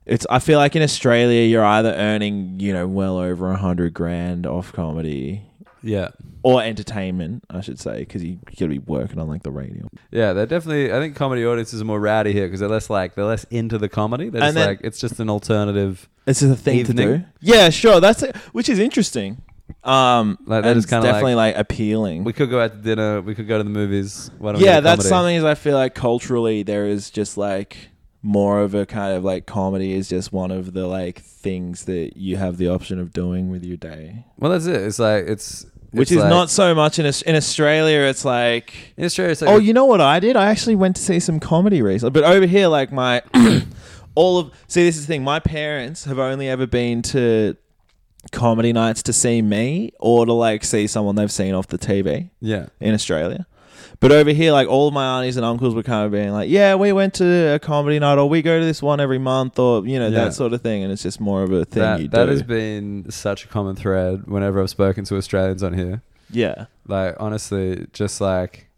Speaker 3: it's. I feel like in Australia, you're either earning you know well over a hundred grand off comedy
Speaker 1: Yeah.
Speaker 3: or entertainment, I should say, because you got to be working on like the radio.
Speaker 1: Yeah, they're definitely. I think comedy audiences are more rowdy here because they're less like they're less into the comedy. They're
Speaker 3: And
Speaker 1: just
Speaker 3: then-
Speaker 1: like it's just an alternative.
Speaker 3: It's just a thing to
Speaker 1: Evening.
Speaker 3: do. Yeah, sure. That's it, which is interesting. Um,
Speaker 1: Like, that
Speaker 3: and
Speaker 1: is
Speaker 3: it's
Speaker 1: kinda
Speaker 3: definitely like, appealing.
Speaker 1: We could go out to dinner. We could go to the movies. Why don't we go
Speaker 3: yeah,
Speaker 1: to comedy?
Speaker 3: that's something is I feel like culturally there is just like more of a kind of like comedy is just one of the like things that you have the option of doing with your day,
Speaker 1: Well, that's it. It's like it's
Speaker 3: which
Speaker 1: it's
Speaker 3: is
Speaker 1: like-
Speaker 3: not so much in Aus- in Australia. It's like
Speaker 1: in Australia. It's like
Speaker 3: oh, you know what I did? I actually went to see some comedy recently. But over here, like my all of see, this is the thing. My parents have only ever been to comedy nights to see me or to like see someone they've seen off the TV
Speaker 1: yeah,
Speaker 3: in Australia. But over here, like all of my aunties and uncles were kind of being like, "Yeah, we went to a comedy night, or we go to this one every month, or you know
Speaker 1: Yeah.
Speaker 3: that sort of thing." And it's just more of a thing you
Speaker 1: that that
Speaker 3: do.
Speaker 1: has been such a common thread whenever I've spoken to Australians on here.
Speaker 3: yeah,
Speaker 1: Like honestly, just like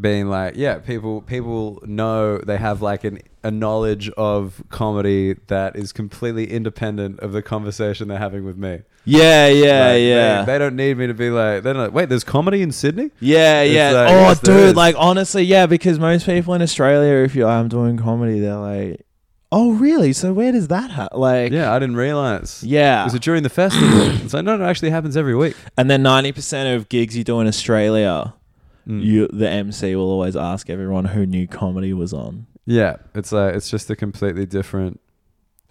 Speaker 1: being like yeah, people people know they have like an a knowledge of comedy that is completely independent of the conversation they're having with me.
Speaker 3: yeah, yeah,
Speaker 1: Like, they-
Speaker 3: yeah.
Speaker 1: They, don't need me to be like, they're not, wait, there's comedy in Sydney?
Speaker 3: Yeah,
Speaker 1: It's
Speaker 3: yeah.
Speaker 1: like,
Speaker 3: oh,
Speaker 1: yes, there
Speaker 3: dude,
Speaker 1: is.
Speaker 3: like honestly, yeah, because most people in Australia, if you're I'm doing comedy, they're like, "Oh, really? So where does that happen?" Like,
Speaker 1: Yeah, I didn't realize.
Speaker 3: yeah.
Speaker 1: Was it during the festival? it's like, no, no, it actually happens every week.
Speaker 3: and then ninety percent of gigs you do in Australia,
Speaker 1: Mm.
Speaker 3: you the MC will always ask everyone who new comedy was on.
Speaker 1: yeah, it's like, it's just a completely different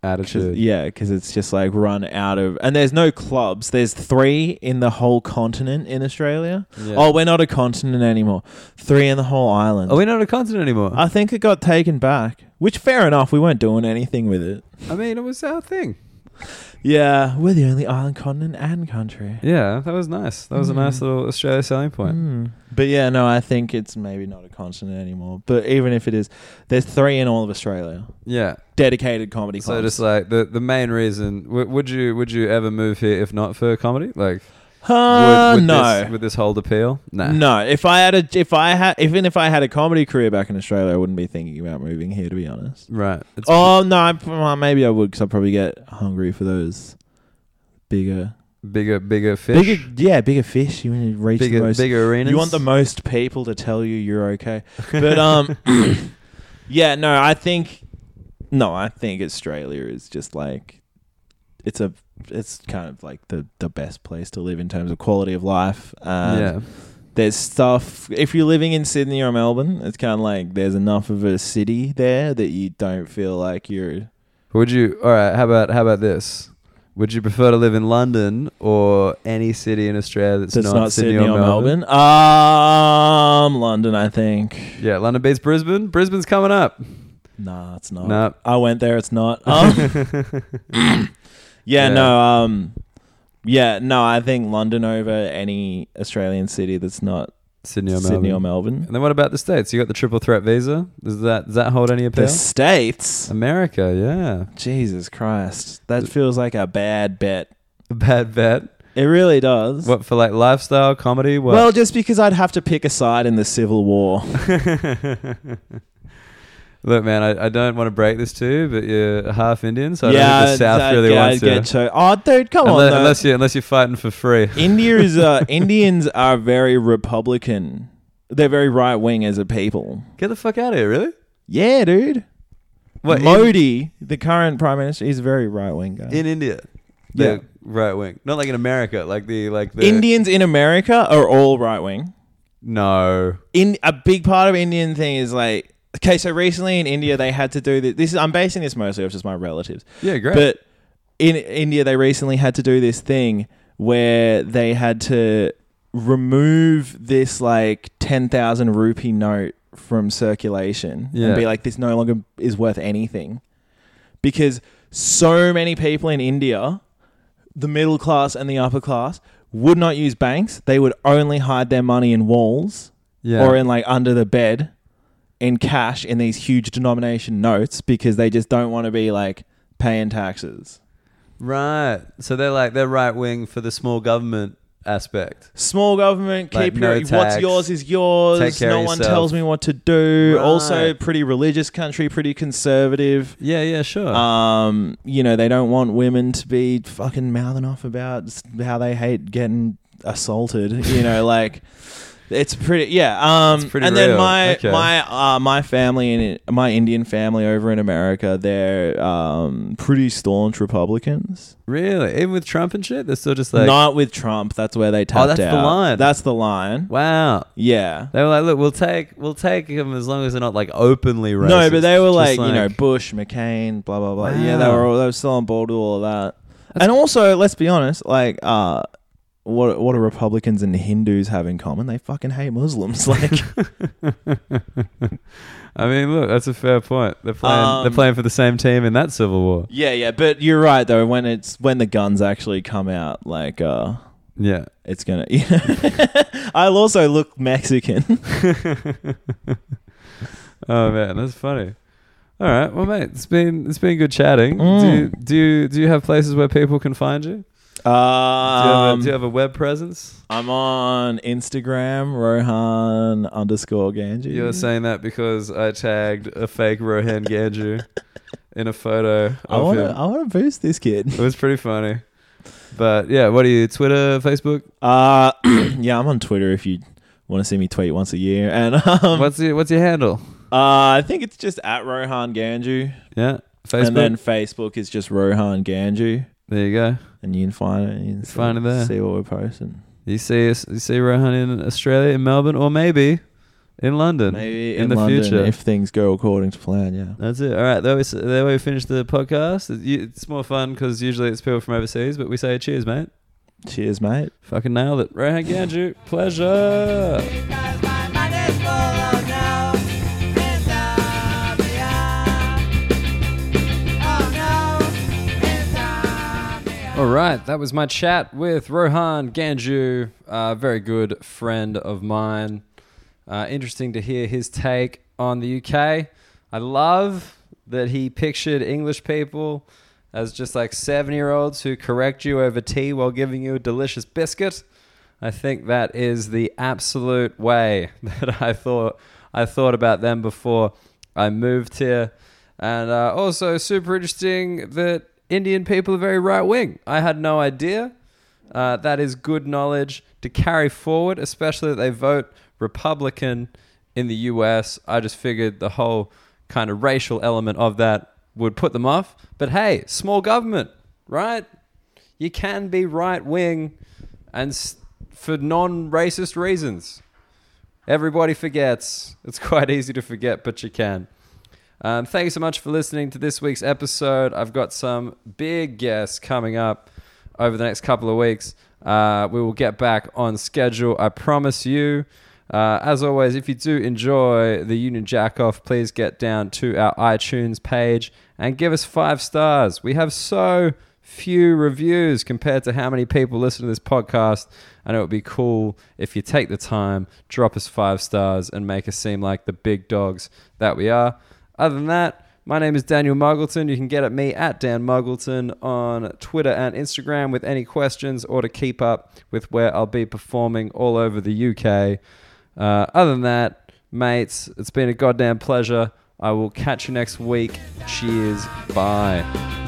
Speaker 3: Cause,
Speaker 1: attitude.
Speaker 3: Yeah, because it's just like run out of, and there's no clubs. There's three in the whole continent in Australia.
Speaker 1: Yeah.
Speaker 3: Oh, we're not a continent anymore. Three in the whole island.
Speaker 1: Are we not on a continent anymore?
Speaker 3: I think it got taken back, which fair enough. We weren't doing anything with it.
Speaker 1: I mean, it was our thing.
Speaker 3: Yeah, we're the only island continent and country.
Speaker 1: Yeah, that was nice. That was a nice
Speaker 3: Mm.
Speaker 1: little Australia selling point.
Speaker 3: Mm. But yeah, no, I think it's maybe not a continent anymore. But even if it is, there's three in all of Australia
Speaker 1: Yeah.
Speaker 3: dedicated comedy
Speaker 1: So
Speaker 3: clubs.
Speaker 1: just like the, the main reason, w- would you would you ever move here if not for comedy? Like,
Speaker 3: Uh,
Speaker 1: would, would
Speaker 3: no,
Speaker 1: this, would this hold appeal? Nah.
Speaker 3: No, if I had a if I had even if I had a comedy career back in Australia, I wouldn't be thinking about moving here to be honest.
Speaker 1: Right. It's
Speaker 3: Oh no, I, well, maybe I would because I'd probably get hungry for those bigger,
Speaker 1: bigger, bigger fish.
Speaker 3: bigger, yeah, bigger fish. You want to reach
Speaker 1: bigger,
Speaker 3: the most.
Speaker 1: bigger arenas.
Speaker 3: you want the most people to tell you you're okay, but um, yeah, no, I think no, I think Australia is just like it's a it's kind of like the the best place to live in terms of quality of life. Um,
Speaker 1: yeah,
Speaker 3: there's stuff if you're living in Sydney or Melbourne, it's kind of like there's enough of a city there that you don't feel like you're
Speaker 1: would you? All right. How about how about this? Would you prefer to live in London or any city in Australia that's,
Speaker 3: that's
Speaker 1: not,
Speaker 3: not,
Speaker 1: Sydney, or, Melbourne?
Speaker 3: Um, London, I think.
Speaker 1: Yeah, London beats Brisbane. Brisbane's coming up.
Speaker 3: Nah, it's not.
Speaker 1: Nope.
Speaker 3: I went there. It's not. Um, yeah,
Speaker 1: Yeah.
Speaker 3: no. Um, yeah, no. I think London over any Australian city that's not
Speaker 1: Sydney or Melbourne.
Speaker 3: Sydney or Melbourne.
Speaker 1: and then what about the states? You got the triple threat visa. Does that does that hold any appeal?
Speaker 3: The states.
Speaker 1: America, yeah,
Speaker 3: Jesus Christ, that feels like a bad bet.
Speaker 1: a bad bet.
Speaker 3: It really does.
Speaker 1: What for? Like lifestyle comedy? What?
Speaker 3: Well, just because I'd have to pick a side in the Civil War.
Speaker 1: Look, man, I, I don't want to break this to you, but you're half Indian, so I don't think the South
Speaker 3: I'd-
Speaker 1: really
Speaker 3: I'd
Speaker 1: wants you.
Speaker 3: get cho- oh, dude, come
Speaker 1: unless,
Speaker 3: on.
Speaker 1: unless
Speaker 3: Unless
Speaker 1: you unless you're fighting for free.
Speaker 3: India is, uh, Indians are very Republican. They're very right wing as a people.
Speaker 1: Get the fuck out of here, really?
Speaker 3: Yeah, dude.
Speaker 1: What in,
Speaker 3: Modi, the current prime minister, is a very right wing guy.
Speaker 1: in India?
Speaker 3: Yeah.
Speaker 1: The right wing, not like in America, like the like the
Speaker 3: Indians in America are all right wing.
Speaker 1: No,
Speaker 3: in a big part of Indian thing is like okay, so recently in India they had to do this. this is, I'm basing this mostly off just my relatives.
Speaker 1: Yeah, great.
Speaker 3: But in India they recently had to do this thing where they had to remove this like ten thousand rupee note from circulation
Speaker 1: Yeah.
Speaker 3: and be like, this no longer is worth anything because so many people in India, the middle class and the upper class. Would not use banks. They would only hide their money in walls
Speaker 1: yeah,
Speaker 3: or in like under the bed in cash in these huge denomination notes because they just don't want to be like paying taxes.
Speaker 1: right. So they're like they're right wing for the small government aspect.
Speaker 3: Small government, keep
Speaker 1: Like,
Speaker 3: your,
Speaker 1: no
Speaker 3: what's
Speaker 1: tax.
Speaker 3: yours is yours.
Speaker 1: Take care
Speaker 3: no
Speaker 1: of
Speaker 3: one
Speaker 1: yourself.
Speaker 3: tells me what to do.
Speaker 1: Right.
Speaker 3: Also, pretty religious country, pretty conservative.
Speaker 1: Yeah, yeah, sure.
Speaker 3: Um, you know, they don't want women to be fucking mouthing off about s- how they hate getting assaulted. You know, like it's pretty, yeah. Um,
Speaker 1: It's pretty
Speaker 3: and
Speaker 1: real.
Speaker 3: then my
Speaker 1: Okay.
Speaker 3: my uh, my family and my Indian family over in America, they're um pretty staunch Republicans.
Speaker 1: really? Even with Trump and shit, they're still just like, Oh,
Speaker 3: Not with Trump. That's where they tapped
Speaker 1: that's the
Speaker 3: out.
Speaker 1: line.
Speaker 3: That's the line.
Speaker 1: wow.
Speaker 3: Yeah.
Speaker 1: They were like, look, we'll take we'll take him as long as they're not like openly racist.
Speaker 3: No, but they were
Speaker 1: Just
Speaker 3: like, you know Bush, McCain, blah blah blah. Yeah, they
Speaker 1: Wow.
Speaker 3: were all, they were still on board with all of that. and also, let's be honest, like uh what what do Republicans and Hindus have in common? They fucking hate Muslims. Like
Speaker 1: I mean, look, that's a fair point. They're playing they're
Speaker 3: Um,
Speaker 1: playing for the same team in that civil war.
Speaker 3: Yeah, yeah, but you're right though, when it's when the guns actually come out, like uh
Speaker 1: Yeah.
Speaker 3: it's gonna I'll also look Mexican.
Speaker 1: Oh man, that's funny. All right, well, mate, it's been it's been good chatting. Do
Speaker 3: Mm.
Speaker 1: you, do you, do you have places where people can find you? Do you, have a,
Speaker 3: Um,
Speaker 1: do you have a web presence?
Speaker 3: I'm on Instagram, Rohan underscore Ganji.
Speaker 1: You were saying that because I tagged a fake Rohan Ganju in a photo
Speaker 3: I
Speaker 1: of
Speaker 3: wanna
Speaker 1: him.
Speaker 3: I wanna boost this kid.
Speaker 1: It was pretty funny. But yeah, what are you? Twitter, Facebook?
Speaker 3: Uh, yeah, I'm on Twitter if you want to see me tweet once a year. And um, uh,
Speaker 1: What's your What's your handle?
Speaker 3: I think it's just at Rohan Ganju.
Speaker 1: Yeah, Facebook.
Speaker 3: And then Facebook is just Rohan Ganju.
Speaker 1: there you go.
Speaker 3: And you can find it. and You can
Speaker 1: Find it there.
Speaker 3: See what we're posting.
Speaker 1: You see us. You see Rohan in Australia, in Melbourne, or maybe in London.
Speaker 3: Maybe
Speaker 1: in, the future.
Speaker 3: if things go according to plan. Yeah.
Speaker 1: That's it. All right. There we, s- there we finish the podcast. It- you- It's more fun because usually it's people from overseas, but we say cheers, mate.
Speaker 3: Cheers, mate.
Speaker 1: Fucking nailed it. Rohan Ganju, pleasure.
Speaker 2: Because my mind is full of no insomnia. Oh no, insomnia.
Speaker 1: All right, that was my chat with Rohan Ganju, a very good friend of mine. Uh, interesting to hear his take on the UK. I love that he pictured English people as just like seven year olds who correct you over tea while giving you a delicious biscuit. I think that is the absolute way that I thought I thought about them before I moved here. And uh, also, super interesting that Indian people are very right wing. I had no idea. Uh, that is good knowledge to carry forward, especially that they vote Republican in the US. I just figured the whole kind of racial element of that would put them off. But hey, small government, right? You can be right wing and s- for non racist reasons. Everybody forgets. It's quite easy to forget, but you can. Um, thank you so much for listening to this week's episode. I've got some big guests coming up over the next couple of weeks. Uh, we will get back on schedule, I promise you. Uh, as always, if you do enjoy the Union Jack Off, please get down to our iTunes page and give us five stars. We have so few reviews compared to how many people listen to this podcast. And it would be cool if you take the time, drop us five stars, and make us seem like the big dogs that we are. Other than that, my name is Daniel Muggleton. You can get at me at Dan Muggleton on Twitter and Instagram with any questions or to keep up with where I'll be performing all over the UK. Uh, other than that, mates, it's been a goddamn pleasure. I will catch you next week. Cheers. Bye.
Speaker 2: Oh, Oh,